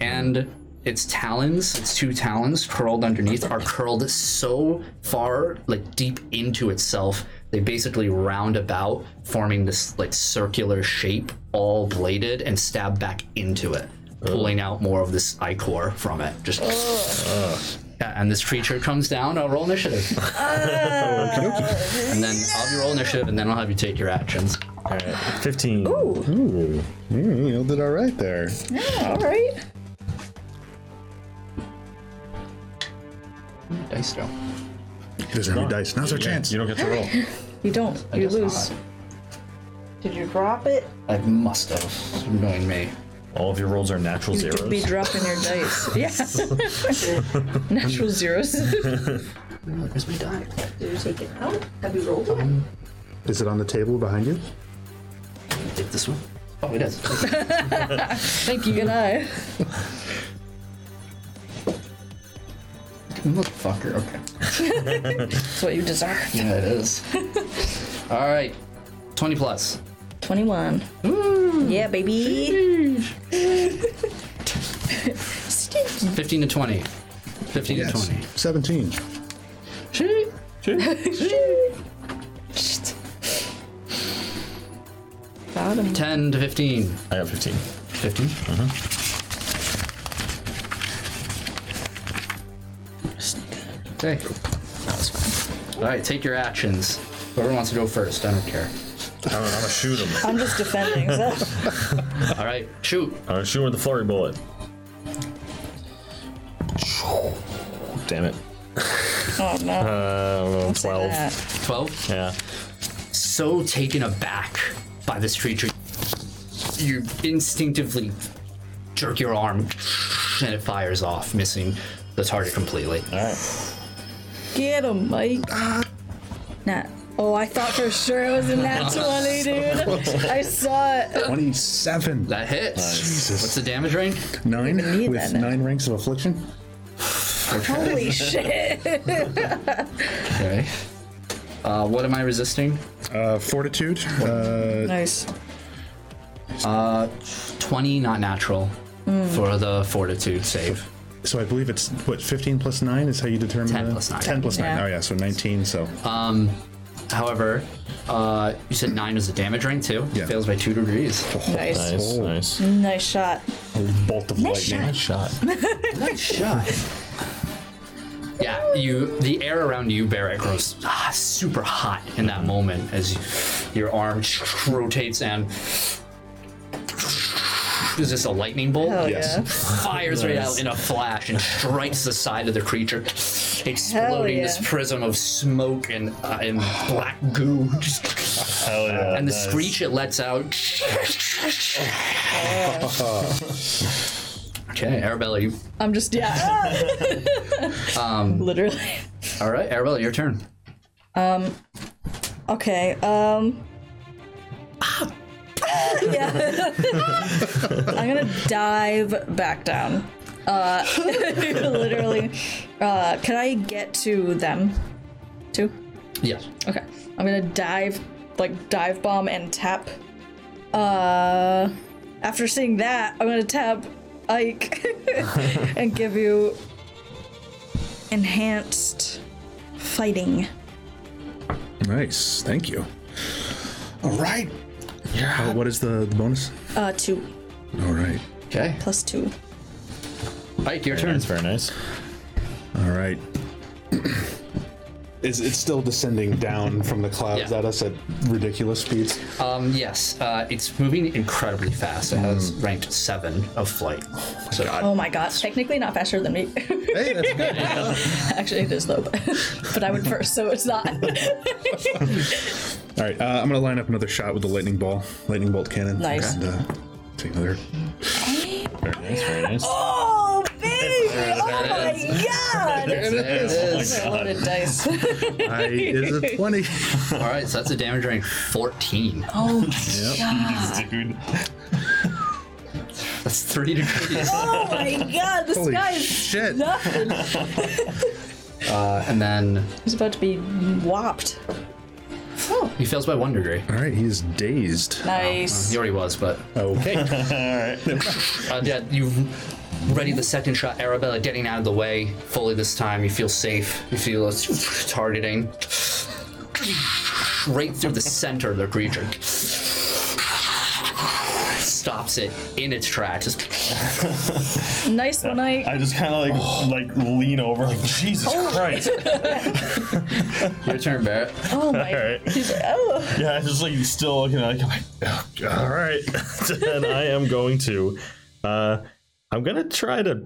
[SPEAKER 1] and. Its talons, its two talons curled underneath, are curled so far, like deep into itself, they basically round about, forming this like circular shape, all bladed, and stab back into it, pulling out more of this ichor from it. Just yeah, and this creature comes down. I'll roll initiative, and then I'll be roll initiative, and then I'll have you take your actions.
[SPEAKER 5] All right, fifteen.
[SPEAKER 4] Ooh, mm, you did all right there.
[SPEAKER 3] All right.
[SPEAKER 1] Dice go.
[SPEAKER 4] There's no dice. Now's our
[SPEAKER 2] Yeah,
[SPEAKER 4] chance.
[SPEAKER 2] You don't get to roll.
[SPEAKER 3] You don't. You
[SPEAKER 1] guess
[SPEAKER 3] lose.
[SPEAKER 7] Did you drop it?
[SPEAKER 1] I must have. Knowing me.
[SPEAKER 5] All of your rolls are natural
[SPEAKER 3] You could be
[SPEAKER 5] zeros.
[SPEAKER 3] dropping your dice. Yeah. Natural zeros.
[SPEAKER 1] Oh, there's my die.
[SPEAKER 7] Did you take it out? Have you rolled it?
[SPEAKER 4] Um, Is it on the table behind you?
[SPEAKER 1] Take this one. Oh, it is.
[SPEAKER 3] Thank you. Good eye.
[SPEAKER 1] Motherfucker. Okay.
[SPEAKER 3] That's what you deserve.
[SPEAKER 1] Yeah, it is. All right. Twenty plus.
[SPEAKER 3] 21. Yeah, baby.
[SPEAKER 1] 15 to 20. 15 to 20.
[SPEAKER 4] 17.
[SPEAKER 3] Bottom.
[SPEAKER 1] 10 to 15.
[SPEAKER 5] I got fifteen.
[SPEAKER 1] 15? Okay. Alright, take your actions. Whoever wants to go first, I don't care.
[SPEAKER 5] I don't know. I'm gonna shoot him.
[SPEAKER 3] I'm just defending. Oh, So.
[SPEAKER 1] Alright, shoot.
[SPEAKER 5] I'm gonna shoot him with the flurry bullet. Damn it.
[SPEAKER 3] Oh no.
[SPEAKER 5] Uh,
[SPEAKER 3] Say
[SPEAKER 5] twelve.
[SPEAKER 3] that.
[SPEAKER 1] 12.
[SPEAKER 5] Yeah.
[SPEAKER 1] so taken aback by this creature, you instinctively jerk your arm and it fires off, missing the target completely.
[SPEAKER 5] All right.
[SPEAKER 3] Get him, Mike. Nah. Oh, I thought for sure it was a nat 20, dude. I saw it.
[SPEAKER 4] 27.
[SPEAKER 1] That hits.
[SPEAKER 4] Jesus.
[SPEAKER 1] What's the damage range?
[SPEAKER 4] Nine
[SPEAKER 3] need
[SPEAKER 4] with
[SPEAKER 3] that now.
[SPEAKER 4] nine ranks of affliction.
[SPEAKER 3] Holy shit.
[SPEAKER 1] Okay. Uh, what am I resisting?
[SPEAKER 4] Uh, fortitude. Uh,
[SPEAKER 3] Nice.
[SPEAKER 1] 20 not natural for the fortitude save.
[SPEAKER 4] so I believe it's what 15 plus nine is how you determine
[SPEAKER 1] 10
[SPEAKER 4] the-
[SPEAKER 1] plus nine. Uh,
[SPEAKER 4] 10 plus nine.
[SPEAKER 3] Yeah.
[SPEAKER 4] Oh yeah, so 19. So
[SPEAKER 1] Um, However, uh, you said 9 was the damage range too.
[SPEAKER 4] Yeah.
[SPEAKER 1] Fails by 2 degrees.
[SPEAKER 3] Nice. Nice,
[SPEAKER 5] Nice. Nice.
[SPEAKER 3] Mm-hmm. shot.
[SPEAKER 4] bolt of lightning.
[SPEAKER 5] Nice shot.
[SPEAKER 1] Nice shot. Yeah, you. The air around you, Barrett, grows ah, super hot in that moment as you, your arm rotates and is this a lightning bolt?
[SPEAKER 3] Hell
[SPEAKER 4] Yes.
[SPEAKER 3] yeah.
[SPEAKER 1] Fires right out in a flash and strikes the side of the creature, exploding this
[SPEAKER 3] yeah.
[SPEAKER 1] prism of smoke and uh, and black goo.
[SPEAKER 5] Hell yeah.
[SPEAKER 1] And the
[SPEAKER 5] nice.
[SPEAKER 1] screech it lets out. okay, Arabella, you
[SPEAKER 3] I'm just, yeah. um, Literally.
[SPEAKER 1] All right, Arabella, your turn.
[SPEAKER 3] Okay, um. yeah. I'm gonna dive back down. Uh, literally. Uh, can I get to them? Too?
[SPEAKER 1] Yes.
[SPEAKER 3] Okay. I'm gonna dive, like, dive bomb and tap. Uh, after seeing that, I'm gonna tap Ike and give you enhanced fighting.
[SPEAKER 4] Nice. Thank you. All right. Yeah. Uh, what is the bonus?
[SPEAKER 3] Uh, two.
[SPEAKER 4] All right.
[SPEAKER 1] Okay.
[SPEAKER 3] Plus two.
[SPEAKER 1] Ike, your
[SPEAKER 5] Very
[SPEAKER 1] turn.
[SPEAKER 5] nice. Very nice.
[SPEAKER 4] All right. Is it still descending down from the clouds
[SPEAKER 1] Yeah.
[SPEAKER 4] at us at ridiculous speeds?
[SPEAKER 1] Um, yes, uh, it's moving incredibly fast. It has ranked seven of flight. so
[SPEAKER 3] Mm. Oh my god, technically not faster than me.
[SPEAKER 4] Hey, that's good.
[SPEAKER 3] Actually, it is though, but, but I went first, so it's not.
[SPEAKER 4] All right, uh, I'm gonna line up another shot with the lightning ball, lightning bolt cannon.
[SPEAKER 3] Nice.
[SPEAKER 4] And, uh, take another.
[SPEAKER 2] Very nice, very nice.
[SPEAKER 3] oh, baby! Oh my god!
[SPEAKER 1] There it is.
[SPEAKER 3] I loaded dice.
[SPEAKER 4] I is a twenty.
[SPEAKER 1] All right, so that's a damage rank 14.
[SPEAKER 3] Oh my god!
[SPEAKER 2] Dude.
[SPEAKER 1] That's three degrees.
[SPEAKER 3] Oh my god! This
[SPEAKER 4] Holy
[SPEAKER 3] guy is
[SPEAKER 4] shit.
[SPEAKER 3] nothing.
[SPEAKER 1] Uh, and then
[SPEAKER 3] He's about to be whopped. Oh.
[SPEAKER 1] he fails by one degree.
[SPEAKER 4] All right, he's dazed.
[SPEAKER 1] He
[SPEAKER 3] Nice.
[SPEAKER 1] already was, but
[SPEAKER 4] Okay.
[SPEAKER 1] uh, yeah, you ready the second shot, Arabella getting out of the way fully this time. You feel safe. You feel it's targeting right through the center of the creature. Stops it in its tracks. Just
[SPEAKER 3] Nice one, I.
[SPEAKER 2] I just kind of like like lean over, like Jesus Christ.
[SPEAKER 1] your turn, Barrett.
[SPEAKER 3] Oh my.
[SPEAKER 2] Alright.
[SPEAKER 3] He's like, oh.
[SPEAKER 2] Yeah, I'm just like still looking at it, like, oh, God, all right. and I am going to, uh, I'm gonna try to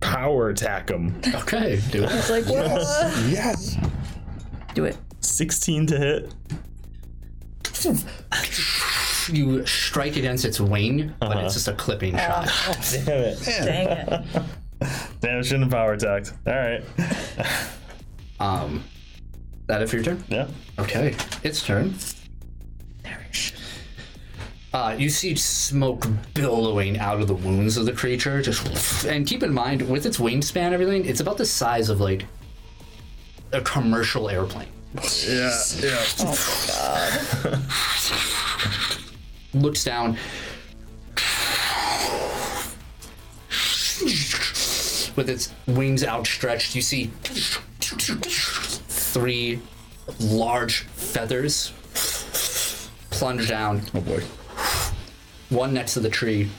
[SPEAKER 2] power attack him.
[SPEAKER 1] Okay, do it.
[SPEAKER 3] It's like, what?
[SPEAKER 4] yes.
[SPEAKER 3] Do it.
[SPEAKER 2] 16 to hit.
[SPEAKER 1] You strike against its wing, but it's just a clipping shot.
[SPEAKER 2] Damn it!
[SPEAKER 3] Dang it.
[SPEAKER 2] Damn, I shouldn't have power attacked. All right.
[SPEAKER 1] Um, that it for your turn?
[SPEAKER 2] Yeah.
[SPEAKER 1] Okay, its turn. There it is. Uh, you see smoke billowing out of the wounds of the creature. Just and keep in mind, with its wingspan, and everything, it's about the size of like a commercial airplane.
[SPEAKER 4] Yeah. Yeah.
[SPEAKER 1] Looks down with its wings outstretched. You see three large feathers plunge down
[SPEAKER 4] Oh boy.
[SPEAKER 1] one next to the tree,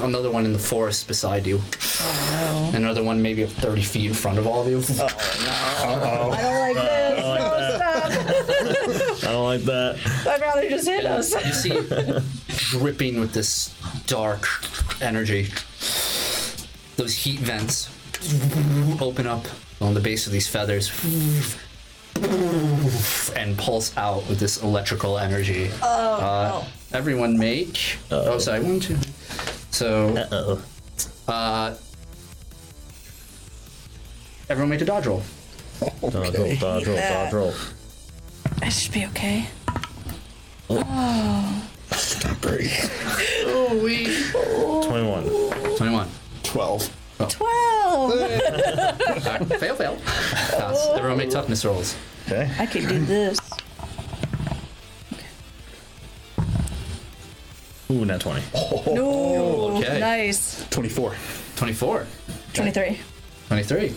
[SPEAKER 1] another one in the forest beside you, another one maybe up 30 feet in front of all of you.
[SPEAKER 3] I don't
[SPEAKER 1] Uh,
[SPEAKER 3] like this. No, stop.
[SPEAKER 2] I don't like that.
[SPEAKER 3] I'd rather just hit us.
[SPEAKER 1] You see, it dripping with this dark energy, those heat vents open up on the base of these feathers and pulse out with this electrical energy. Oh, Everyone make. Oh, sorry, one, two. So. Uh-oh. Everyone make a dodge roll.
[SPEAKER 5] Dodge roll, dodge roll, dodge roll.
[SPEAKER 3] I should be okay.
[SPEAKER 1] Oh, we.
[SPEAKER 5] 21.
[SPEAKER 1] 21.
[SPEAKER 4] Twelve.
[SPEAKER 3] 12.
[SPEAKER 1] All right, fail, fail. Pass. Everyone make toughness rolls.
[SPEAKER 2] Okay.
[SPEAKER 3] I could do this.
[SPEAKER 5] Ooh, not 20.
[SPEAKER 3] No.
[SPEAKER 1] Oh, Okay.
[SPEAKER 3] Nice.
[SPEAKER 4] Twenty-four.
[SPEAKER 1] 24.
[SPEAKER 3] 23.
[SPEAKER 1] 23.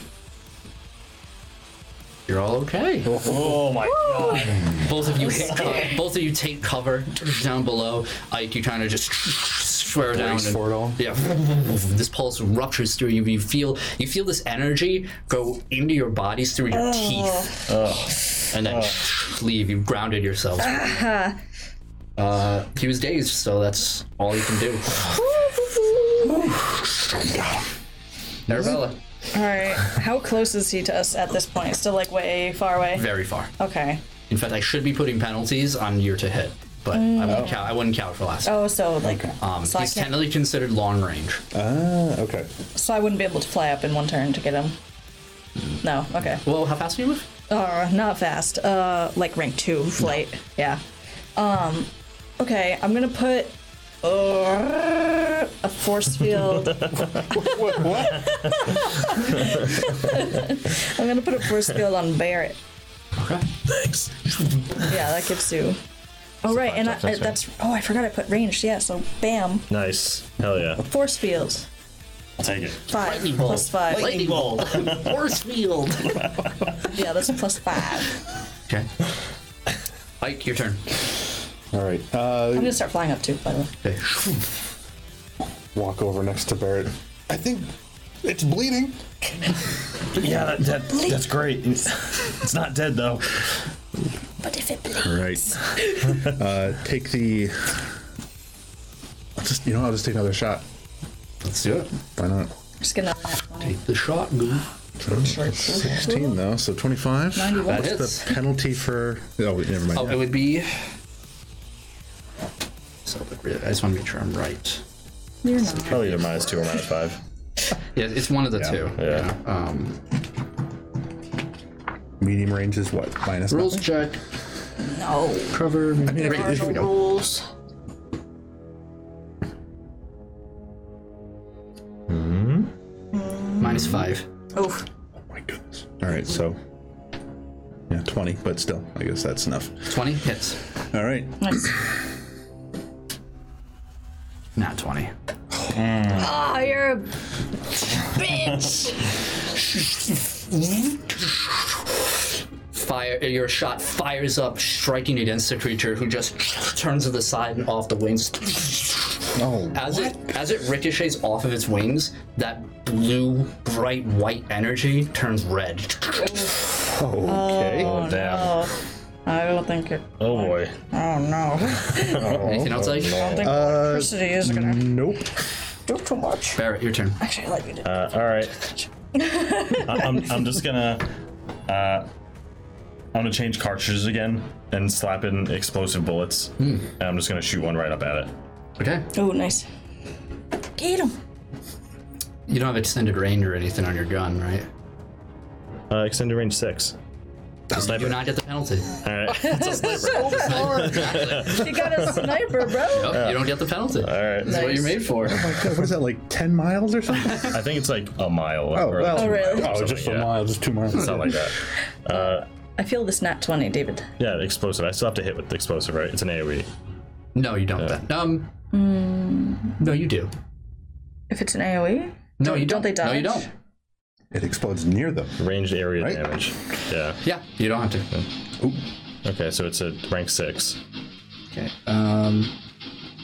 [SPEAKER 1] You're all okay.
[SPEAKER 2] Oh my god.
[SPEAKER 1] Both of you hit co- both of you take cover down below. Ike, you kind of just swear down.
[SPEAKER 4] Brace for it all.
[SPEAKER 1] Yeah. This pulse ruptures through you. You feel you feel this energy go into your bodies through your teeth. And then leave. You've grounded yourself. Uh, he was dazed, so that's all you can do. Arabella,
[SPEAKER 3] All right. How close is he to us at this point? Still like way far away.
[SPEAKER 1] very far.
[SPEAKER 3] Okay.
[SPEAKER 1] In fact, I should be putting penalties on year to hit, but I, wouldn't count, I wouldn't count for last.
[SPEAKER 3] Mm. Oh, so like,
[SPEAKER 1] um,
[SPEAKER 3] so, I
[SPEAKER 1] he's
[SPEAKER 3] can't,
[SPEAKER 1] technically considered long range.
[SPEAKER 4] Ah. Okay.
[SPEAKER 3] so I wouldn't be able to fly up in one turn to get him. No. Okay.
[SPEAKER 1] Well, how fast do you move?
[SPEAKER 3] Uh, not fast. Uh, like rank two flight. Yeah. Um. Okay. I'm gonna put uh, a force field.
[SPEAKER 4] What? What?
[SPEAKER 3] I'm gonna put a force field on Barrett.
[SPEAKER 1] Okay.
[SPEAKER 3] Yeah, that gives you. Oh right, and I,
[SPEAKER 5] toughness, right?
[SPEAKER 3] that's. Oh, I forgot I put range. Yeah. So bam,
[SPEAKER 5] Nice. Hell yeah.
[SPEAKER 3] force field.
[SPEAKER 2] I'll take it.
[SPEAKER 3] Five plus five.
[SPEAKER 1] Lightning bolt. Force field.
[SPEAKER 3] Yeah, that's plus five.
[SPEAKER 1] Okay. Ike, your turn.
[SPEAKER 4] All right. Uh,
[SPEAKER 3] I'm gonna start flying up too, by the way.
[SPEAKER 1] Okay.
[SPEAKER 4] walk over next to Barrett. I think It's bleeding.
[SPEAKER 5] Yeah, that, that, that's great. It's not dead though.
[SPEAKER 3] But if it bleeds,
[SPEAKER 4] Right. uh, take the. I'll just you know I'll just take another shot.
[SPEAKER 1] Let's do it.
[SPEAKER 4] Why not?
[SPEAKER 3] I'm just gonna
[SPEAKER 1] Take the shotgun.
[SPEAKER 4] Sixteen though, so twenty-five.
[SPEAKER 3] Ninety-one.
[SPEAKER 4] What's
[SPEAKER 1] That
[SPEAKER 4] the
[SPEAKER 1] hits.
[SPEAKER 4] penalty for? Oh, wait, never mind.
[SPEAKER 1] Oh, it would be. So I just want to make sure I'm right.
[SPEAKER 3] You're not.
[SPEAKER 2] Probably either minus two or minus five.
[SPEAKER 1] Yeah, it's one of the two.
[SPEAKER 2] Yeah.
[SPEAKER 1] Um,
[SPEAKER 4] Medium range is what? Minus
[SPEAKER 1] rules
[SPEAKER 4] nothing?
[SPEAKER 1] check.
[SPEAKER 7] No.
[SPEAKER 1] Cover.
[SPEAKER 7] There are
[SPEAKER 1] Right,
[SPEAKER 7] no
[SPEAKER 1] here we go.
[SPEAKER 7] rules.
[SPEAKER 1] Minus five.
[SPEAKER 7] Oh,
[SPEAKER 4] Oh my goodness. All right, so. Yeah, twenty, but still, I guess that's enough.
[SPEAKER 1] Twenty hits.
[SPEAKER 4] All right.
[SPEAKER 3] Nice.
[SPEAKER 1] Not twenty.
[SPEAKER 3] Oh, you're a bitch.
[SPEAKER 1] Fire. Your shot fires up, striking against the creature, who just turns to the side and off the wings.
[SPEAKER 4] Oh,
[SPEAKER 1] As it as it ricochets off of its wings, that blue, bright white energy turns red.
[SPEAKER 4] okay.
[SPEAKER 2] Oh, damn.
[SPEAKER 3] I don't think it.
[SPEAKER 2] Oh boy.
[SPEAKER 3] Oh no.
[SPEAKER 1] Anything else, like?
[SPEAKER 3] I think electricity is gonna
[SPEAKER 4] Nope.
[SPEAKER 3] do too much.
[SPEAKER 1] Barrett, your turn.
[SPEAKER 3] Actually, I like you did.
[SPEAKER 2] Uh, all right. I, I'm, I'm just gonna. Uh, I'm gonna change cartridges again and slap in explosive bullets. And I'm just gonna shoot one right up at it.
[SPEAKER 1] Okay.
[SPEAKER 3] oh, nice. Get him.
[SPEAKER 1] You don't have extended range or anything on your gun, right?
[SPEAKER 2] Uh, extended range six.
[SPEAKER 1] You do not get the penalty.
[SPEAKER 2] All right.
[SPEAKER 3] You got a sniper, bro.
[SPEAKER 1] Nope, You don't get the penalty. All right. That's what
[SPEAKER 3] Nice.
[SPEAKER 1] you're made for.
[SPEAKER 4] What is that, like 10 miles or something?
[SPEAKER 2] I think it's like a mile.
[SPEAKER 4] Oh,
[SPEAKER 2] or
[SPEAKER 4] well.
[SPEAKER 2] two
[SPEAKER 3] Oh, really?
[SPEAKER 2] miles or something,
[SPEAKER 4] Oh, just a
[SPEAKER 2] yeah.
[SPEAKER 4] mile, just two miles.
[SPEAKER 2] Something like that.
[SPEAKER 3] I feel this nat twenty, David.
[SPEAKER 2] Yeah, explosive. I still have to hit with the explosive, right? It's an AoE.
[SPEAKER 1] No, you don't. then. Um.
[SPEAKER 3] Hmm.
[SPEAKER 1] No, you do.
[SPEAKER 3] If it's an E? AOE,
[SPEAKER 1] No, you
[SPEAKER 3] don't
[SPEAKER 1] don't.
[SPEAKER 3] they
[SPEAKER 1] No, you
[SPEAKER 3] dodge?
[SPEAKER 1] don't.
[SPEAKER 4] It explodes near them.
[SPEAKER 2] Ranged area
[SPEAKER 4] Right.
[SPEAKER 2] damage. Yeah.
[SPEAKER 1] Yeah, you don't have to.
[SPEAKER 2] Okay, so it's a rank six.
[SPEAKER 1] Okay. Um.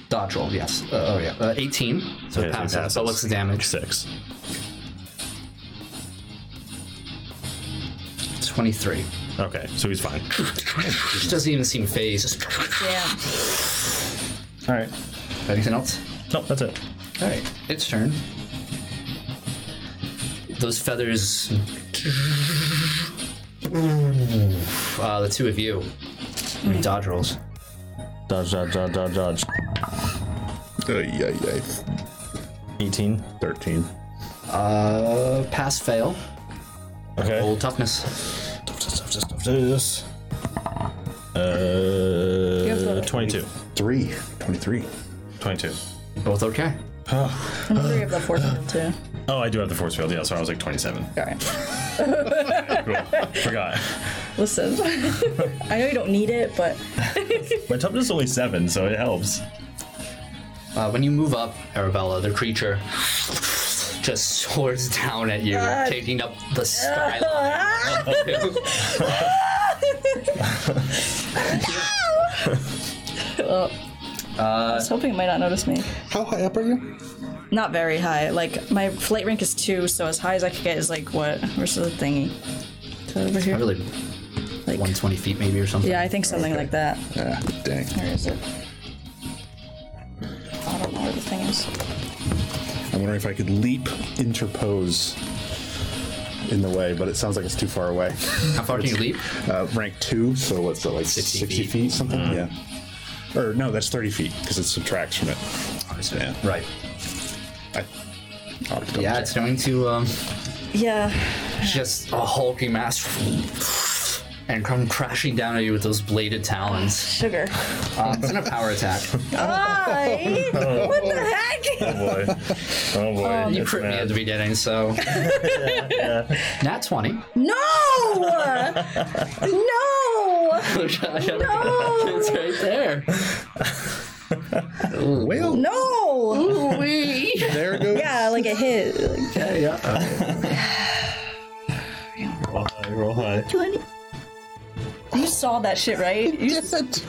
[SPEAKER 1] Dodge roll. Yes. Uh, oh yeah. Uh, 18. So
[SPEAKER 2] Okay, so
[SPEAKER 1] it
[SPEAKER 2] it
[SPEAKER 1] passes.
[SPEAKER 2] passes.
[SPEAKER 1] But what's the damage?
[SPEAKER 2] Six.
[SPEAKER 1] 23.
[SPEAKER 2] Okay, so he's fine.
[SPEAKER 1] She doesn't even seem phased.
[SPEAKER 3] yeah.
[SPEAKER 2] All right.
[SPEAKER 1] Anything else?
[SPEAKER 2] Nope, that's it.
[SPEAKER 1] All right. Its turn. Those feathers. Uh, the two of you. Dodge rolls.
[SPEAKER 2] Dodge, dodge, dodge, dodge, dodge.
[SPEAKER 4] Uh, yeah, yeah.
[SPEAKER 2] 18.
[SPEAKER 4] 13.
[SPEAKER 1] Uh, pass fail.
[SPEAKER 2] Okay.
[SPEAKER 1] Old toughness.
[SPEAKER 2] Oh, This. Uh, 22.
[SPEAKER 4] 3. 23.
[SPEAKER 2] 22.
[SPEAKER 1] Both okay.
[SPEAKER 3] And three of the four people too.
[SPEAKER 2] Oh, I do have the force field. Yeah, sorry, I was like 27.
[SPEAKER 3] All right.
[SPEAKER 2] Cool. Forgot.
[SPEAKER 3] Listen, I know you don't need it, but
[SPEAKER 2] My toughness is only seven, so it helps.
[SPEAKER 1] Uh, when you move up, Arabella, the creature just soars down at you, taking up the skyline. above you.
[SPEAKER 3] I
[SPEAKER 1] Uh,
[SPEAKER 3] was hoping it might not notice me.
[SPEAKER 4] How high up are you?
[SPEAKER 3] Not very high. Like my flight rank is two, so as high as I could get is like what? Where's the thingy? Is that over here?
[SPEAKER 1] Probably
[SPEAKER 3] Like-
[SPEAKER 1] 120 feet, maybe, or something.
[SPEAKER 3] Yeah, I think something like that.
[SPEAKER 4] Ah, dang.
[SPEAKER 3] Where is it? I don't know where the thing is.
[SPEAKER 4] I'm wondering if I could leap, interpose in the way, but it sounds like it's too far away.
[SPEAKER 1] How far can you leap?
[SPEAKER 4] Uh, rank 2, so what's that, like
[SPEAKER 1] 60
[SPEAKER 4] 60,
[SPEAKER 1] feet.
[SPEAKER 4] feet. something? Yeah. Or no, that's 30 feet, because it subtracts from it. Yeah.
[SPEAKER 1] Right.
[SPEAKER 4] I, oh, I'll have to double
[SPEAKER 1] Yeah,
[SPEAKER 4] check.
[SPEAKER 1] it's going to um,
[SPEAKER 3] Yeah.
[SPEAKER 1] just a hulking mass and come crashing down at you with those bladed talons.
[SPEAKER 3] Sugar.
[SPEAKER 1] Uh, it's in a power attack.
[SPEAKER 3] Hi! what the heck?
[SPEAKER 2] Boy. Oh, boy.
[SPEAKER 1] You
[SPEAKER 2] It's
[SPEAKER 1] crit me
[SPEAKER 2] bad.
[SPEAKER 1] at the beginning, so. Nat 20.
[SPEAKER 3] No! no!
[SPEAKER 1] no! It's right there.
[SPEAKER 4] Well,
[SPEAKER 3] No!
[SPEAKER 1] Wee.
[SPEAKER 4] there it goes.
[SPEAKER 3] Yeah, like a hit.
[SPEAKER 1] Yeah, yeah.
[SPEAKER 2] Roll high, roll high.
[SPEAKER 3] You saw that shit, right? You
[SPEAKER 4] Yeah, t-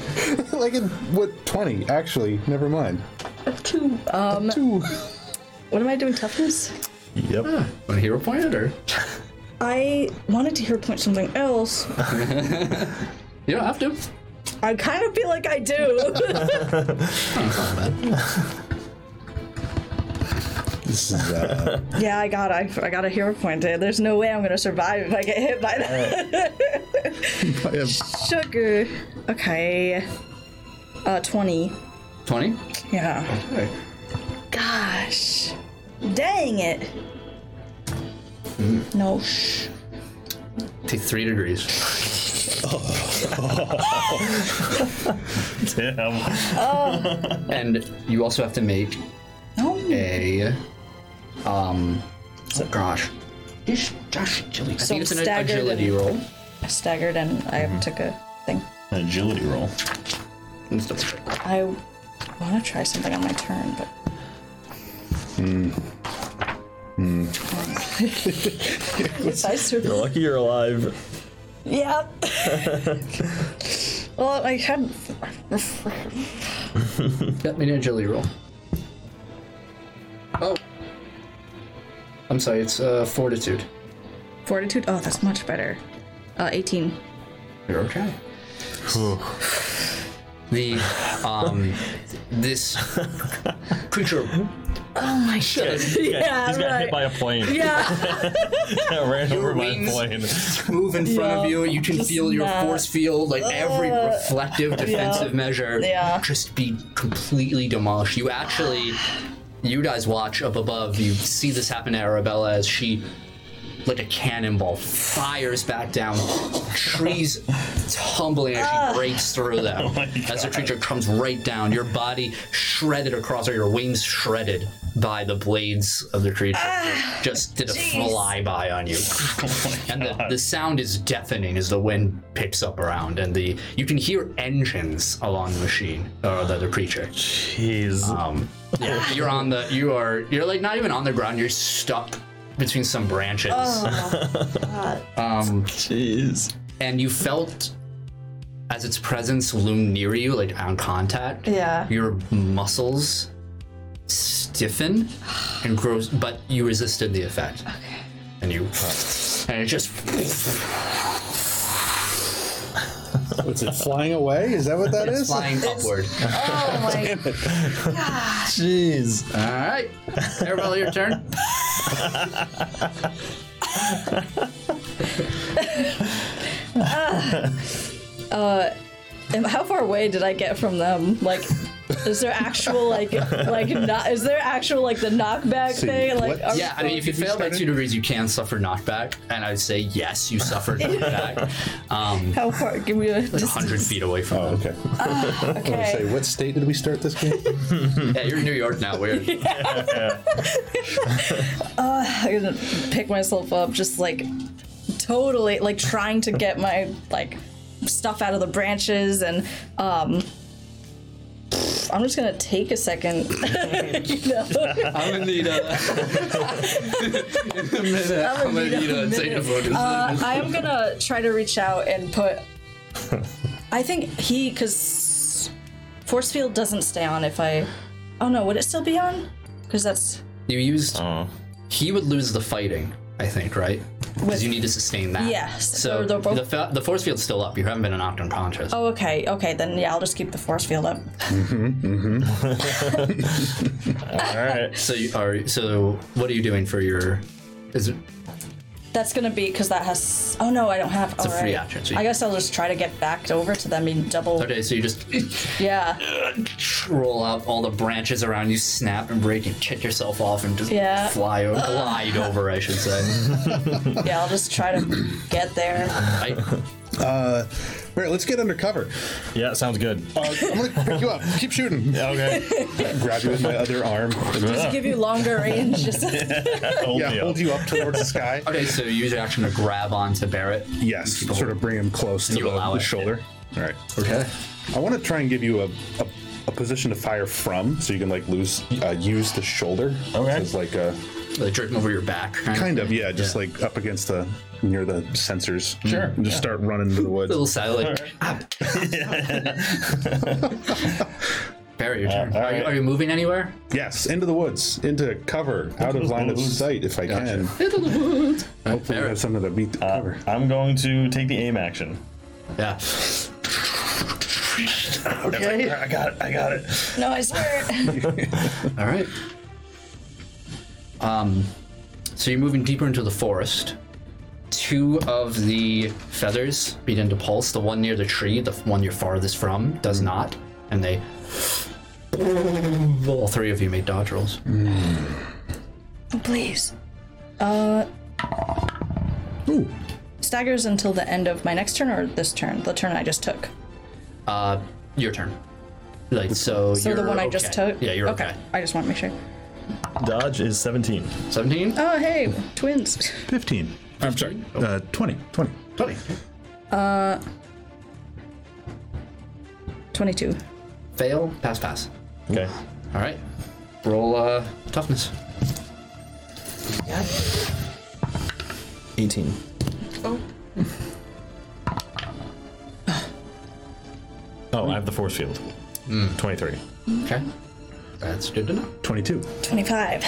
[SPEAKER 4] like in what 20 actually never mind
[SPEAKER 3] two. Um,
[SPEAKER 4] two
[SPEAKER 3] what am I doing? Toughness?
[SPEAKER 5] Yep.
[SPEAKER 1] Want to hear a point or?
[SPEAKER 3] I wanted to hear point something else.
[SPEAKER 1] You don't have to.
[SPEAKER 3] I kind of feel like I do.
[SPEAKER 4] This is uh,
[SPEAKER 3] yeah, I got I, I gotta hero point it. There's no way I'm gonna survive if I get hit by that
[SPEAKER 4] I am-
[SPEAKER 3] sugar. Okay. Uh, twenty.
[SPEAKER 1] Twenty.
[SPEAKER 3] Yeah.
[SPEAKER 1] Okay.
[SPEAKER 3] Gosh. Dang it. No. Shh.
[SPEAKER 1] Take three degrees.
[SPEAKER 2] Damn.
[SPEAKER 1] And you also have to make
[SPEAKER 3] No.
[SPEAKER 1] a um oh gosh. Dish gosh agility. I
[SPEAKER 3] So
[SPEAKER 1] think it's an ag-
[SPEAKER 3] staggered
[SPEAKER 1] agility
[SPEAKER 3] and-
[SPEAKER 1] roll.
[SPEAKER 3] I staggered and I took a thing.
[SPEAKER 2] An agility roll.
[SPEAKER 1] Let's double check.
[SPEAKER 3] I want to try something on my turn, but. if I survive.
[SPEAKER 5] Lucky you're alive.
[SPEAKER 3] Yep. well, I had.
[SPEAKER 1] Yep, made an agility roll. Oh. I'm sorry, it's uh fortitude.
[SPEAKER 3] Fortitude? Oh, that's much better. Uh, 18.
[SPEAKER 1] You're okay. the um this creature
[SPEAKER 3] Yeah,
[SPEAKER 2] He's got
[SPEAKER 3] right.
[SPEAKER 2] hit by a plane.
[SPEAKER 3] Yeah.
[SPEAKER 2] Ran over by a
[SPEAKER 1] wings.
[SPEAKER 2] plane.
[SPEAKER 1] move in front of
[SPEAKER 3] Yeah,
[SPEAKER 1] you. You can
[SPEAKER 3] just
[SPEAKER 1] feel your
[SPEAKER 3] that.
[SPEAKER 1] force field, like every reflective defensive measure,
[SPEAKER 3] Yeah.
[SPEAKER 1] just be completely demolished. You actually, you guys watch up above. You see this happen to Arabella as she, like a cannonball, fires back down. Trees tumbling as she breaks through them. as the creature comes right down, your body shredded across, or your wings shredded by the blades of the creature. just did a flyby on you and the, the sound is deafening as the wind picks up around and the you can hear engines along the machine or the, the creature
[SPEAKER 5] Jeez.
[SPEAKER 1] um yeah you're on the you are you're like not even on the ground you're stuck between some branches um
[SPEAKER 5] Jeez.
[SPEAKER 1] and you felt as its presence loomed near you like on contact
[SPEAKER 3] Yeah.
[SPEAKER 1] your muscles stiffen and grows but you resisted the effect okay. and you and it just
[SPEAKER 4] what's it flying away? Is that what that is?
[SPEAKER 1] flying upward.
[SPEAKER 3] Oh my.
[SPEAKER 5] Jeez.
[SPEAKER 1] All right, Arabella, your turn.
[SPEAKER 3] Am- How far away did I get from them? Like. Is there actual like like not? Is there actual like the knockback
[SPEAKER 4] See,
[SPEAKER 3] thing? Like
[SPEAKER 4] what-
[SPEAKER 3] are we
[SPEAKER 1] Yeah, I mean, if you
[SPEAKER 4] Did you
[SPEAKER 1] fail by
[SPEAKER 4] start it?
[SPEAKER 1] two degrees, you can suffer knockback, and I'd say yes, you suffered knockback. Um,
[SPEAKER 3] How far? Give me a
[SPEAKER 1] like
[SPEAKER 3] just,
[SPEAKER 1] hundred feet away from
[SPEAKER 4] Oh,
[SPEAKER 1] them.
[SPEAKER 4] okay. Say,
[SPEAKER 3] okay.
[SPEAKER 4] what state did we start this game?
[SPEAKER 1] Yeah, you're in New York now. Weird.
[SPEAKER 3] I gotta pick myself up, just like totally like trying to get my like stuff out of the branches and um. I'm just gonna take a second. you know?
[SPEAKER 1] I'm gonna need a. I'm
[SPEAKER 3] uh,
[SPEAKER 1] gonna need a data bonus.
[SPEAKER 3] I am gonna try to reach out and put. I think he, because force field doesn't stay on if I. Oh no, would it still be on? Because that's
[SPEAKER 1] you used.
[SPEAKER 5] Oh.
[SPEAKER 1] He would lose the fighting, I think, right? Because you need to sustain that.
[SPEAKER 3] Yes,
[SPEAKER 1] So
[SPEAKER 3] or they're both-
[SPEAKER 1] the, fa- the force field's still up. You haven't been knocked unconscious.
[SPEAKER 3] oh, okay, okay. Then yeah, I'll just keep the force field up.
[SPEAKER 2] All right.
[SPEAKER 1] So you are. So what are you doing for your? Is it
[SPEAKER 3] That's gonna be because that has. Oh no, I don't have. It's
[SPEAKER 1] a free action, so you-
[SPEAKER 3] I guess I'll just try to get back over to them in double.
[SPEAKER 1] okay? So you just
[SPEAKER 3] Yeah,
[SPEAKER 1] roll out all the branches around you, snap and break, and kick yourself off, and just
[SPEAKER 3] Yeah.
[SPEAKER 1] fly over, glide over, I should say.
[SPEAKER 3] yeah. I'll just try to get there.
[SPEAKER 1] I,
[SPEAKER 4] Uh, all right, let's get undercover.
[SPEAKER 5] Yeah, sounds good.
[SPEAKER 4] Uh, I'm gonna pick you up. Keep shooting.
[SPEAKER 5] Okay.
[SPEAKER 4] Grab you with my other arm.
[SPEAKER 3] Just give you longer range. Just
[SPEAKER 5] Hold
[SPEAKER 4] Yeah,
[SPEAKER 5] me up.
[SPEAKER 4] hold you up towards the sky.
[SPEAKER 1] okay, so you use your action to grab onto Barrett.
[SPEAKER 4] Yes, sort of bring him close to
[SPEAKER 1] You
[SPEAKER 4] the,
[SPEAKER 1] allow
[SPEAKER 4] the
[SPEAKER 1] it.
[SPEAKER 4] shoulder. All right.
[SPEAKER 1] Okay.
[SPEAKER 4] I want to try and give you a, a, a position to fire from, so you can like lose uh, use the shoulder.
[SPEAKER 5] Okay.
[SPEAKER 4] As like a
[SPEAKER 1] Like jerking over your back. Kind,
[SPEAKER 4] kind of yeah, just
[SPEAKER 1] Yeah. Mm.
[SPEAKER 4] like up against the near the sensors.
[SPEAKER 2] Sure,
[SPEAKER 4] And just start running into the woods.
[SPEAKER 1] Little side, like, Barry, your turn.
[SPEAKER 4] Ah. all
[SPEAKER 1] are, you,
[SPEAKER 4] right.
[SPEAKER 1] are you moving anywhere?
[SPEAKER 4] Yes, into the woods, into cover, out of line of
[SPEAKER 2] woods.
[SPEAKER 4] sight if I can. Hopefully,
[SPEAKER 1] Barry.
[SPEAKER 4] that's something to beat
[SPEAKER 1] Uh,
[SPEAKER 4] the cover.
[SPEAKER 2] I'm going to take the aim action.
[SPEAKER 1] Yeah.
[SPEAKER 2] Okay. I got it. I got it.
[SPEAKER 3] No, I swear.
[SPEAKER 1] All right. Um, so you're moving deeper into the forest. Two of the feathers begin to pulse. The one near the tree, the one you're farthest from, does not, and they. All three of you make dodge rolls.
[SPEAKER 3] Please.
[SPEAKER 4] Ooh,
[SPEAKER 3] Uh, Staggers until the end of my next turn or this turn? The turn I just took.
[SPEAKER 1] Uh, your turn. Like so.
[SPEAKER 3] So the
[SPEAKER 1] you're
[SPEAKER 3] one I just
[SPEAKER 1] okay.
[SPEAKER 3] took?
[SPEAKER 1] Yeah, you're okay.
[SPEAKER 3] I just want to make sure.
[SPEAKER 5] Dodge is 17.
[SPEAKER 1] Seventeen.
[SPEAKER 3] Oh, hey, twins.
[SPEAKER 8] 15. I'm sorry, uh, 20. 20.
[SPEAKER 1] Twenty.
[SPEAKER 3] 22.
[SPEAKER 1] Fail. Pass. Pass.
[SPEAKER 2] Okay.
[SPEAKER 1] All right. Roll uh, toughness.
[SPEAKER 8] 18.
[SPEAKER 5] Oh, I have the force field.
[SPEAKER 2] Mm.
[SPEAKER 5] 23.
[SPEAKER 1] Okay. That's good to know.
[SPEAKER 8] 22.
[SPEAKER 3] 25.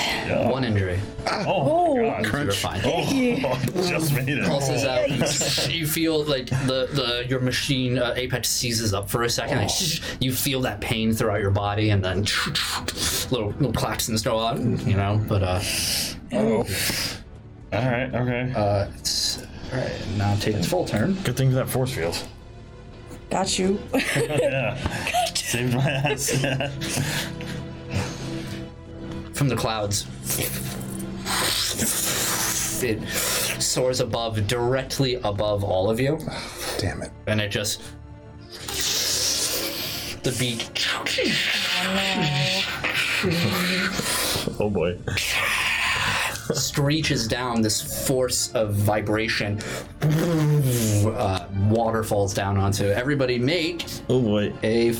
[SPEAKER 1] One injury.
[SPEAKER 2] Oh, my God.
[SPEAKER 1] You're fine.
[SPEAKER 2] Oh, just made it.
[SPEAKER 1] pulses out. You feel like the, the your machine uh, apex seizes up for a second. and
[SPEAKER 3] Oh.
[SPEAKER 1] you feel that pain throughout your body, and then little little claxons go out. You know, but uh,
[SPEAKER 2] All right. Okay.
[SPEAKER 1] uh it's all right. Now take its full turn.
[SPEAKER 5] Good thing for that force field.
[SPEAKER 3] Got you.
[SPEAKER 2] Saved my ass.
[SPEAKER 1] from the clouds. It soars above, directly above all of you,
[SPEAKER 4] damn it.
[SPEAKER 1] and it just the beak
[SPEAKER 5] Oh boy.
[SPEAKER 1] screeches down this force of vibration. Uh, water falls down onto everybody. Make
[SPEAKER 5] Oh boy.
[SPEAKER 1] a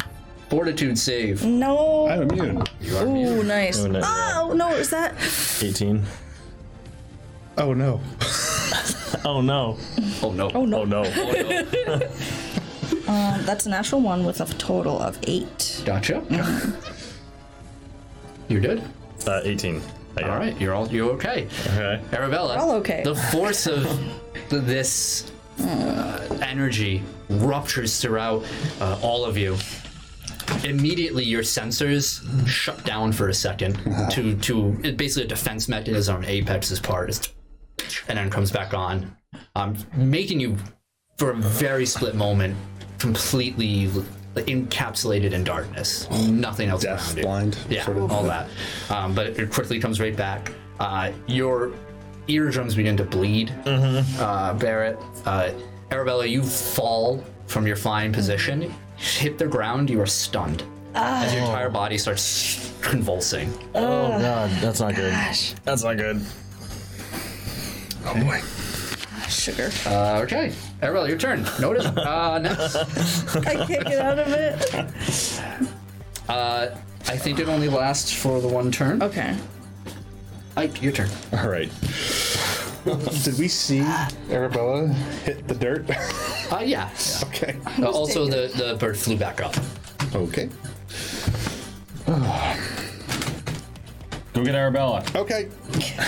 [SPEAKER 1] fortitude save.
[SPEAKER 3] no.
[SPEAKER 4] I'm immune.
[SPEAKER 3] Ooh, nice.
[SPEAKER 5] Oh, no.
[SPEAKER 3] Oh, no, is that?
[SPEAKER 5] 18.
[SPEAKER 4] Oh no.
[SPEAKER 5] Oh no.
[SPEAKER 1] Oh no!
[SPEAKER 3] Oh, no.
[SPEAKER 5] Oh no.
[SPEAKER 3] That's a natural one with a total of eight.
[SPEAKER 1] Gotcha. You're good.
[SPEAKER 5] Uh, 18. I got
[SPEAKER 1] All right, you're all you're okay.
[SPEAKER 5] it. Okay.
[SPEAKER 1] Arabella.
[SPEAKER 3] all okay.
[SPEAKER 1] The force of th- this uh, energy ruptures throughout uh, all of you. Immediately, your sensors shut down for a second to to it's basically a defense mechanism on Apex's part, is and then comes back on, um, making you for a very split moment completely like, encapsulated in darkness. Nothing else
[SPEAKER 4] Deaf,
[SPEAKER 1] around you.
[SPEAKER 4] blind,
[SPEAKER 1] Yeah,
[SPEAKER 4] sort of.
[SPEAKER 1] all that. Um, but it quickly comes right back. Uh, your eardrums begin to bleed,
[SPEAKER 4] Mm-hmm.
[SPEAKER 1] uh, Barrett. Uh, Arabella, you fall from your flying position, hit the ground, you are stunned. As
[SPEAKER 4] Oh.
[SPEAKER 1] your entire body starts convulsing.
[SPEAKER 5] Oh god, that's not good. That's not good.
[SPEAKER 4] Oh boy.
[SPEAKER 3] Sugar.
[SPEAKER 1] Uh, okay, Arabella, your turn. Notice. Uh, next.
[SPEAKER 3] I can't get out of it.
[SPEAKER 1] I think it only lasts for the one turn. Uh,
[SPEAKER 3] Okay.
[SPEAKER 1] Ike, your turn.
[SPEAKER 2] All right.
[SPEAKER 4] Did we see Arabella hit the dirt?
[SPEAKER 1] Uh, yeah.
[SPEAKER 4] okay.
[SPEAKER 1] Uh, also, the, the bird flew back up.
[SPEAKER 4] Okay.
[SPEAKER 2] Go get Arabella.
[SPEAKER 4] Okay.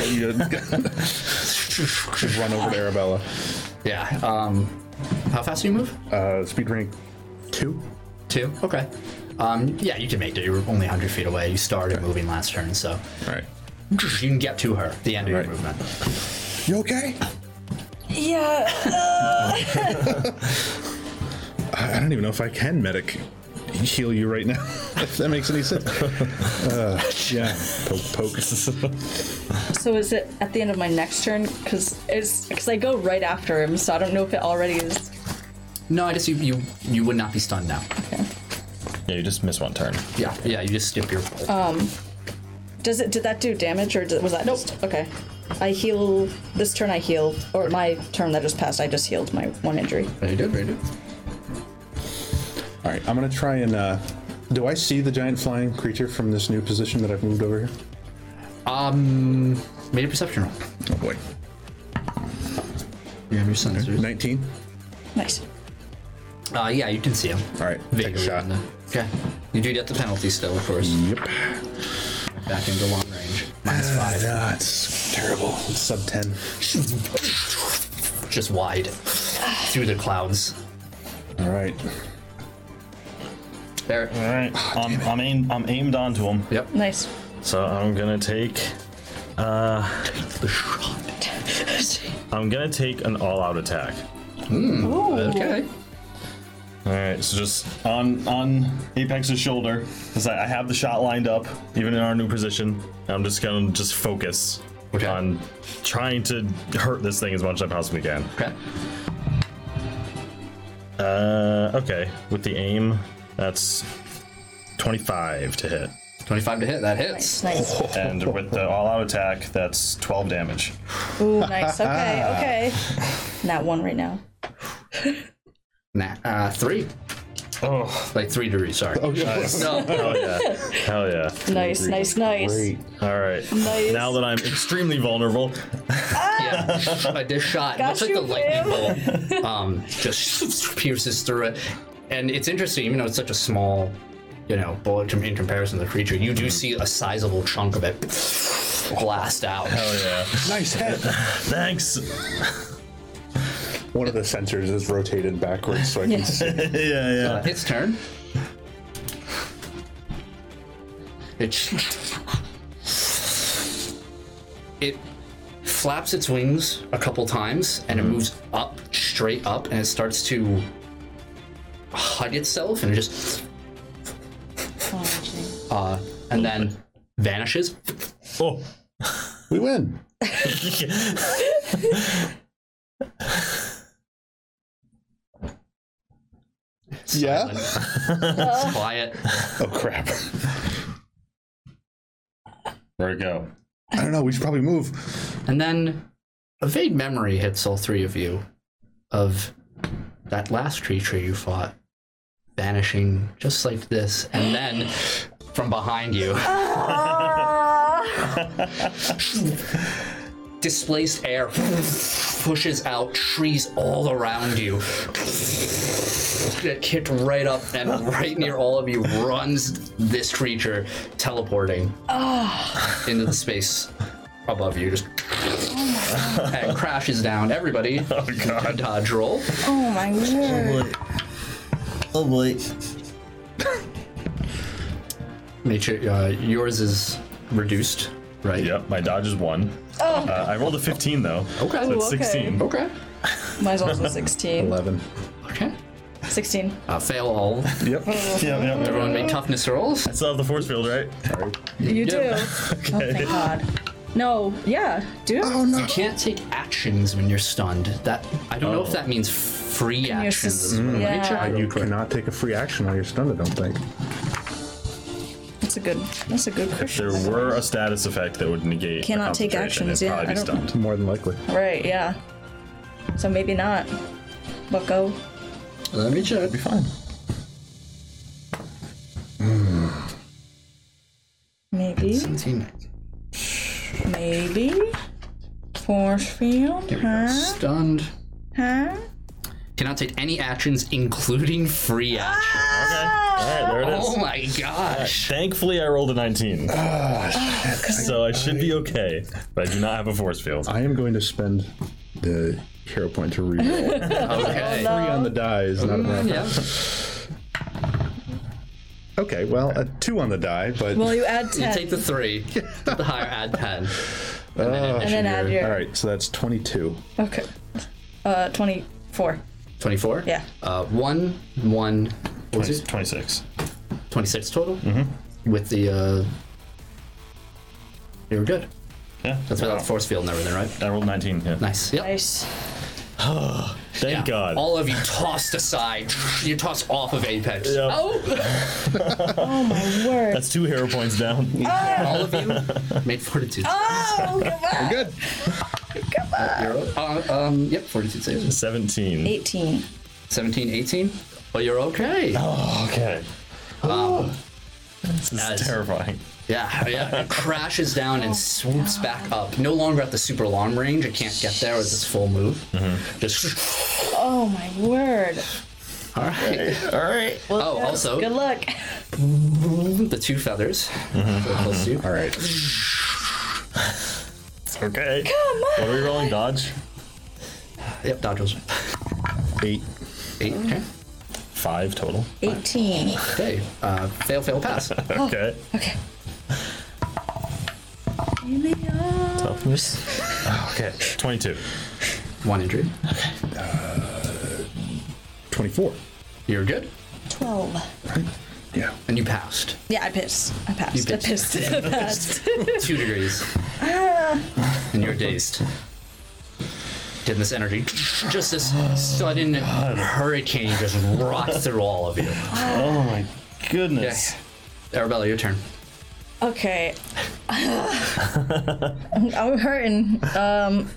[SPEAKER 4] You Run over to Arabella.
[SPEAKER 1] Yeah. Um, how fast do you move?
[SPEAKER 4] Uh, speed rank two.
[SPEAKER 1] Two. Okay. Um, yeah, you can make it. You're only 100 feet away. You started moving last turn, so
[SPEAKER 4] All right.
[SPEAKER 1] you can get to her. The end of
[SPEAKER 4] Right.
[SPEAKER 1] your movement.
[SPEAKER 4] You okay?
[SPEAKER 3] Yeah.
[SPEAKER 4] I I don't even know if I can medic heal you right now. if that makes any sense. Uh, yeah. Poke, poke.
[SPEAKER 3] so is it at the end of my next turn? Because it's because I go right after him, so I don't know if it already is.
[SPEAKER 1] No, I guess you, you you would not be stunned now.
[SPEAKER 5] Yeah, you just missed one turn.
[SPEAKER 1] Yeah. Yeah. You just skip your. roll.
[SPEAKER 3] Does it? Did that do damage, or did, was that?
[SPEAKER 1] Nope.
[SPEAKER 3] Just, okay. I heal. This turn I healed, or my turn that just passed. I just healed my one injury.
[SPEAKER 1] very good. Very good.
[SPEAKER 4] All right. I'm gonna try and. Uh, do I see the giant flying creature from this new position that I've moved over here?
[SPEAKER 1] Um, made a perception roll.
[SPEAKER 4] Oh boy.
[SPEAKER 1] You have your sensors.
[SPEAKER 4] 19.
[SPEAKER 3] Nice.
[SPEAKER 1] Uh, yeah, you can see him.
[SPEAKER 4] All right, take a
[SPEAKER 1] Vaguely
[SPEAKER 4] shot.
[SPEAKER 1] in
[SPEAKER 4] Mm.
[SPEAKER 1] the- Okay. You do get the penalty still, of course.
[SPEAKER 4] Yep.
[SPEAKER 1] Back into long range. Minus five.
[SPEAKER 4] Ah, it's terrible. It's sub 10.
[SPEAKER 1] Just wide. Through the clouds.
[SPEAKER 4] All right.
[SPEAKER 1] There.
[SPEAKER 2] All right, I'm, I'm aimed. I'm aimed onto him.
[SPEAKER 1] Yep.
[SPEAKER 3] Nice.
[SPEAKER 2] So I'm gonna take.
[SPEAKER 1] The shot.
[SPEAKER 2] I'm gonna take an all-out attack.
[SPEAKER 1] Okay.
[SPEAKER 2] All right, so just on on Apex's shoulder, because I, I have the shot lined up, even in our new position. I'm just gonna just focus
[SPEAKER 1] Okay.
[SPEAKER 2] on trying to hurt this thing as much as I possibly can.
[SPEAKER 1] Okay.
[SPEAKER 2] Uh, okay, with the aim, that's 25 to hit,
[SPEAKER 1] 25 to hit. That hits.
[SPEAKER 3] Nice.
[SPEAKER 2] and with the all-out attack, that's 12 damage.
[SPEAKER 3] Ooh, nice. Okay, okay. Not one right now.
[SPEAKER 1] Nah. Uh, three.
[SPEAKER 2] Oh,
[SPEAKER 1] Like three to reach. Sorry. Uh,
[SPEAKER 4] Nice.
[SPEAKER 1] No.
[SPEAKER 2] hell yeah, hell yeah!
[SPEAKER 3] Nice, nice, nice.
[SPEAKER 4] Great.
[SPEAKER 2] All right,
[SPEAKER 3] Nice.
[SPEAKER 2] now that I'm extremely vulnerable,
[SPEAKER 1] Yeah. Like this shot.
[SPEAKER 3] Got
[SPEAKER 1] looks like
[SPEAKER 3] you,
[SPEAKER 1] the lightning bolt um, just pierces through it. And it's interesting, even though it's such a small, you know, bullet com- in comparison to the creature, you
[SPEAKER 2] Mm-hmm.
[SPEAKER 1] do see a sizable chunk of it blast out.
[SPEAKER 2] hell yeah!
[SPEAKER 4] Nice head.
[SPEAKER 2] Thanks.
[SPEAKER 4] One of the sensors is rotated backwards so I can see.
[SPEAKER 2] yeah, yeah.
[SPEAKER 1] It's Uh, turn. It it flaps its wings a couple times and it moves up, straight up, and it starts to hug itself and it just
[SPEAKER 3] Oh, gee.
[SPEAKER 1] uh, and then vanishes.
[SPEAKER 2] Oh,
[SPEAKER 4] We win. Yeah.
[SPEAKER 1] It's quiet.
[SPEAKER 4] Oh crap.
[SPEAKER 2] where it go?
[SPEAKER 4] I don't know. We should probably move.
[SPEAKER 1] And then a vague memory hits all three of you of that last creature you fought vanishing just like this. And then from behind you, displaced air pushes out trees all around you. Get kicked right up and right near all of you runs this creature teleporting into the space above you. Just and crashes down. Everybody, dodge roll.
[SPEAKER 3] oh my word.
[SPEAKER 2] Oh boy.
[SPEAKER 1] Make sure uh, yours is reduced, right?
[SPEAKER 2] Yep, my dodge is one.
[SPEAKER 3] Oh.
[SPEAKER 2] Uh, I rolled a 15 though.
[SPEAKER 4] Oh,
[SPEAKER 1] Okay.
[SPEAKER 2] So it's
[SPEAKER 3] Ooh, Oh, okay.
[SPEAKER 2] 16.
[SPEAKER 1] Okay.
[SPEAKER 3] Mine's also 16.
[SPEAKER 4] 11.
[SPEAKER 1] Okay.
[SPEAKER 3] 16.
[SPEAKER 1] Uh, fail all.
[SPEAKER 4] Yep.
[SPEAKER 3] Oh.
[SPEAKER 2] Yeah, yeah. yeah.
[SPEAKER 1] Everyone make toughness rolls.
[SPEAKER 2] I still have the force field, right?
[SPEAKER 3] You do.
[SPEAKER 1] Yeah.
[SPEAKER 3] Oh, thank God. No, yeah, do.
[SPEAKER 1] You can't take actions when you're stunned. That I don't know if that means free
[SPEAKER 3] you're
[SPEAKER 1] actions.
[SPEAKER 3] sus-
[SPEAKER 1] as well. Let me
[SPEAKER 3] yeah.
[SPEAKER 1] check
[SPEAKER 4] You
[SPEAKER 1] real quick.
[SPEAKER 4] cannot take a free action while you're stunned, I don't think.
[SPEAKER 3] That's a good, that's a good
[SPEAKER 2] If there
[SPEAKER 3] question.
[SPEAKER 2] were a status effect that would negate. the
[SPEAKER 3] Cannot take
[SPEAKER 2] concentration,
[SPEAKER 3] actions,
[SPEAKER 2] it'd
[SPEAKER 3] yeah,
[SPEAKER 2] Probably be
[SPEAKER 3] I don't-
[SPEAKER 2] stunned.
[SPEAKER 4] More than likely.
[SPEAKER 3] Right, yeah. So maybe not. Bucko.
[SPEAKER 1] Mm-hmm. Let me check.
[SPEAKER 2] Be fine.
[SPEAKER 3] Maybe. Maybe. Force field.
[SPEAKER 1] Here we go.
[SPEAKER 3] Huh?
[SPEAKER 1] Stunned.
[SPEAKER 3] Huh?
[SPEAKER 1] Cannot take any actions, including free actions.
[SPEAKER 2] Okay. All right, there it is.
[SPEAKER 1] Oh my gosh.
[SPEAKER 2] Thankfully, I rolled a 19.
[SPEAKER 4] Ah,
[SPEAKER 2] so I should be okay, but I do not have a force field.
[SPEAKER 4] I am going to spend the hero point to reroll. Three
[SPEAKER 1] Okay.
[SPEAKER 4] on the die is not enough.
[SPEAKER 1] Yeah.
[SPEAKER 4] Okay, well, a two on the die, but.
[SPEAKER 3] Well, you add 10.
[SPEAKER 1] You take the three. The higher add ten.
[SPEAKER 2] Uh,
[SPEAKER 3] and then add your.
[SPEAKER 4] all right, so that's 22.
[SPEAKER 3] Okay. Uh, 24.
[SPEAKER 1] 24?
[SPEAKER 3] Yeah.
[SPEAKER 1] Uh, 1, 1, what was
[SPEAKER 2] 20,
[SPEAKER 1] it?
[SPEAKER 2] 26.
[SPEAKER 1] 26 total? Mm-hmm. With the, uh... You were good.
[SPEAKER 2] Yeah.
[SPEAKER 1] That's without force field and everything, right?
[SPEAKER 2] I rolled 19. Yeah.
[SPEAKER 1] Nice. Yep.
[SPEAKER 3] Nice.
[SPEAKER 2] Thank
[SPEAKER 1] Yeah.
[SPEAKER 2] God.
[SPEAKER 1] All of you tossed aside. You tossed off of Apex.
[SPEAKER 2] Yeah.
[SPEAKER 3] Oh my word.
[SPEAKER 2] That's two hero points down.
[SPEAKER 1] All of you made fortitude.
[SPEAKER 3] Oh, come on.
[SPEAKER 4] Good.
[SPEAKER 1] You're o- uh, um, yep, fortitude saves.
[SPEAKER 2] 17.
[SPEAKER 3] 18.
[SPEAKER 1] 17, 18. But you're okay.
[SPEAKER 2] Oh, okay. this is
[SPEAKER 1] Nice.
[SPEAKER 2] terrifying.
[SPEAKER 1] Yeah, oh, yeah. It crashes down and
[SPEAKER 3] Oh,
[SPEAKER 1] swoops back up. No longer at the super long range.
[SPEAKER 2] Mm-hmm.
[SPEAKER 1] It can't get there with its full move. Just
[SPEAKER 3] Oh my word.
[SPEAKER 2] All right.
[SPEAKER 1] Oh, also
[SPEAKER 3] Good luck.
[SPEAKER 1] the two feathers. Plus two.
[SPEAKER 4] Mm-hmm. All right.
[SPEAKER 2] Okay. Come on. What are we rolling? Dodge.
[SPEAKER 1] Yep, dodge rolls.
[SPEAKER 4] Eight.
[SPEAKER 1] Eight. Okay.
[SPEAKER 2] Five total.
[SPEAKER 3] 18.
[SPEAKER 1] Okay. Uh, fail, fail, pass.
[SPEAKER 2] Okay.
[SPEAKER 3] Okay. In the eye.
[SPEAKER 2] Okay. Twenty-two.
[SPEAKER 1] One injury.
[SPEAKER 4] 24.
[SPEAKER 1] You're good,
[SPEAKER 3] 12.
[SPEAKER 4] Yeah.
[SPEAKER 1] and you passed
[SPEAKER 3] Yeah, I pissed. I passed. I
[SPEAKER 1] pissed.
[SPEAKER 3] pissed. I passed.
[SPEAKER 1] two degrees, and you're dazed. Did this energy, just this sudden hurricane, just rocked through all of you.
[SPEAKER 2] Oh my
[SPEAKER 1] Okay,
[SPEAKER 2] goodness.
[SPEAKER 1] Arabella, your turn.
[SPEAKER 3] okay. I'm I'm hurting. Um.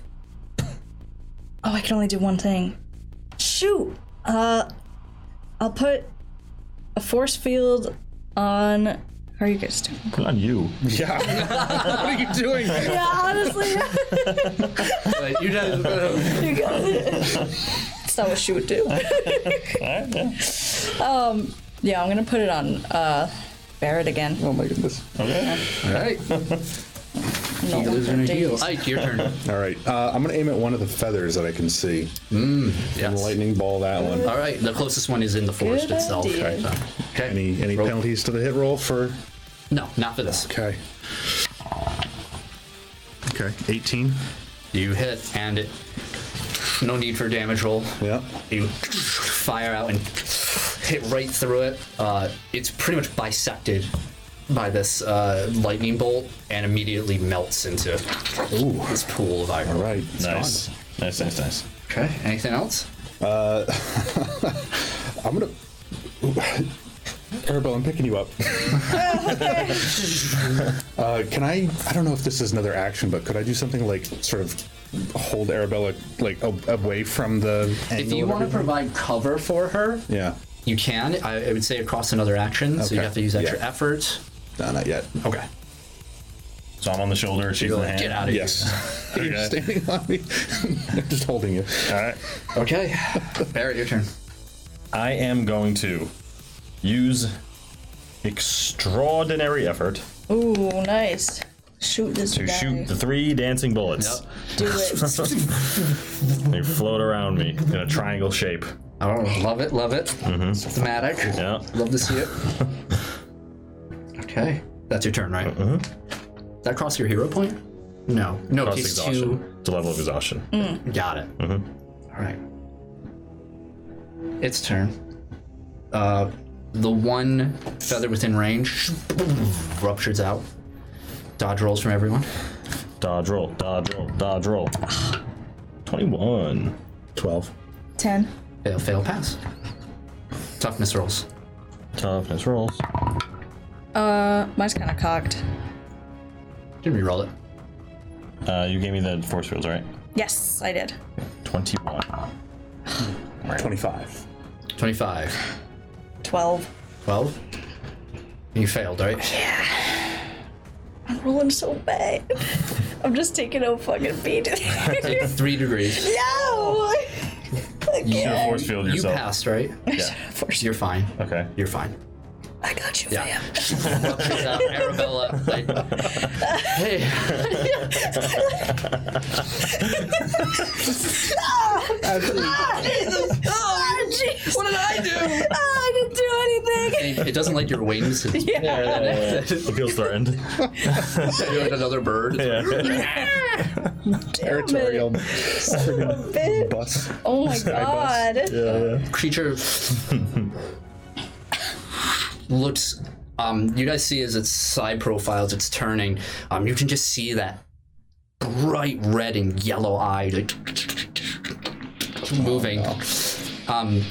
[SPEAKER 3] Oh, I can only do one thing. Shoot. Uh, I'll put a force field on. How are you guys doing?
[SPEAKER 2] Good on you.
[SPEAKER 4] Yeah. what are you doing?
[SPEAKER 3] Yeah, honestly.
[SPEAKER 1] But you guys-
[SPEAKER 3] You got it. That's not what she would do. um, yeah, I'm gonna put it on uh, Barrett again.
[SPEAKER 4] Oh my goodness.
[SPEAKER 1] all right.
[SPEAKER 3] No
[SPEAKER 1] You
[SPEAKER 3] one
[SPEAKER 1] lose
[SPEAKER 3] for
[SPEAKER 1] an heal.
[SPEAKER 3] days.
[SPEAKER 1] Ike, your turn.
[SPEAKER 4] All right. Uh, I'm going to aim at one of the feathers that I can see.
[SPEAKER 1] Yes.
[SPEAKER 4] Lightning ball that one.
[SPEAKER 1] All right. The closest one is in the forest
[SPEAKER 3] Good
[SPEAKER 1] itself.
[SPEAKER 3] idea.
[SPEAKER 1] So, okay.
[SPEAKER 4] Any any
[SPEAKER 1] Roll.
[SPEAKER 4] penalties to the hit roll for?
[SPEAKER 1] No, not for this.
[SPEAKER 4] Okay.
[SPEAKER 8] Okay. 18.
[SPEAKER 1] You hit, and it. No need for damage roll.
[SPEAKER 4] Yeah.
[SPEAKER 1] You fire out and hit right through it. Uh, it's pretty much bisected by this uh, lightning bolt and immediately melts into
[SPEAKER 4] Ooh.
[SPEAKER 1] this pool of iron.
[SPEAKER 4] All right.
[SPEAKER 2] Nice. Nice. Nice. Nice.
[SPEAKER 1] Okay. Anything else?
[SPEAKER 4] I'm gonna. Arabelle, I'm picking you up. uh, can I? I don't know if this is another action, but could I do something like sort of hold Arabella like a- away from the angle?
[SPEAKER 1] If you
[SPEAKER 4] of
[SPEAKER 1] want to
[SPEAKER 4] everything?
[SPEAKER 1] provide cover for her,
[SPEAKER 4] yeah.
[SPEAKER 1] you can. I, I would say across another action, so you
[SPEAKER 4] Okay.
[SPEAKER 1] have to use extra
[SPEAKER 4] Yeah.
[SPEAKER 1] effort.
[SPEAKER 4] No, not yet.
[SPEAKER 1] Okay.
[SPEAKER 2] So I'm on the shoulder. She's in the hand.
[SPEAKER 1] Get out of here.
[SPEAKER 4] Yes. You're standing on me. I'm just holding you.
[SPEAKER 2] All right.
[SPEAKER 1] Okay. Barrett, your turn.
[SPEAKER 2] I am going to use extraordinary effort
[SPEAKER 3] Ooh, nice. Shoot this
[SPEAKER 2] to
[SPEAKER 3] guy.
[SPEAKER 2] shoot the three dancing bullets.
[SPEAKER 1] Yep.
[SPEAKER 3] Do it.
[SPEAKER 2] They float around me in a triangle shape.
[SPEAKER 1] Oh, love it, love it. Thematic.
[SPEAKER 2] Yeah.
[SPEAKER 1] Love to see it. okay. That's your turn, right? Does that cross your hero point? No. No, it
[SPEAKER 2] Mm-hmm. Cross
[SPEAKER 1] takes
[SPEAKER 2] exhaustion. Mm-hmm.
[SPEAKER 1] two.
[SPEAKER 2] It's a level of exhaustion.
[SPEAKER 1] Got it. All right. Its turn. Uh, the one feather within range ruptures out. Dodge rolls from everyone.
[SPEAKER 2] Dodge roll. Dodge roll. Dodge roll. Twenty-one.
[SPEAKER 4] 12.
[SPEAKER 3] 10.
[SPEAKER 1] Fail, fail, pass. Toughness rolls.
[SPEAKER 2] Toughness rolls.
[SPEAKER 3] Uh, mine's kind of cocked.
[SPEAKER 1] Didn't reroll it.
[SPEAKER 2] Uh, you gave me the force fields, right?
[SPEAKER 3] Yes, I did.
[SPEAKER 2] Twenty-one.
[SPEAKER 4] 25.
[SPEAKER 1] 25.
[SPEAKER 3] 12.
[SPEAKER 1] 12. You failed, right?
[SPEAKER 3] I'm rolling so bad. I'm just taking a fucking beat.
[SPEAKER 1] Take three degrees.
[SPEAKER 3] no!
[SPEAKER 2] You should have force field
[SPEAKER 1] You
[SPEAKER 2] yourself.
[SPEAKER 1] passed, right?
[SPEAKER 2] Yeah.
[SPEAKER 3] Force-
[SPEAKER 1] You're fine.
[SPEAKER 2] Okay.
[SPEAKER 1] You're fine.
[SPEAKER 3] I got you,
[SPEAKER 1] Yeah.
[SPEAKER 3] fam.
[SPEAKER 1] Ruptures out Arabella. Like, hey,
[SPEAKER 3] Oh, jeez! Ah, What did I do? Oh, I didn't do anything!
[SPEAKER 1] it doesn't like your wings. It's
[SPEAKER 3] Yeah.
[SPEAKER 2] It feels threatened.
[SPEAKER 1] like another bird.
[SPEAKER 4] Territorial friggin'
[SPEAKER 3] Bit.
[SPEAKER 4] bus.
[SPEAKER 3] Oh my god.
[SPEAKER 1] creature looks um you guys see as its side profiles it's turning um you can just see that bright red and yellow eye like moving um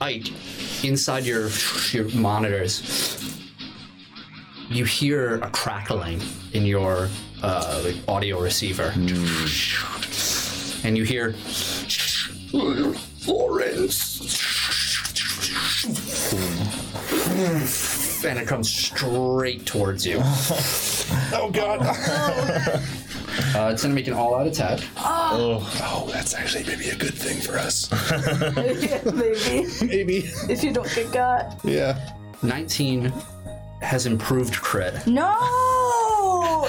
[SPEAKER 1] Ike, inside your your monitors you hear a crackling in your uh, like audio receiver and you hear Florence. And it comes straight towards you.
[SPEAKER 4] Oh, God.
[SPEAKER 1] Uh, it's gonna make an all-out attack.
[SPEAKER 9] Oh, that's actually maybe a good thing for us.
[SPEAKER 7] Maybe.
[SPEAKER 4] Maybe.
[SPEAKER 7] If you don't get got.
[SPEAKER 4] yeah.
[SPEAKER 1] 19 has improved crit.
[SPEAKER 7] No!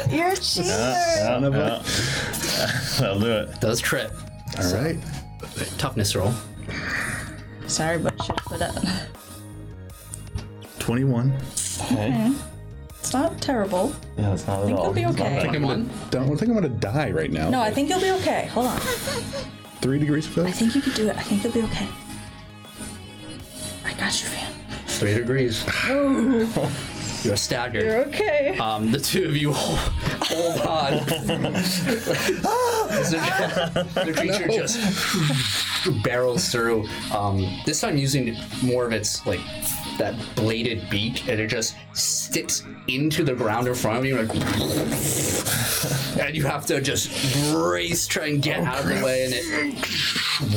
[SPEAKER 7] You're a cheater!
[SPEAKER 2] Yeah, yeah. That'll do it.
[SPEAKER 1] Does crit.
[SPEAKER 4] All right.
[SPEAKER 1] Toughness roll.
[SPEAKER 3] Sorry, but shit put up.
[SPEAKER 8] 21.
[SPEAKER 3] It's not terrible.
[SPEAKER 2] Yeah, that's not at
[SPEAKER 3] You'll
[SPEAKER 2] all.
[SPEAKER 3] be okay.
[SPEAKER 1] Come on.
[SPEAKER 4] Don't I think I'm gonna die right now.
[SPEAKER 3] No, I think you'll be okay. Hold on.
[SPEAKER 4] Three degrees of
[SPEAKER 3] I
[SPEAKER 4] failure.
[SPEAKER 3] think you can do it. I think you'll be okay. I got you, fam.
[SPEAKER 1] Three degrees. You're staggered.
[SPEAKER 3] Okay.
[SPEAKER 1] Um, the two of you hold, hold on. As the, the creature just barrels through. Um, this time using more of its like that bladed beak, and it just sticks into the ground in front of you, like, and you have to just race, try and get out of the way, and it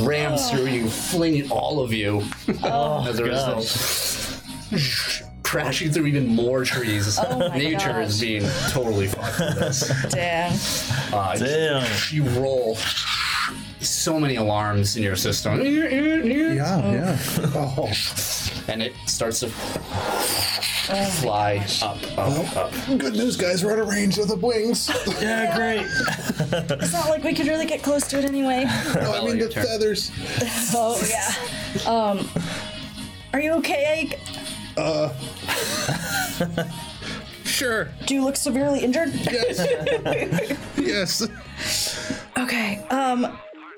[SPEAKER 1] rams through you, flinging all of you
[SPEAKER 3] Oh,
[SPEAKER 1] as a result. Crashing through even more trees.
[SPEAKER 3] Oh, my
[SPEAKER 1] Nature is
[SPEAKER 3] gosh.
[SPEAKER 1] being totally fucked with this.
[SPEAKER 3] Damn.
[SPEAKER 1] Uh,
[SPEAKER 5] Damn.
[SPEAKER 1] you roll so many alarms in your system,
[SPEAKER 4] Yeah, yeah. Oh,
[SPEAKER 1] and it starts to fly up, up, up.
[SPEAKER 4] good news, guys. We're out of range of the wings.
[SPEAKER 5] Yeah, great.
[SPEAKER 3] It's not like we could really get close to it anyway.
[SPEAKER 4] No, I mean
[SPEAKER 1] your
[SPEAKER 4] the
[SPEAKER 1] turn.
[SPEAKER 4] feathers.
[SPEAKER 3] Oh yeah. Um, are you okay, Ike?
[SPEAKER 4] Sure.
[SPEAKER 3] Do you look severely injured?
[SPEAKER 4] Yes.
[SPEAKER 3] Okay. Um,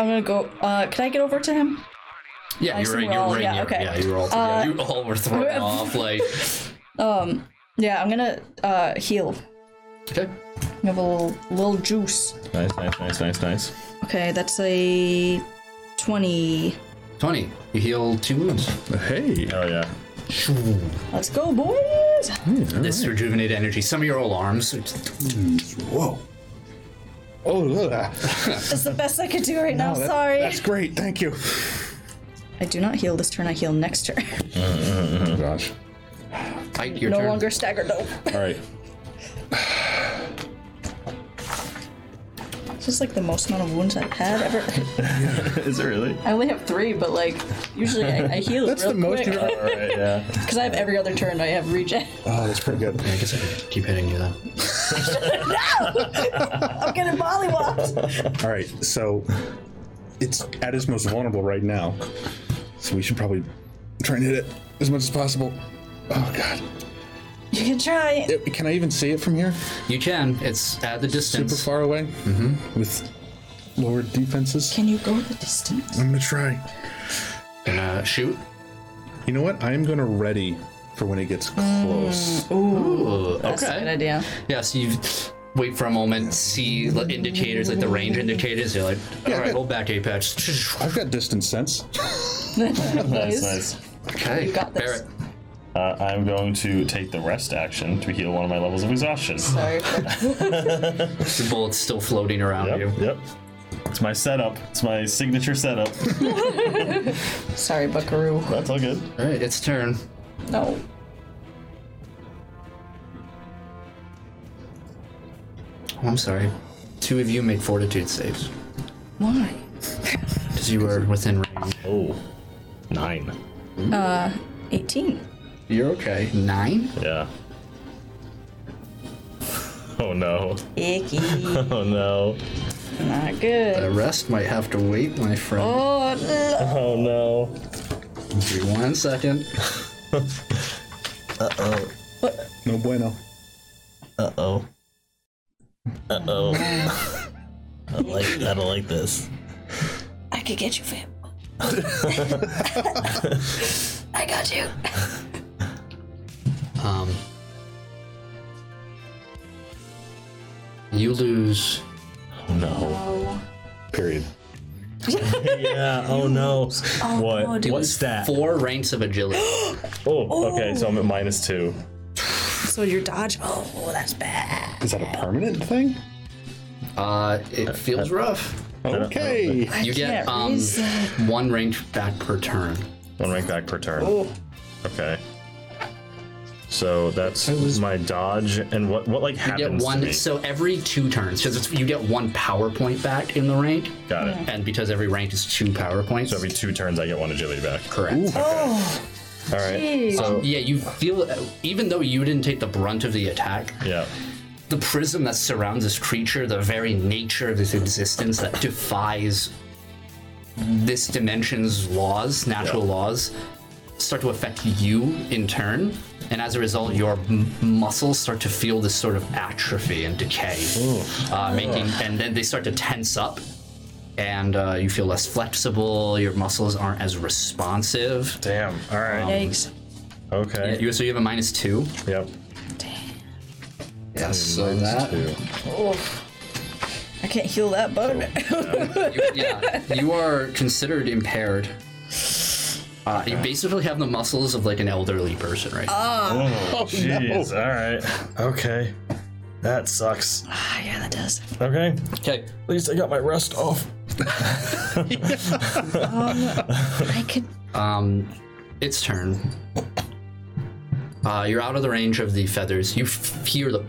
[SPEAKER 3] I'm gonna go. Uh, can I get over to him?
[SPEAKER 1] Yeah, you're right.
[SPEAKER 3] assume we're
[SPEAKER 1] You're
[SPEAKER 3] all-
[SPEAKER 1] right.
[SPEAKER 3] yeah,
[SPEAKER 1] you're,
[SPEAKER 3] okay. Uh,
[SPEAKER 1] yeah, you're all together. you all were thrown off. Like,
[SPEAKER 3] Yeah, I'm gonna uh heal.
[SPEAKER 1] okay,
[SPEAKER 3] I'm gonna have a little, little juice.
[SPEAKER 2] Nice, nice, nice, nice, nice.
[SPEAKER 3] Okay, that's a twenty.
[SPEAKER 1] Tony, you heal two wounds.
[SPEAKER 8] Hey.
[SPEAKER 2] Oh yeah.
[SPEAKER 3] Let's go, boys.
[SPEAKER 1] This rejuvenated energy. Some of your alarms.
[SPEAKER 4] Whoa. Oh, look at that.
[SPEAKER 3] That's the best I could do right now.
[SPEAKER 4] Oh, that-
[SPEAKER 3] Sorry.
[SPEAKER 4] That's great. Thank you.
[SPEAKER 3] I do not heal this turn. I heal next turn.
[SPEAKER 4] Oh, gosh.
[SPEAKER 1] Fight your
[SPEAKER 3] no
[SPEAKER 1] turn.
[SPEAKER 3] longer staggered. No.
[SPEAKER 4] All right.
[SPEAKER 3] This is like the most amount of wounds I've had ever.
[SPEAKER 2] Is it really?
[SPEAKER 3] I only have three, but like usually I, I heal.
[SPEAKER 4] That's
[SPEAKER 3] real
[SPEAKER 4] the most
[SPEAKER 3] quick.
[SPEAKER 4] you've ever-
[SPEAKER 2] All right. Yeah.
[SPEAKER 3] Because I have every other turn, I have regen.
[SPEAKER 4] Oh, that's pretty good.
[SPEAKER 1] I guess I could keep hitting you though.
[SPEAKER 3] I'm getting mollywopped.
[SPEAKER 4] All right, so it's at its most vulnerable right now, so we should probably try and hit it as much as possible. Oh God,
[SPEAKER 3] You can try.
[SPEAKER 4] It- can I even see it from here?
[SPEAKER 1] You can. It's at the
[SPEAKER 4] Super
[SPEAKER 1] distance.
[SPEAKER 4] far away, with lower defenses.
[SPEAKER 3] Can you go the distance?
[SPEAKER 4] I'm gonna try.
[SPEAKER 1] Gonna shoot.
[SPEAKER 4] You know what? I am gonna ready for when it gets
[SPEAKER 3] Mm,
[SPEAKER 4] close.
[SPEAKER 1] Ooh, okay.
[SPEAKER 3] That's a good idea.
[SPEAKER 1] Yeah, so you wait for a moment, see the indicators, like the range indicators. You're like, all right, hold back, Apex.
[SPEAKER 4] I've got distance sense.
[SPEAKER 2] Nice,
[SPEAKER 3] Nice.
[SPEAKER 2] nice.
[SPEAKER 1] Okay,
[SPEAKER 3] You got this.
[SPEAKER 1] Barrett.
[SPEAKER 2] Uh, I'm going to take the rest action to heal one of my levels of exhaustion.
[SPEAKER 3] Sorry.
[SPEAKER 1] The bullet's still floating around
[SPEAKER 2] Yep.
[SPEAKER 1] you.
[SPEAKER 2] Yep. It's my setup. It's my signature setup.
[SPEAKER 3] Sorry, Buckaroo.
[SPEAKER 2] That's all good.
[SPEAKER 1] All right, it's turn.
[SPEAKER 3] No.
[SPEAKER 1] Oh, I'm sorry. Two of you make fortitude saves
[SPEAKER 3] Why?
[SPEAKER 1] because you were within range.
[SPEAKER 2] Oh, nine.
[SPEAKER 3] 18.
[SPEAKER 1] You're okay. Nine.
[SPEAKER 2] Yeah. Oh no.
[SPEAKER 3] Icky.
[SPEAKER 2] Oh no.
[SPEAKER 3] Not good.
[SPEAKER 1] The rest might have to wait, my friend.
[SPEAKER 3] Oh, no.
[SPEAKER 2] Oh no.
[SPEAKER 1] Give me One second.
[SPEAKER 4] No bueno.
[SPEAKER 5] Uh oh. Uh oh. I don't like. I don't like this.
[SPEAKER 3] I could get you, fam. I got you.
[SPEAKER 1] Um, you lose
[SPEAKER 5] Oh no.
[SPEAKER 4] Period.
[SPEAKER 5] Yeah. Oh no. what?
[SPEAKER 3] no, dude.
[SPEAKER 5] What's that?
[SPEAKER 1] four ranks of agility.
[SPEAKER 2] Oh, okay. So I'm at minus two.
[SPEAKER 3] So your dodge. Oh, that's bad.
[SPEAKER 4] Is that a permanent thing?
[SPEAKER 1] Uh, it feels rough.
[SPEAKER 4] Okay.
[SPEAKER 1] You get
[SPEAKER 3] can't
[SPEAKER 1] um,
[SPEAKER 3] raise
[SPEAKER 1] one range back per turn.
[SPEAKER 2] One rank back per turn. Okay. So that's my dodge and what what like
[SPEAKER 1] get
[SPEAKER 2] happens to
[SPEAKER 1] one.
[SPEAKER 2] me.
[SPEAKER 1] So every two turns, because you get one power point back in the rank,
[SPEAKER 2] Got it.
[SPEAKER 1] and because every rank is two power points.
[SPEAKER 2] Every two turns, I get one agility back.
[SPEAKER 1] correct.
[SPEAKER 2] All right. So
[SPEAKER 1] Yeah, you feel even though you didn't take the brunt of the attack,
[SPEAKER 2] yeah,
[SPEAKER 1] the prism that surrounds this creature, the very nature of its existence that defies this dimension's laws, natural
[SPEAKER 2] Yeah.
[SPEAKER 1] laws, start to affect you in turn. And as a result, your m- muscles start to feel this sort of atrophy and decay, uh, making, and then they start to tense up, and uh, you feel less flexible. Your muscles aren't as responsive.
[SPEAKER 2] damn. All right.
[SPEAKER 3] Yikes.
[SPEAKER 2] Okay.
[SPEAKER 1] You, so you have a minus two.
[SPEAKER 2] yep.
[SPEAKER 1] Yes. So that.
[SPEAKER 2] Two.
[SPEAKER 3] I can't heal that bone.
[SPEAKER 1] yeah, you are considered impaired. Uh, You basically have the muscles of like an elderly person, right?
[SPEAKER 2] Jeez. All right. Okay. That sucks.
[SPEAKER 3] Ah, yeah, that does.
[SPEAKER 2] Okay.
[SPEAKER 1] okay.
[SPEAKER 2] At least I got my rust off.
[SPEAKER 3] I could.
[SPEAKER 1] Um, its turn. Uh, you're out of the range of the feathers. You f- hear the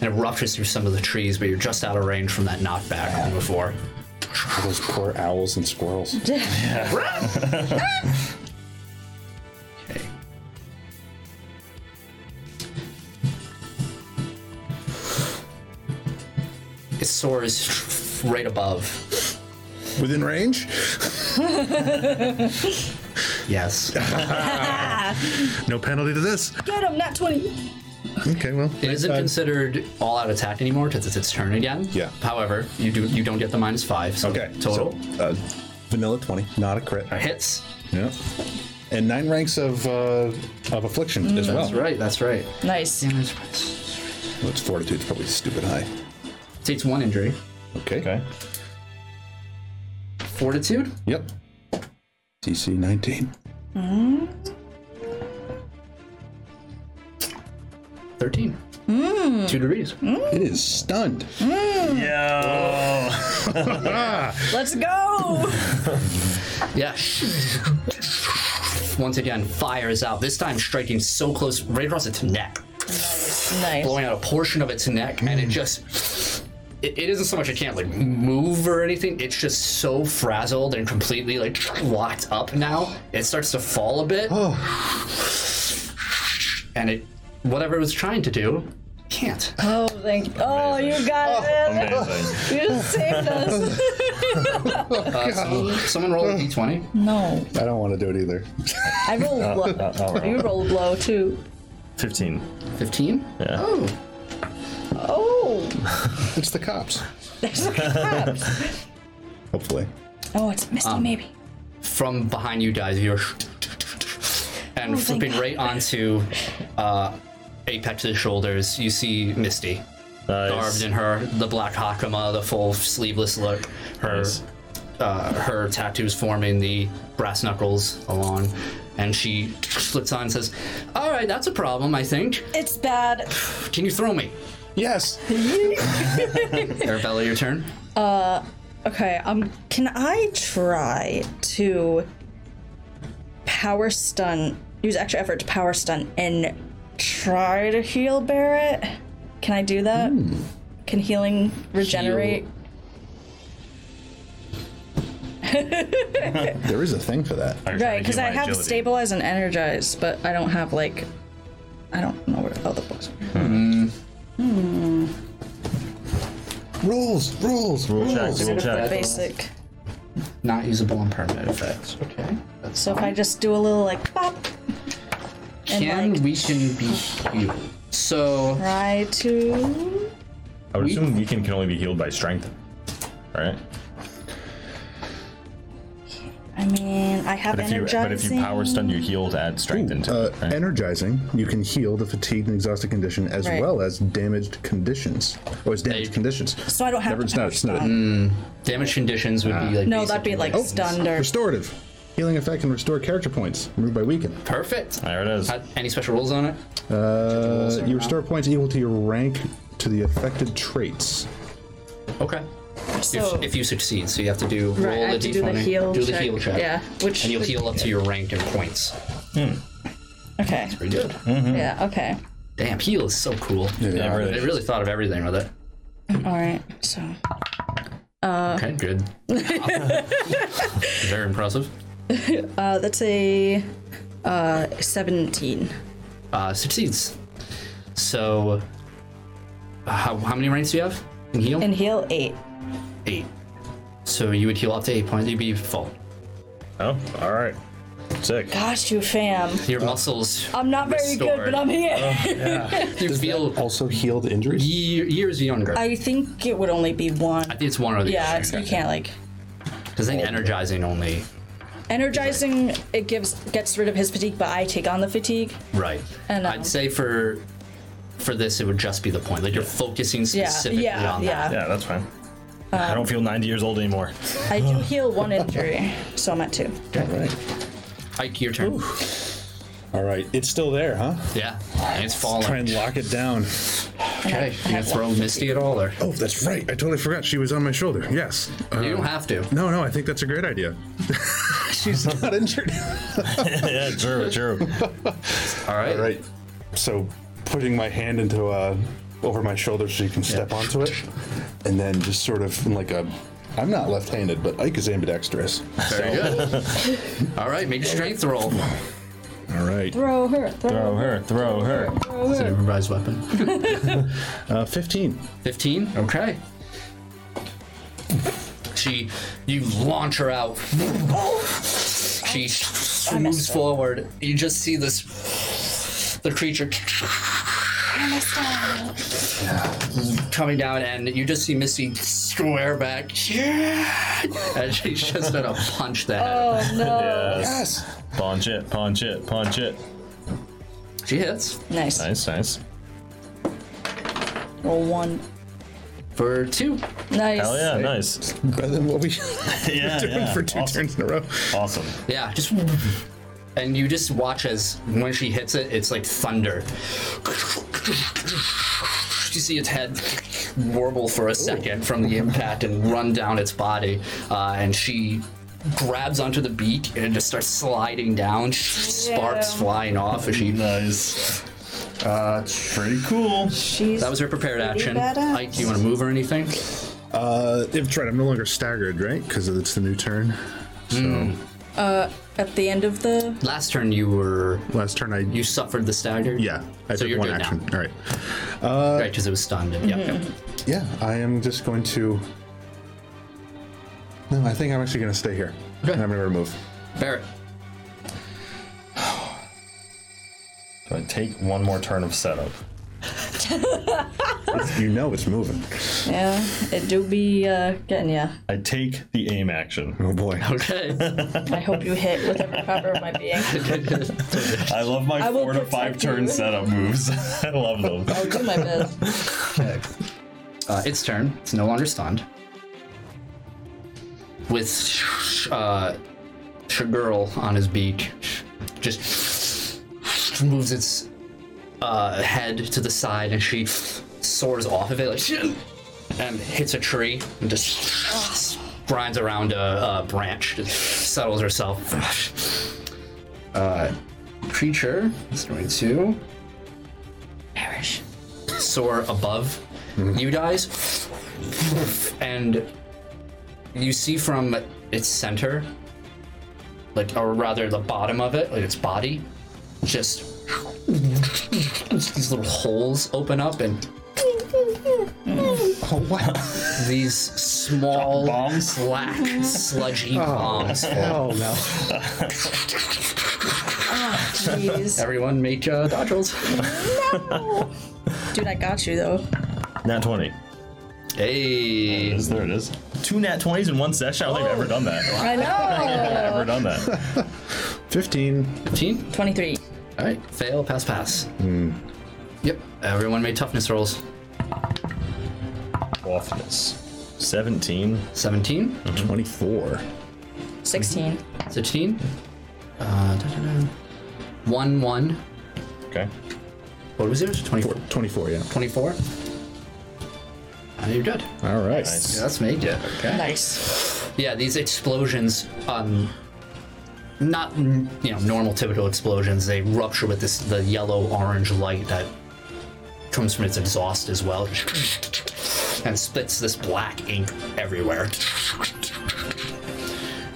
[SPEAKER 1] and it ruptures through some of the trees, but you're just out of range from that knockback from before.
[SPEAKER 4] Those poor owls and squirrels.
[SPEAKER 1] Okay. It soars right above.
[SPEAKER 4] Within range?
[SPEAKER 1] Yes.
[SPEAKER 4] No penalty to this.
[SPEAKER 3] Get him, not 20.
[SPEAKER 4] Okay, well.
[SPEAKER 1] It isn't considered all out attack anymore because it's its turn again.
[SPEAKER 4] Yeah.
[SPEAKER 1] However, you do you don't get the minus five. So
[SPEAKER 4] Okay,
[SPEAKER 1] Total
[SPEAKER 4] So, uh, vanilla 20, not a crit.
[SPEAKER 1] hits.
[SPEAKER 4] Yeah. And nine ranks of uh, of affliction as well.
[SPEAKER 1] That's right. That's right.
[SPEAKER 3] Nice.
[SPEAKER 1] Damage.
[SPEAKER 4] Well, it's fortitude's probably stupid high.
[SPEAKER 1] Takes one injury.
[SPEAKER 4] Okay.
[SPEAKER 2] Okay.
[SPEAKER 1] Fortitude.
[SPEAKER 4] Yep. DC 19.
[SPEAKER 1] Thirteen. Two degrees.
[SPEAKER 4] It is stunned.
[SPEAKER 2] Yeah.
[SPEAKER 3] Let's go.
[SPEAKER 1] Yeah. Once again, fires out. This time striking so close, right across its neck,
[SPEAKER 3] nice.
[SPEAKER 1] blowing out a portion of its neck, and it just. It, it isn't so much it can't like move or anything. It's just so frazzled and completely like locked up now. It starts to fall a bit. And it, whatever it was trying to do, can't.
[SPEAKER 3] Oh, thank Oh, you got it.
[SPEAKER 2] Amazing.
[SPEAKER 3] You just saved us.
[SPEAKER 1] Uh, someone, someone roll a d20.
[SPEAKER 3] no.
[SPEAKER 4] I don't want to do it either.
[SPEAKER 3] I rolled
[SPEAKER 2] Uh,
[SPEAKER 3] low. You rolled low, too.
[SPEAKER 2] Fifteen.
[SPEAKER 1] 15? Yeah. Oh.
[SPEAKER 3] Oh.
[SPEAKER 4] It's the cops.
[SPEAKER 3] There's a crap.
[SPEAKER 4] Hopefully.
[SPEAKER 3] Oh, it's Misty,
[SPEAKER 2] Um.
[SPEAKER 3] maybe.
[SPEAKER 1] from behind you guys, you're and flipping
[SPEAKER 3] God.
[SPEAKER 1] right onto uh, Apex's shoulders. You see Misty, garbed
[SPEAKER 2] Nice.
[SPEAKER 1] in her the black hakama, the full sleeveless look. Her
[SPEAKER 2] Nice.
[SPEAKER 1] uh, her tattoos forming the brass knuckles along, and she flips on and says, "All right, that's a problem. I think.
[SPEAKER 7] It's bad.
[SPEAKER 1] Can you throw me?"
[SPEAKER 4] Yes.
[SPEAKER 1] Arabella, your turn.
[SPEAKER 3] Okay, um, can I try to power stun, use extra effort to power stun and try to heal Barrett? Can I do that?
[SPEAKER 2] Hmm.
[SPEAKER 3] Can healing regenerate?
[SPEAKER 4] There is a thing for that.
[SPEAKER 2] I'm trying
[SPEAKER 3] Right,
[SPEAKER 2] to
[SPEAKER 3] because
[SPEAKER 2] get
[SPEAKER 3] I
[SPEAKER 2] my
[SPEAKER 3] have
[SPEAKER 2] agility.
[SPEAKER 3] stabilize and energize, but I don't have like, I don't know where oh, the books. are.
[SPEAKER 4] Rules, rules, rules.
[SPEAKER 2] Check, we'll check.
[SPEAKER 3] Basic.
[SPEAKER 1] Not usable on permanent effects. Okay.
[SPEAKER 3] So if I just do a little like pop and
[SPEAKER 1] Can
[SPEAKER 3] like
[SPEAKER 1] we can be healed? So
[SPEAKER 3] try to,
[SPEAKER 2] I would assume Weaken can only be healed by strength. All right.
[SPEAKER 3] I mean, I have
[SPEAKER 2] But if you
[SPEAKER 3] energizing.
[SPEAKER 2] but if you power stun, you heal to add strength into
[SPEAKER 4] Uh,
[SPEAKER 2] it. Right?
[SPEAKER 4] energizing, you can heal the fatigued and exhausted condition as
[SPEAKER 3] Right.
[SPEAKER 4] well as damaged conditions. Or it's damaged conditions.
[SPEAKER 3] so I don't have
[SPEAKER 4] Never-
[SPEAKER 3] to
[SPEAKER 4] it's not-
[SPEAKER 3] power
[SPEAKER 4] it's not a-
[SPEAKER 3] stun.
[SPEAKER 1] Mm. damage conditions would be like
[SPEAKER 3] No,
[SPEAKER 1] basic
[SPEAKER 3] that'd be like
[SPEAKER 1] conditions.
[SPEAKER 3] stunned or
[SPEAKER 4] Restorative. Healing effect can restore character points. Removed by weaken.
[SPEAKER 1] perfect.
[SPEAKER 2] There it is.
[SPEAKER 1] Uh, any special rules on it?
[SPEAKER 4] Uh, you restore points equal to your rank to the affected traits.
[SPEAKER 1] Okay.
[SPEAKER 3] so.
[SPEAKER 1] if, if you succeed, so you have to do
[SPEAKER 3] right,
[SPEAKER 1] roll
[SPEAKER 3] I
[SPEAKER 1] a
[SPEAKER 3] have to do the
[SPEAKER 1] d20,
[SPEAKER 3] heal
[SPEAKER 1] do the
[SPEAKER 3] check.
[SPEAKER 1] heal check,
[SPEAKER 3] Yeah, which
[SPEAKER 1] and you'll
[SPEAKER 3] would-
[SPEAKER 1] heal up to your rank and points.
[SPEAKER 3] Okay.
[SPEAKER 1] Pretty good.
[SPEAKER 2] Mm.
[SPEAKER 3] Yeah, okay.
[SPEAKER 1] Damn, heal is so cool.
[SPEAKER 2] Yeah,
[SPEAKER 1] They
[SPEAKER 2] really.
[SPEAKER 1] Hmm. really thought of everything with it.
[SPEAKER 3] Alright, so.
[SPEAKER 1] Okay, good. Very impressive.
[SPEAKER 3] Uh, that's a. Uh, 17.
[SPEAKER 1] Uh, succeeds. So, uh, how, how many ranks do you have? In heal?
[SPEAKER 3] And heal 8.
[SPEAKER 1] eight. So you would heal up to eight points. You'd be full.
[SPEAKER 2] Oh, all right. Sick.
[SPEAKER 3] Gosh, you fam.
[SPEAKER 1] Your muscles.
[SPEAKER 3] I'm not very good,
[SPEAKER 1] Restored.
[SPEAKER 3] but I'm here.
[SPEAKER 1] You feel
[SPEAKER 4] Also healed injuries?
[SPEAKER 1] ye- years younger. I,
[SPEAKER 3] I think it would only be one.
[SPEAKER 1] think it's one or the
[SPEAKER 3] Yeah,
[SPEAKER 1] other.
[SPEAKER 3] so you can't like.
[SPEAKER 1] Because I think energizing only.
[SPEAKER 3] Energizing it gives gets rid of his fatigue, but I take on the fatigue.
[SPEAKER 1] Right.
[SPEAKER 3] And, um,
[SPEAKER 1] I'd say for for this, it would just be the point. Like you're focusing
[SPEAKER 3] Yeah,
[SPEAKER 1] specifically
[SPEAKER 3] yeah,
[SPEAKER 1] on
[SPEAKER 3] yeah.
[SPEAKER 2] Yeah, that's fine. I don't feel 90 years old anymore.
[SPEAKER 3] I do heal one injury, so I'm at two.
[SPEAKER 4] All right.
[SPEAKER 1] that. Ike, your turn.
[SPEAKER 4] All right. It's still there, huh?
[SPEAKER 1] Yeah. And it's falling.
[SPEAKER 8] Try and lock it down.
[SPEAKER 1] Okay, you gonna throw Misty at all, or
[SPEAKER 4] Oh, that's right. I totally forgot she was on my shoulder. Yes. Uh,
[SPEAKER 1] you don't have to.
[SPEAKER 4] no, no, I think that's a great idea. She's not injured.
[SPEAKER 2] yeah, true, true.
[SPEAKER 1] All right,
[SPEAKER 4] All right. So, putting my hand into uh, over my shoulder so you can step onto it, and then just sort of in like a. I'm not left-handed, but Ike is ambidextrous.
[SPEAKER 1] very good. all right, make a strength roll.
[SPEAKER 8] All right.
[SPEAKER 3] Throw her. Throw,
[SPEAKER 2] Throw her, throw her.
[SPEAKER 1] It's an improvised weapon.
[SPEAKER 8] Uh, 15.
[SPEAKER 1] Fifteen. Okay. She, you launch her out. She swoops forward. You just see this. The creature coming down, and you just see Misty square back, and she's just gonna punch that.
[SPEAKER 3] Oh no!
[SPEAKER 2] Yes. Punch it, punch it, punch it.
[SPEAKER 1] She hits
[SPEAKER 3] nice.
[SPEAKER 2] Nice, nice.
[SPEAKER 3] Roll one.
[SPEAKER 1] for two.
[SPEAKER 3] Nice.
[SPEAKER 2] Hell yeah, nice.
[SPEAKER 4] Better than what we
[SPEAKER 2] Yeah,
[SPEAKER 4] doing
[SPEAKER 2] yeah.
[SPEAKER 4] for two
[SPEAKER 2] awesome.
[SPEAKER 4] turns in a row.
[SPEAKER 2] Awesome.
[SPEAKER 1] Yeah, just and you just watch as when she hits it, it's like thunder. You see its head warble for a second from the impact and run down its body, uh, and she grabs onto the beak and just starts sliding down. Sparks
[SPEAKER 3] Yeah.
[SPEAKER 1] flying off as she.
[SPEAKER 2] Nice. Uh, it's pretty cool.
[SPEAKER 7] She's
[SPEAKER 1] That was her prepared action.
[SPEAKER 7] badass.
[SPEAKER 1] Ike, do you want to move or anything?
[SPEAKER 4] Uh, that's right. I'm no longer staggered, right? Because it's the new turn. So
[SPEAKER 3] At the end of the
[SPEAKER 1] Last turn you were
[SPEAKER 4] last turn I
[SPEAKER 1] you suffered the stagger.
[SPEAKER 4] yeah I
[SPEAKER 1] So
[SPEAKER 4] took
[SPEAKER 1] you're
[SPEAKER 4] one
[SPEAKER 1] good now.
[SPEAKER 4] action. All right.
[SPEAKER 1] right because it was stunned. And, yep, yep.
[SPEAKER 4] Yeah, I am just going to. No, I think I'm actually going to stay here. And I'm going to remove.
[SPEAKER 1] Barrett.
[SPEAKER 2] Do I take one more turn of setup?
[SPEAKER 4] You know it's moving.
[SPEAKER 3] yeah, it do be uh, getting ya.
[SPEAKER 2] I take the aim action.
[SPEAKER 4] Oh boy.
[SPEAKER 1] Okay.
[SPEAKER 3] I hope you hit with every fiber of my being.
[SPEAKER 2] I love my
[SPEAKER 3] I will
[SPEAKER 2] four to five
[SPEAKER 3] protect
[SPEAKER 2] turn
[SPEAKER 3] you.
[SPEAKER 2] setup moves. I love them.
[SPEAKER 3] I'll do my best.
[SPEAKER 1] Uh, its turn. It's no longer stunned. With uh, Shagirl on his beak, just moves its uh, head to the side and she soars off of it like, and hits a tree and just grinds around a, a branch, just settles herself. Uh, creature is going to
[SPEAKER 3] Perish.
[SPEAKER 1] soar above you guys, and you see from its center, like or rather the bottom of it, like its body, just these little holes open up and. These small,
[SPEAKER 2] Bombs?
[SPEAKER 1] black, sludgy bombs. fall.
[SPEAKER 4] no.
[SPEAKER 3] Jeez.
[SPEAKER 1] Everyone make uh, dodge rolls.
[SPEAKER 3] Dude, I got you though.
[SPEAKER 2] Nat 20.
[SPEAKER 1] Hey.
[SPEAKER 2] Yes, there it is. Two nat 20s in one session? I don't think I've ever done that.
[SPEAKER 3] I know.
[SPEAKER 2] I've never done that.
[SPEAKER 4] 15.
[SPEAKER 1] 15?
[SPEAKER 3] Twenty-three.
[SPEAKER 1] All right, fail, pass, pass. Yep, everyone made toughness rolls.
[SPEAKER 2] Waffness. 17.
[SPEAKER 1] 17,
[SPEAKER 2] Hmm.
[SPEAKER 8] 24.
[SPEAKER 3] 16.
[SPEAKER 1] 16, uh, da, da, da. 1, 1.
[SPEAKER 2] Okay.
[SPEAKER 1] What was yours? 24.
[SPEAKER 4] 24, yeah.
[SPEAKER 1] 24. Uh, you're good.
[SPEAKER 8] All right.
[SPEAKER 2] Nice.
[SPEAKER 1] That's made it. Okay.
[SPEAKER 3] Nice.
[SPEAKER 1] Yeah, these explosions um, not mm, you know normal Thibodeau explosions. They rupture with this the yellow orange light that comes from its exhaust as well, and splits this black ink everywhere.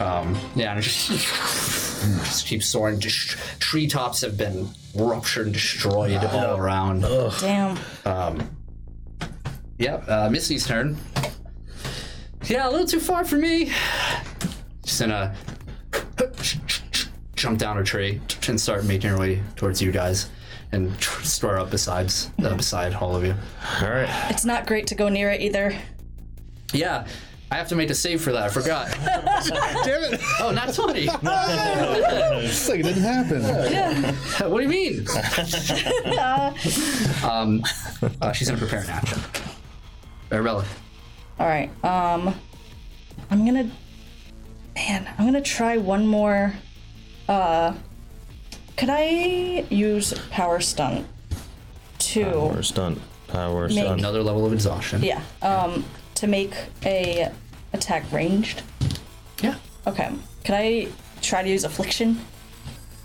[SPEAKER 1] Um, yeah, and it just, just keeps soaring. Just, treetops have been ruptured and destroyed all around.
[SPEAKER 3] Damn.
[SPEAKER 1] Yep, uh, Missy's turn. Yeah, a little too far for me. She's gonna jump down a tree and start making her way towards you guys and store up besides uh, beside all of you.
[SPEAKER 5] All right.
[SPEAKER 3] It's not great to go near it either.
[SPEAKER 1] Yeah, I have to make a save for that. I forgot.
[SPEAKER 4] Damn it!
[SPEAKER 1] Oh, not 20.
[SPEAKER 4] It's like it didn't happen.
[SPEAKER 1] what do you mean? um, uh, she's gonna prepare an action. Arella.
[SPEAKER 3] All right. Um, I'm gonna, man, I'm gonna try one more. Uh, could I use power stunt to?
[SPEAKER 5] Power stunt. Power
[SPEAKER 3] Make-
[SPEAKER 5] stunt.
[SPEAKER 1] Another level of exhaustion.
[SPEAKER 3] Yeah. Um, to make a attack ranged.
[SPEAKER 1] Yeah.
[SPEAKER 3] Okay. Could I try to use affliction?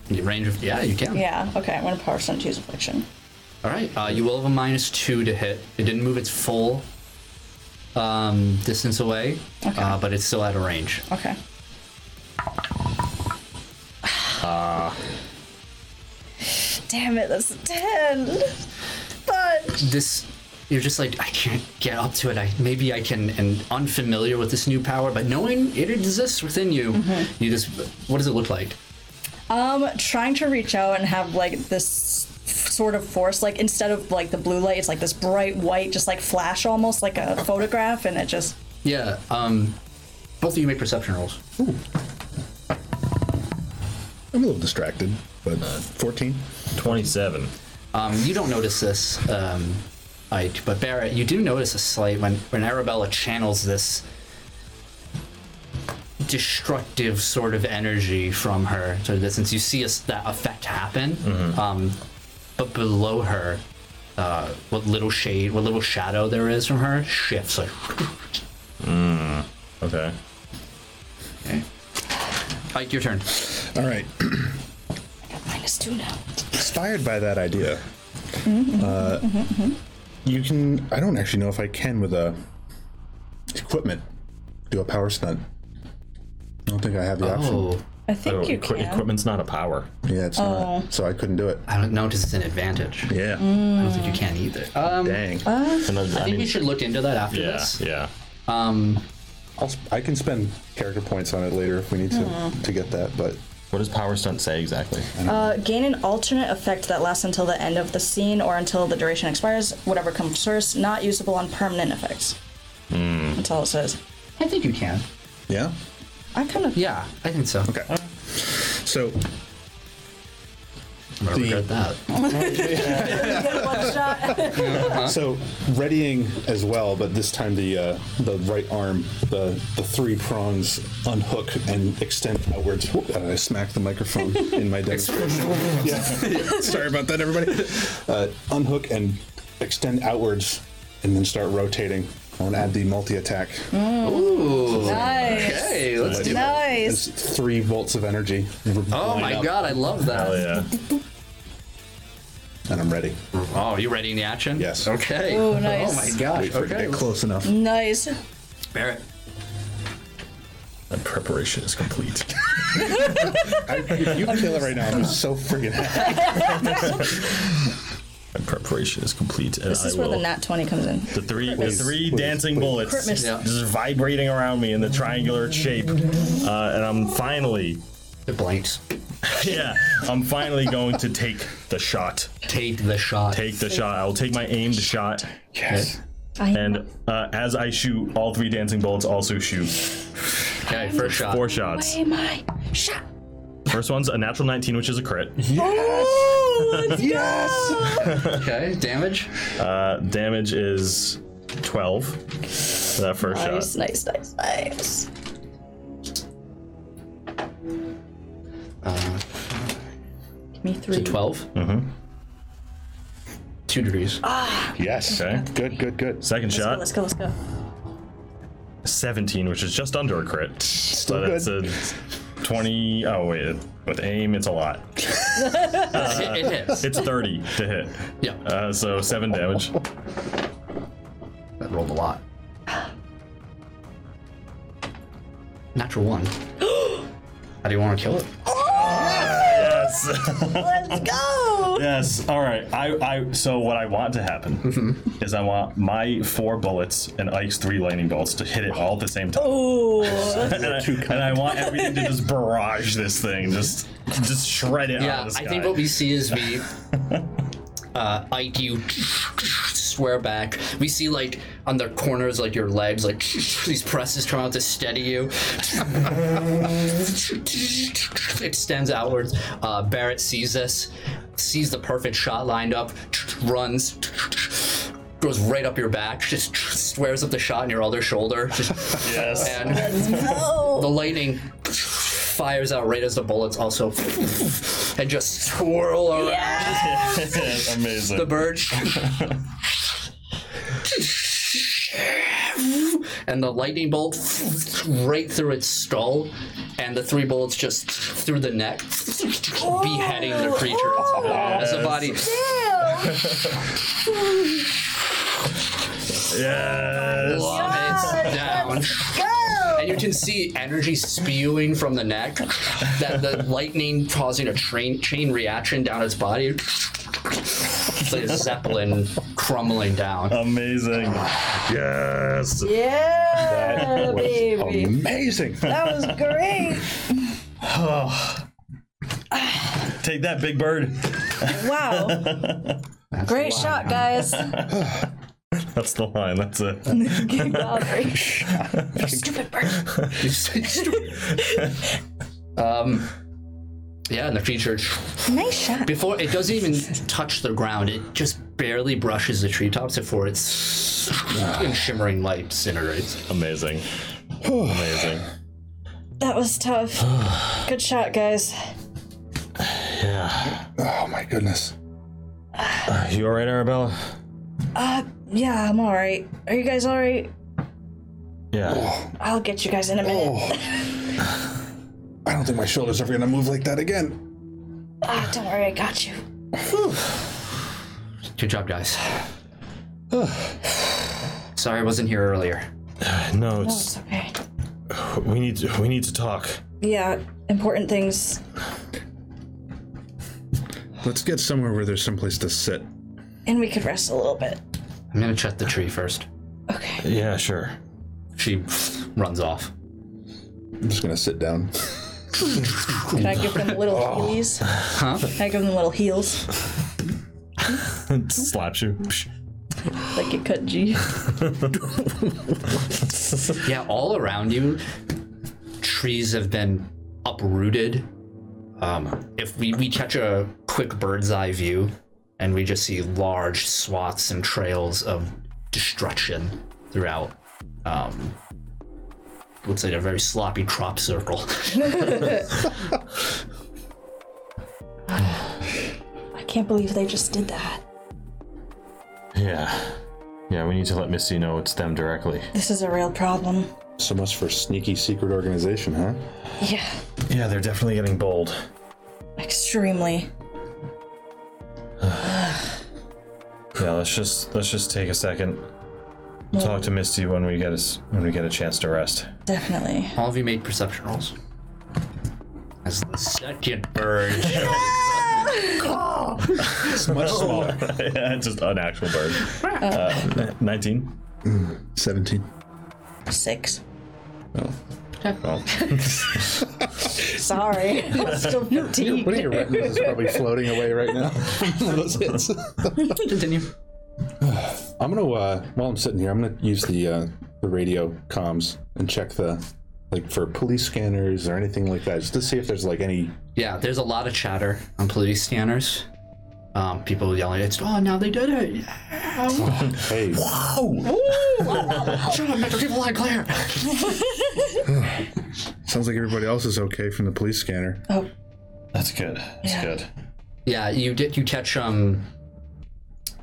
[SPEAKER 1] The range of yeah, you can.
[SPEAKER 3] Yeah. Okay. I'm gonna power stunt to use affliction.
[SPEAKER 1] All right. Uh, you will have a minus two to hit. It didn't move its full um, distance away, uh, but it's still out of range.
[SPEAKER 3] Okay. Damn it, that's a 10. But
[SPEAKER 1] This, you're just like I can't get up to it. I maybe I can. And unfamiliar with this new power, but knowing it exists within you, you just what does it look like?
[SPEAKER 3] um trying to reach out and have like this sort of force like instead of like the blue light, it's like this bright white just like flash almost like a photograph and it just
[SPEAKER 1] Yeah. Um, both of you make perception rolls.
[SPEAKER 4] I'm a little distracted, but 14.
[SPEAKER 5] 27.
[SPEAKER 1] Um, you don't notice this, um, Ike, but Barrett, you do notice a slight when when Arabella channels this destructive sort of energy from her to a distance. You see us that effect happen,
[SPEAKER 5] Mm-hmm.
[SPEAKER 1] um, but below her, uh, what little shade, what little shadow there is from her shifts. Like,
[SPEAKER 5] Okay.
[SPEAKER 1] Ike, your turn.
[SPEAKER 4] All right.
[SPEAKER 3] minus two now.
[SPEAKER 4] Inspired by that idea, uh, you can. I don't actually know if I can with a equipment do a power stunt. I don't think I have the option.
[SPEAKER 1] Oh,
[SPEAKER 3] I think
[SPEAKER 5] Oh,
[SPEAKER 3] you
[SPEAKER 5] equi-
[SPEAKER 3] can.
[SPEAKER 5] equipment's not a power.
[SPEAKER 4] Yeah, it's not. So I couldn't do it.
[SPEAKER 1] I don't know because it's an advantage.
[SPEAKER 4] Yeah.
[SPEAKER 1] I don't think you can either. Um, I
[SPEAKER 4] Dang.
[SPEAKER 5] Another- Mm. I
[SPEAKER 1] think you
[SPEAKER 5] mean,
[SPEAKER 1] should look into that after
[SPEAKER 5] yeah,
[SPEAKER 1] this. Um,
[SPEAKER 5] yeah.
[SPEAKER 4] I'll, sp- I can spend character points on it later if we need to to get that. But
[SPEAKER 5] What does power stunt say exactly?
[SPEAKER 3] Uh, gain an alternate effect that lasts until the end of the scene or until the duration expires, whatever comes first, not usable on permanent effects. That's all it says.
[SPEAKER 1] I think you can.
[SPEAKER 4] yeah.
[SPEAKER 3] I kind of.
[SPEAKER 1] Yeah, I think so.
[SPEAKER 4] Okay. So
[SPEAKER 1] I'm gonna
[SPEAKER 4] The-
[SPEAKER 1] regret that.
[SPEAKER 4] So readying as well, but this time the uh, the right arm, the the three prongs unhook and extend outwards. Whoop, and I smack the microphone in my demonstration. yeah. Sorry about that, everybody. Uh, unhook and extend outwards, and then start rotating. I want to add the multi attack.
[SPEAKER 1] Ooh.
[SPEAKER 3] Nice.
[SPEAKER 1] Okay, let's do that.
[SPEAKER 3] Nice.
[SPEAKER 4] three volts of energy.
[SPEAKER 1] Oh my god, I love
[SPEAKER 3] Uh,
[SPEAKER 1] that.
[SPEAKER 5] Hell yeah.
[SPEAKER 4] And I'm ready.
[SPEAKER 1] Oh, you ready in the action?
[SPEAKER 4] Yes.
[SPEAKER 1] Okay.
[SPEAKER 3] Ooh, nice.
[SPEAKER 1] Oh my gosh.
[SPEAKER 4] Wait for it to
[SPEAKER 1] okay.
[SPEAKER 4] get close enough.
[SPEAKER 3] Nice.
[SPEAKER 1] Barrett.
[SPEAKER 5] My preparation is complete.
[SPEAKER 4] I, if you kill it right now, I'm so freaking happy.
[SPEAKER 5] My preparation is complete, and
[SPEAKER 3] This is
[SPEAKER 5] I
[SPEAKER 3] where
[SPEAKER 5] will.
[SPEAKER 3] the nat 20 comes in.
[SPEAKER 5] the three,
[SPEAKER 3] Crit miss.
[SPEAKER 5] the three
[SPEAKER 4] Please,
[SPEAKER 5] dancing
[SPEAKER 4] please.
[SPEAKER 5] bullets
[SPEAKER 3] Crit miss.
[SPEAKER 1] Yeah.
[SPEAKER 5] just vibrating around me in the triangular shape, uh, and I'm finally,
[SPEAKER 1] It blanks.
[SPEAKER 5] yeah, I'm finally going to take the shot.
[SPEAKER 1] Take the shot.
[SPEAKER 5] Take the shot. I will take my aimed shot,
[SPEAKER 4] Yes.
[SPEAKER 5] and uh, as I shoot, all three dancing bullets also shoot
[SPEAKER 1] Okay, first shot.
[SPEAKER 5] four shots.
[SPEAKER 3] Hey, my shot.
[SPEAKER 5] First one's a natural 19, which is a crit.
[SPEAKER 4] Mm-hmm. Yes.
[SPEAKER 1] Okay, damage.
[SPEAKER 5] Uh, damage is 12. for That first
[SPEAKER 3] Nice,
[SPEAKER 5] shot.
[SPEAKER 3] nice, nice, nice. Give me three.
[SPEAKER 1] 12. Mm-hmm. Two degrees.
[SPEAKER 4] Yes.
[SPEAKER 5] Okay.
[SPEAKER 4] Good. Good. Good.
[SPEAKER 5] Second
[SPEAKER 3] Let's go,
[SPEAKER 5] shot,
[SPEAKER 3] let's go, let's go.
[SPEAKER 5] 17, which is just under a crit.
[SPEAKER 4] Still
[SPEAKER 5] So that's
[SPEAKER 4] good.
[SPEAKER 5] a
[SPEAKER 2] 20. Oh, wait. With aim, it's a lot.
[SPEAKER 1] it, it is.
[SPEAKER 2] It's 30 to hit.
[SPEAKER 1] Yeah.
[SPEAKER 2] Uh, so seven damage.
[SPEAKER 10] That rolled a lot.
[SPEAKER 1] Natural one. How do you want to kill it?
[SPEAKER 2] Yes.
[SPEAKER 7] Let's go!
[SPEAKER 2] Yes. All right. I, I. So what I want to happen
[SPEAKER 4] Mm-hmm.
[SPEAKER 2] is I want my four bullets and Ike's three lightning bolts to hit it all at the same time,
[SPEAKER 7] Ooh.
[SPEAKER 2] and, I, and I want everything to just barrage this thing, just just shred it out
[SPEAKER 1] Yeah,
[SPEAKER 2] of the sky.
[SPEAKER 1] I think what we see is we, uh, Ike, you swear back. We see like on the corners, like your legs, like these presses trying out to steady you. it stands outwards. Uh, Barrett sees this, sees the perfect shot lined up, runs. Goes right up your back, just swears up the shot on your other shoulder. Just,
[SPEAKER 2] Yes.
[SPEAKER 1] And the lightning fires out right as the bullets also and just swirl around
[SPEAKER 2] Amazing.
[SPEAKER 1] the bird and the lightning bolt right through its skull and the three bullets just through the neck beheading the creature as the body
[SPEAKER 7] Damn!
[SPEAKER 2] yes.
[SPEAKER 1] plummets down
[SPEAKER 7] Go!
[SPEAKER 1] and you can see energy spewing from the neck that the lightning causing a train chain reaction down its body it's like a zeppelin crumbling down
[SPEAKER 2] Oh. Amazing. Yes.
[SPEAKER 7] Yeah, baby.
[SPEAKER 4] Amazing.
[SPEAKER 7] That was great.
[SPEAKER 2] Take that, big bird.
[SPEAKER 7] Wow. Great shot, guys.
[SPEAKER 2] That's the line. That's it.
[SPEAKER 7] Good job. Great shot. Stupid bird.
[SPEAKER 1] um yeah and the creature
[SPEAKER 7] Nice shot.
[SPEAKER 1] before it doesn't even touch the ground it just barely brushes the treetops before it's in shimmering light incinerates
[SPEAKER 2] Amazing. Amazing.
[SPEAKER 3] That was tough. Good shot, guys.
[SPEAKER 9] Oh my goodness.
[SPEAKER 5] You alright, Arabella?
[SPEAKER 3] Yeah, I'm all right. Are you guys all right?
[SPEAKER 5] Yeah.
[SPEAKER 3] I'll get you guys in a minute.
[SPEAKER 4] Oh.
[SPEAKER 9] I don't think my shoulders are gonna move like that again.
[SPEAKER 3] Ah, don't worry, I got you.
[SPEAKER 1] good job guys sorry i wasn't here earlier
[SPEAKER 5] No,
[SPEAKER 3] It's
[SPEAKER 5] it's
[SPEAKER 3] okay.
[SPEAKER 5] we need to, we need to talk.
[SPEAKER 3] Yeah, important things.
[SPEAKER 4] Let's get somewhere where there's someplace to sit.
[SPEAKER 3] And we could rest a little bit.
[SPEAKER 1] i'm gonna check the tree first
[SPEAKER 3] Okay.
[SPEAKER 5] Yeah, sure.
[SPEAKER 1] she runs off
[SPEAKER 4] I'm just gonna sit down.
[SPEAKER 3] Can I give them little heelies? Huh? Can I give them little heels?
[SPEAKER 5] Slaps you. Psh.
[SPEAKER 3] Like it could, G.
[SPEAKER 1] Yeah, all around you, trees have been uprooted. Um, if we, we catch a quick bird's eye view, and we just see large swaths and trails of destruction throughout. Um, looks like a very sloppy crop circle.
[SPEAKER 3] I can't believe they just did that.
[SPEAKER 5] Yeah. Yeah, we need to let Misty know it's them directly.
[SPEAKER 3] This is a real problem.
[SPEAKER 4] So much for sneaky secret organization, huh?
[SPEAKER 3] Yeah,
[SPEAKER 5] Yeah, they're definitely getting bold.
[SPEAKER 3] extremely.
[SPEAKER 5] Yeah, let's just let's just take a second. We'll talk to Misty when we get us when we get a chance to rest.
[SPEAKER 3] Definitely.
[SPEAKER 1] all of you made perception rolls. As the second bird,
[SPEAKER 4] Much smaller.
[SPEAKER 2] Oh. yeah, just an actual bird. Uh, 19.
[SPEAKER 4] 17.
[SPEAKER 3] Six.
[SPEAKER 2] Oh.
[SPEAKER 3] Sorry. I'm still
[SPEAKER 4] What
[SPEAKER 3] fatigued.
[SPEAKER 4] are your retinas is probably floating away right now from those hits.
[SPEAKER 1] continue.
[SPEAKER 4] I'm gonna uh, while I'm sitting here, I'm gonna use the uh, the radio comms and check the like for police scanners or anything like that, just to see if there's like any
[SPEAKER 1] Yeah, there's a lot of chatter on police scanners. Um, people yelling, "It's oh, now they did it!
[SPEAKER 4] hey
[SPEAKER 1] Shut up, Metro! Keep a line clear."
[SPEAKER 8] Sounds like everybody else is okay from the police scanner.
[SPEAKER 3] Oh,
[SPEAKER 2] That's good. That's
[SPEAKER 3] Yeah.
[SPEAKER 2] good.
[SPEAKER 1] Yeah, you did. You catch um,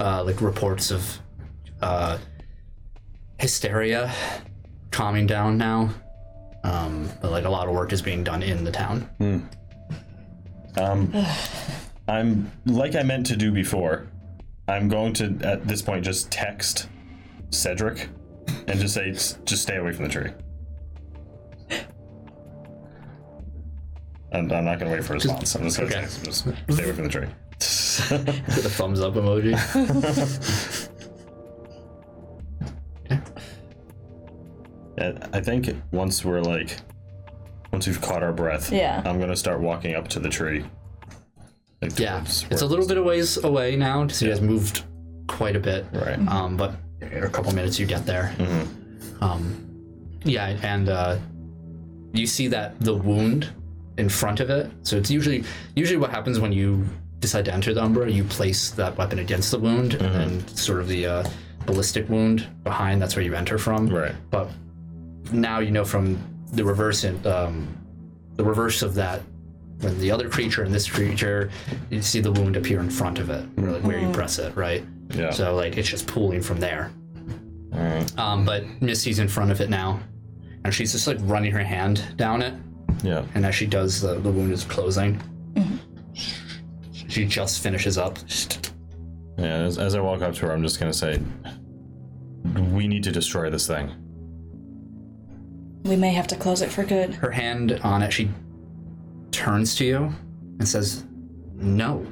[SPEAKER 1] uh, like reports of uh, hysteria calming down now. Um, but like a lot of work is being done in the town.
[SPEAKER 2] Um, I'm like I meant to do before. I'm going to at this point just text Cedric and just say "S- just stay away from the tree. I'm, I'm not gonna wait for a response. I'm just gonna
[SPEAKER 1] Okay.
[SPEAKER 2] text him, just stay away from the tree.
[SPEAKER 1] With a thumbs up emoji.
[SPEAKER 2] And I think once we're like, once we've caught our breath,
[SPEAKER 3] Yeah.
[SPEAKER 2] I'm gonna start walking up to the tree. Like,
[SPEAKER 1] yeah,
[SPEAKER 2] towards
[SPEAKER 1] it's a
[SPEAKER 2] where-
[SPEAKER 1] little bit of ways away now because you guys moved quite a bit.
[SPEAKER 2] right.
[SPEAKER 1] Um, but in a couple minutes you get there. Um, yeah, and uh, you see that the wound in front of it. So it's usually usually what happens when you decide to enter the Umbra, you place that weapon against the wound,
[SPEAKER 2] Mm-hmm.
[SPEAKER 1] and sort of the uh, ballistic wound behind. That's where you enter from.
[SPEAKER 2] Right.
[SPEAKER 1] But now you know from the reverse and um, the reverse of that. When the other creature and this creature, you see the wound appear in front of it, where, like, where you press it, right?
[SPEAKER 2] Yeah.
[SPEAKER 1] So like it's just pooling from there.
[SPEAKER 2] All right.
[SPEAKER 1] Um, but Misty's in front of it now, and she's just like running her hand down it.
[SPEAKER 2] Yeah.
[SPEAKER 1] And as she does, the, the wound is closing. She just finishes up.
[SPEAKER 2] Yeah, as, as I walk up to her, I'm just gonna say, "We need to destroy this thing."
[SPEAKER 3] We may have to close it for good.
[SPEAKER 1] Her hand on it, she turns to you and says, "No,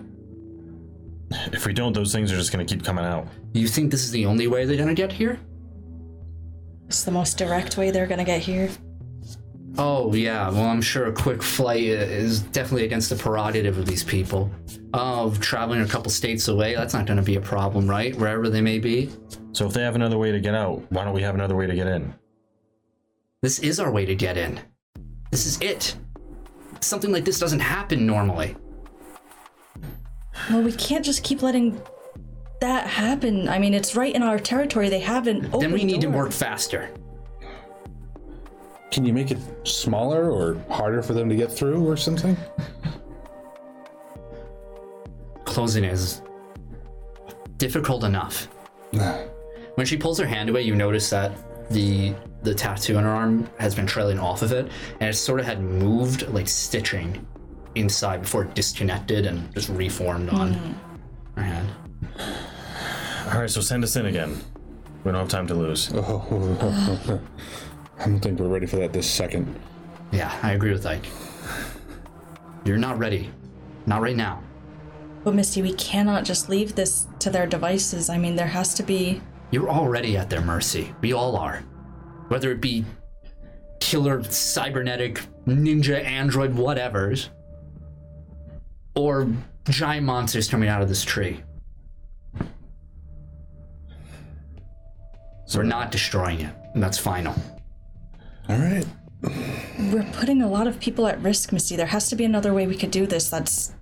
[SPEAKER 2] If we don't, those things are just gonna keep coming out.
[SPEAKER 1] you think this is the only way they're gonna get here?
[SPEAKER 3] It's the most direct way they're gonna get here.
[SPEAKER 1] Oh yeah. Well, I'm sure a quick flight i- is definitely against the prerogative of these people. Oh, traveling a couple states away, that's not gonna be a problem, right? Wherever they may be."
[SPEAKER 2] So if they have another way to get out, why don't we have another way to get in?
[SPEAKER 1] This is our way to get in. This is it. Something like this doesn't happen normally.
[SPEAKER 3] Well, we can't just keep letting that happen. I mean, it's right in our territory. They haven't opened.
[SPEAKER 1] then we need to
[SPEAKER 3] door.
[SPEAKER 1] work faster.
[SPEAKER 4] Can you make it smaller or harder for them to get through or something?
[SPEAKER 1] Closing is difficult enough. when she pulls her hand away, you notice that the the tattoo on her arm has been trailing off of it, and it sort of had moved like stitching inside before it disconnected and just reformed on her hand.
[SPEAKER 2] All right, so send us in again. We don't have time to lose.
[SPEAKER 4] Oh, I don't think we're ready for that this second.
[SPEAKER 1] Yeah, I agree with Ike. You're not ready. Not right now.
[SPEAKER 3] But Misty, we cannot just leave this to their devices. I mean, there has to be.
[SPEAKER 1] You're already at their mercy. We all are. Whether it be killer, cybernetic, ninja, android, whatevers, or giant monsters coming out of this tree. So we're not destroying it, and that's final.
[SPEAKER 4] All right.
[SPEAKER 3] We're putting a lot of people at risk, Misty. There has to be another way we could do this. That's.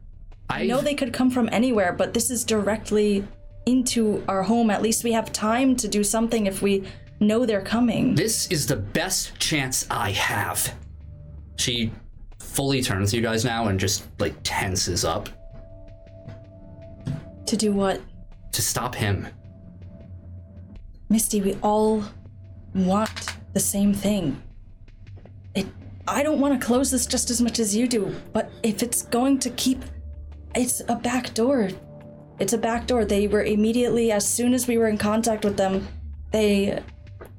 [SPEAKER 1] I
[SPEAKER 3] I know they could come from anywhere, but this is directly into our home. At least we have time to do something if we know they're coming.
[SPEAKER 1] This is the best chance I have. She fully turns to you guys now and just like tenses up
[SPEAKER 3] To do what?
[SPEAKER 1] to stop him.
[SPEAKER 3] Misty, we all want the same thing. It I don't want to close this just as much as you do, but if it's going to keep it's a back door. It's a back door. They were immediately as soon as we were in contact with them, they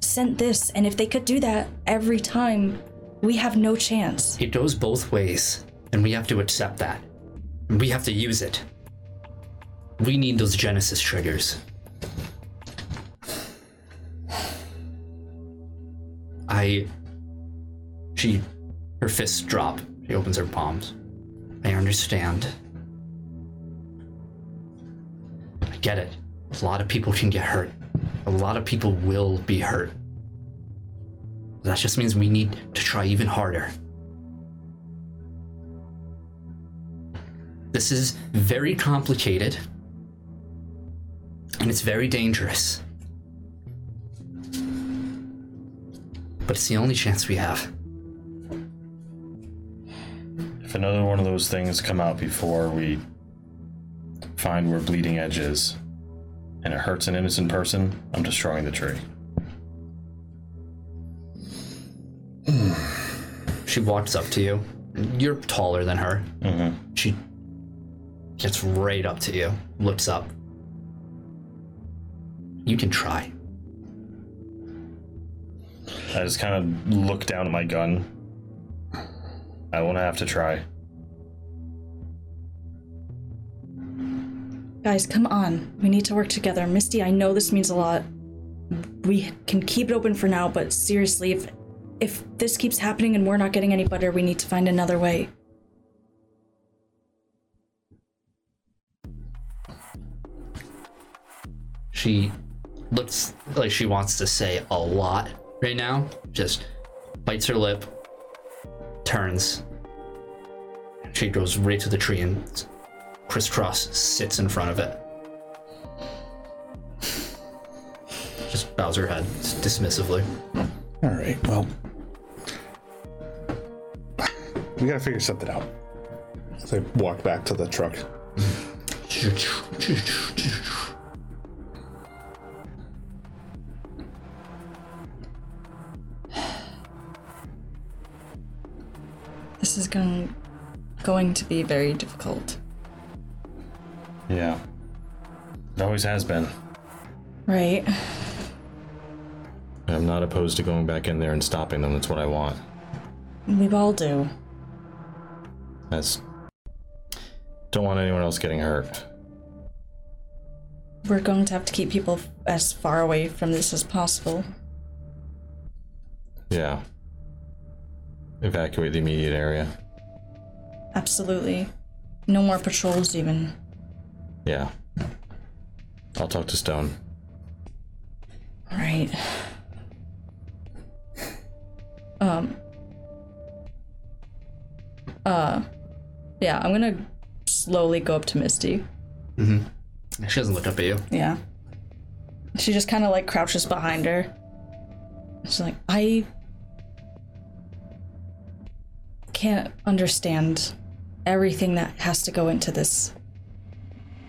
[SPEAKER 3] sent this and if they could do that every time, we have no chance.
[SPEAKER 1] It goes both ways, and we have to accept that. And we have to use it. We need those Genesis triggers. I. She. Her fists drop. She opens her palms. I understand. I get it. A lot of people can get hurt. A lot of people will be hurt. That just means we need to try even harder. This is very complicated. And it's very dangerous. But it's the only chance we have.
[SPEAKER 2] If another one of those things come out before we find where bleeding edge is, and it hurts an innocent person, I'm destroying the tree.
[SPEAKER 1] She walks up to you. You're taller than her. She gets right up to you, looks up. You can try.
[SPEAKER 2] I just kind of look down at my gun. I won't have to try.
[SPEAKER 3] Guys, come on. We need to work together. Misty, I know this means a lot. We can keep it open for now, but seriously, if if this keeps happening and we're not getting any better, we need to find another way.
[SPEAKER 1] She looks like she wants to say a lot right now. Just bites her lip, turns. She goes right to the tree and crisscross sits in front of it. Just bows her head dismissively.
[SPEAKER 4] All right. Well,
[SPEAKER 8] We gotta figure something out.
[SPEAKER 4] so I walk back to the truck.
[SPEAKER 3] This is going going to be very difficult.
[SPEAKER 2] Yeah. It always has been.
[SPEAKER 3] Right.
[SPEAKER 5] I'm not opposed to going back in there and stopping them. That's what I want.
[SPEAKER 3] We all do.
[SPEAKER 5] That's. Don't want anyone else getting hurt.
[SPEAKER 3] We're going to have to keep people f- as far away from this as possible.
[SPEAKER 5] Yeah. Evacuate the immediate area.
[SPEAKER 3] Absolutely. No more patrols even.
[SPEAKER 5] Yeah. I'll talk to Stone.
[SPEAKER 3] All right. Um Um, uh yeah, I'm going to slowly go up to Misty.
[SPEAKER 1] She doesn't look up at you.
[SPEAKER 3] Yeah. She just kind of like crouches behind her. She's like, I can't understand everything that has to go into this.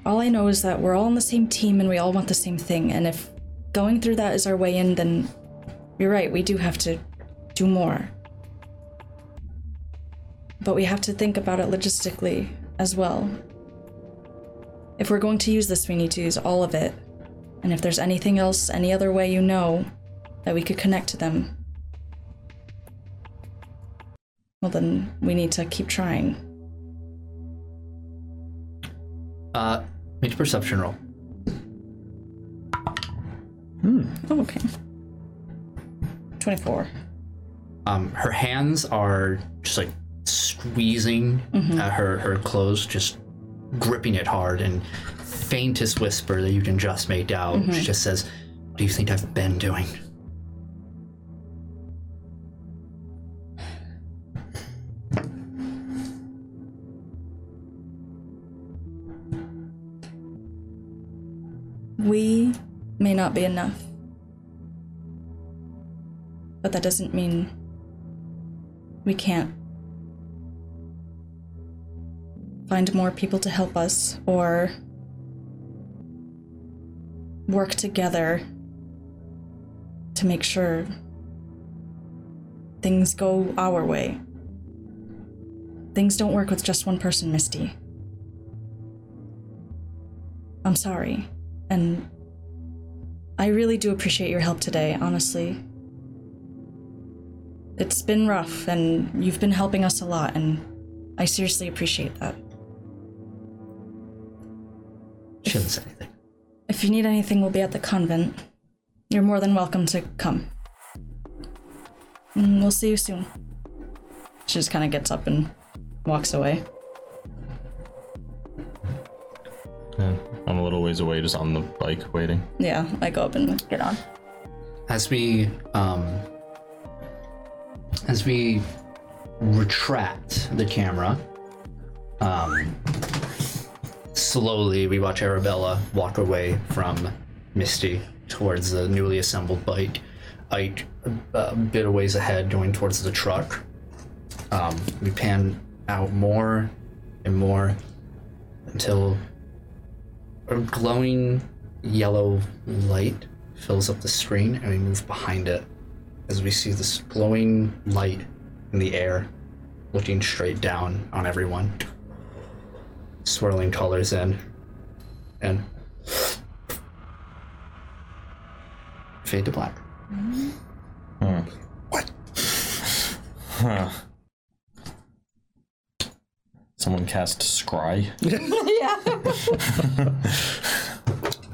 [SPEAKER 3] All I know is that we're all on the same team and we all want the same thing. And if going through that is our way in, then you're right, we do have to do more. But we have to think about it logistically as well. If we're going to use this, we need to use all of it. And if there's anything else, any other way you know that we could connect to them, well, then we need to keep trying.
[SPEAKER 1] Uh, make a perception roll.
[SPEAKER 3] Oh, okay. 24.
[SPEAKER 1] Um, her hands are just like squeezing at her, her clothes, just gripping it hard, and faintest whisper that you can just make out. She just says, What do you think I've been doing?
[SPEAKER 3] We may not be enough. But that doesn't mean we can't find more people to help us or work together to make sure things go our way. Things don't work with just one person, Misty. I'm sorry. And I really do appreciate your help today, honestly. It's been rough, and you've been helping us a lot, and I seriously appreciate that.
[SPEAKER 1] She doesn't say anything.
[SPEAKER 3] If you need anything, we'll be at the convent. You're more than welcome to come. And we'll see you soon. She just kind of gets up and walks away.
[SPEAKER 5] Yeah. I'm a little ways away, just on the bike waiting.
[SPEAKER 3] Yeah, I go up and get on.
[SPEAKER 1] as we um, as we retract the camera um, slowly we watch arabella walk away from misty towards the newly assembled bike ike a bit a ways ahead going towards the truck um, we pan out more and more until a glowing yellow light fills up the screen and we move behind it as we see this glowing light in the air looking straight down on everyone, swirling colors in, and fade to black.
[SPEAKER 5] Someone cast Scry.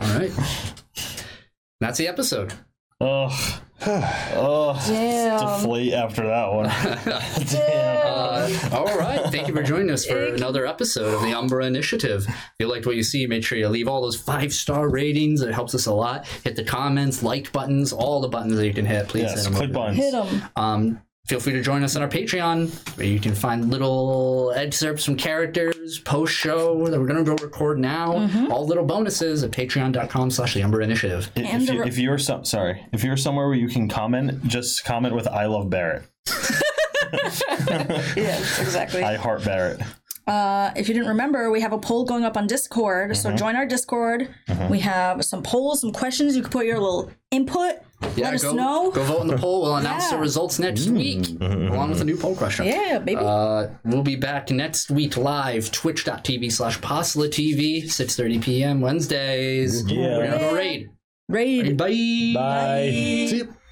[SPEAKER 1] All right. That's the episode.
[SPEAKER 5] Ugh,
[SPEAKER 7] Damn.
[SPEAKER 5] deflate after that one.
[SPEAKER 1] Uh, All right. Thank you for joining us for another episode of the Umbra Initiative. If you liked what you see, make sure you leave all those five star ratings. It helps us a lot. Hit the comments, like buttons, all the buttons that you can hit. Please hit
[SPEAKER 5] yes,
[SPEAKER 1] 'em
[SPEAKER 5] click
[SPEAKER 1] over.
[SPEAKER 5] buttons.
[SPEAKER 7] Hit him.
[SPEAKER 1] Um, feel free to join us on our Patreon, where you can find little excerpts from characters, post show that we're gonna go record now, all little bonuses at patreon.com slash the Umber Initiative.
[SPEAKER 5] I-
[SPEAKER 7] And
[SPEAKER 5] If, you,
[SPEAKER 7] the-
[SPEAKER 5] if you're some, sorry, if you're somewhere where you can comment, just comment with "I love Barrett."
[SPEAKER 7] Yes, exactly.
[SPEAKER 5] I heart Barrett.
[SPEAKER 3] Uh, if you didn't remember, we have a poll going up on Discord.
[SPEAKER 1] Mm-hmm.
[SPEAKER 3] So join our Discord. We have some polls, some questions. You can put your little input.
[SPEAKER 1] Yeah,
[SPEAKER 3] let us
[SPEAKER 1] go,
[SPEAKER 3] know.
[SPEAKER 1] go vote in the poll. We'll announce the
[SPEAKER 3] Yeah.
[SPEAKER 1] results next week, along with a new poll question.
[SPEAKER 3] Yeah, baby.
[SPEAKER 1] Uh, we'll be back next week live, twitch.tv slash Postla TV, 6.30 p.m. Wednesdays.
[SPEAKER 5] Yeah.
[SPEAKER 1] We're going to have a raid.
[SPEAKER 3] Raid.
[SPEAKER 1] Bye.
[SPEAKER 5] Bye.
[SPEAKER 4] See you.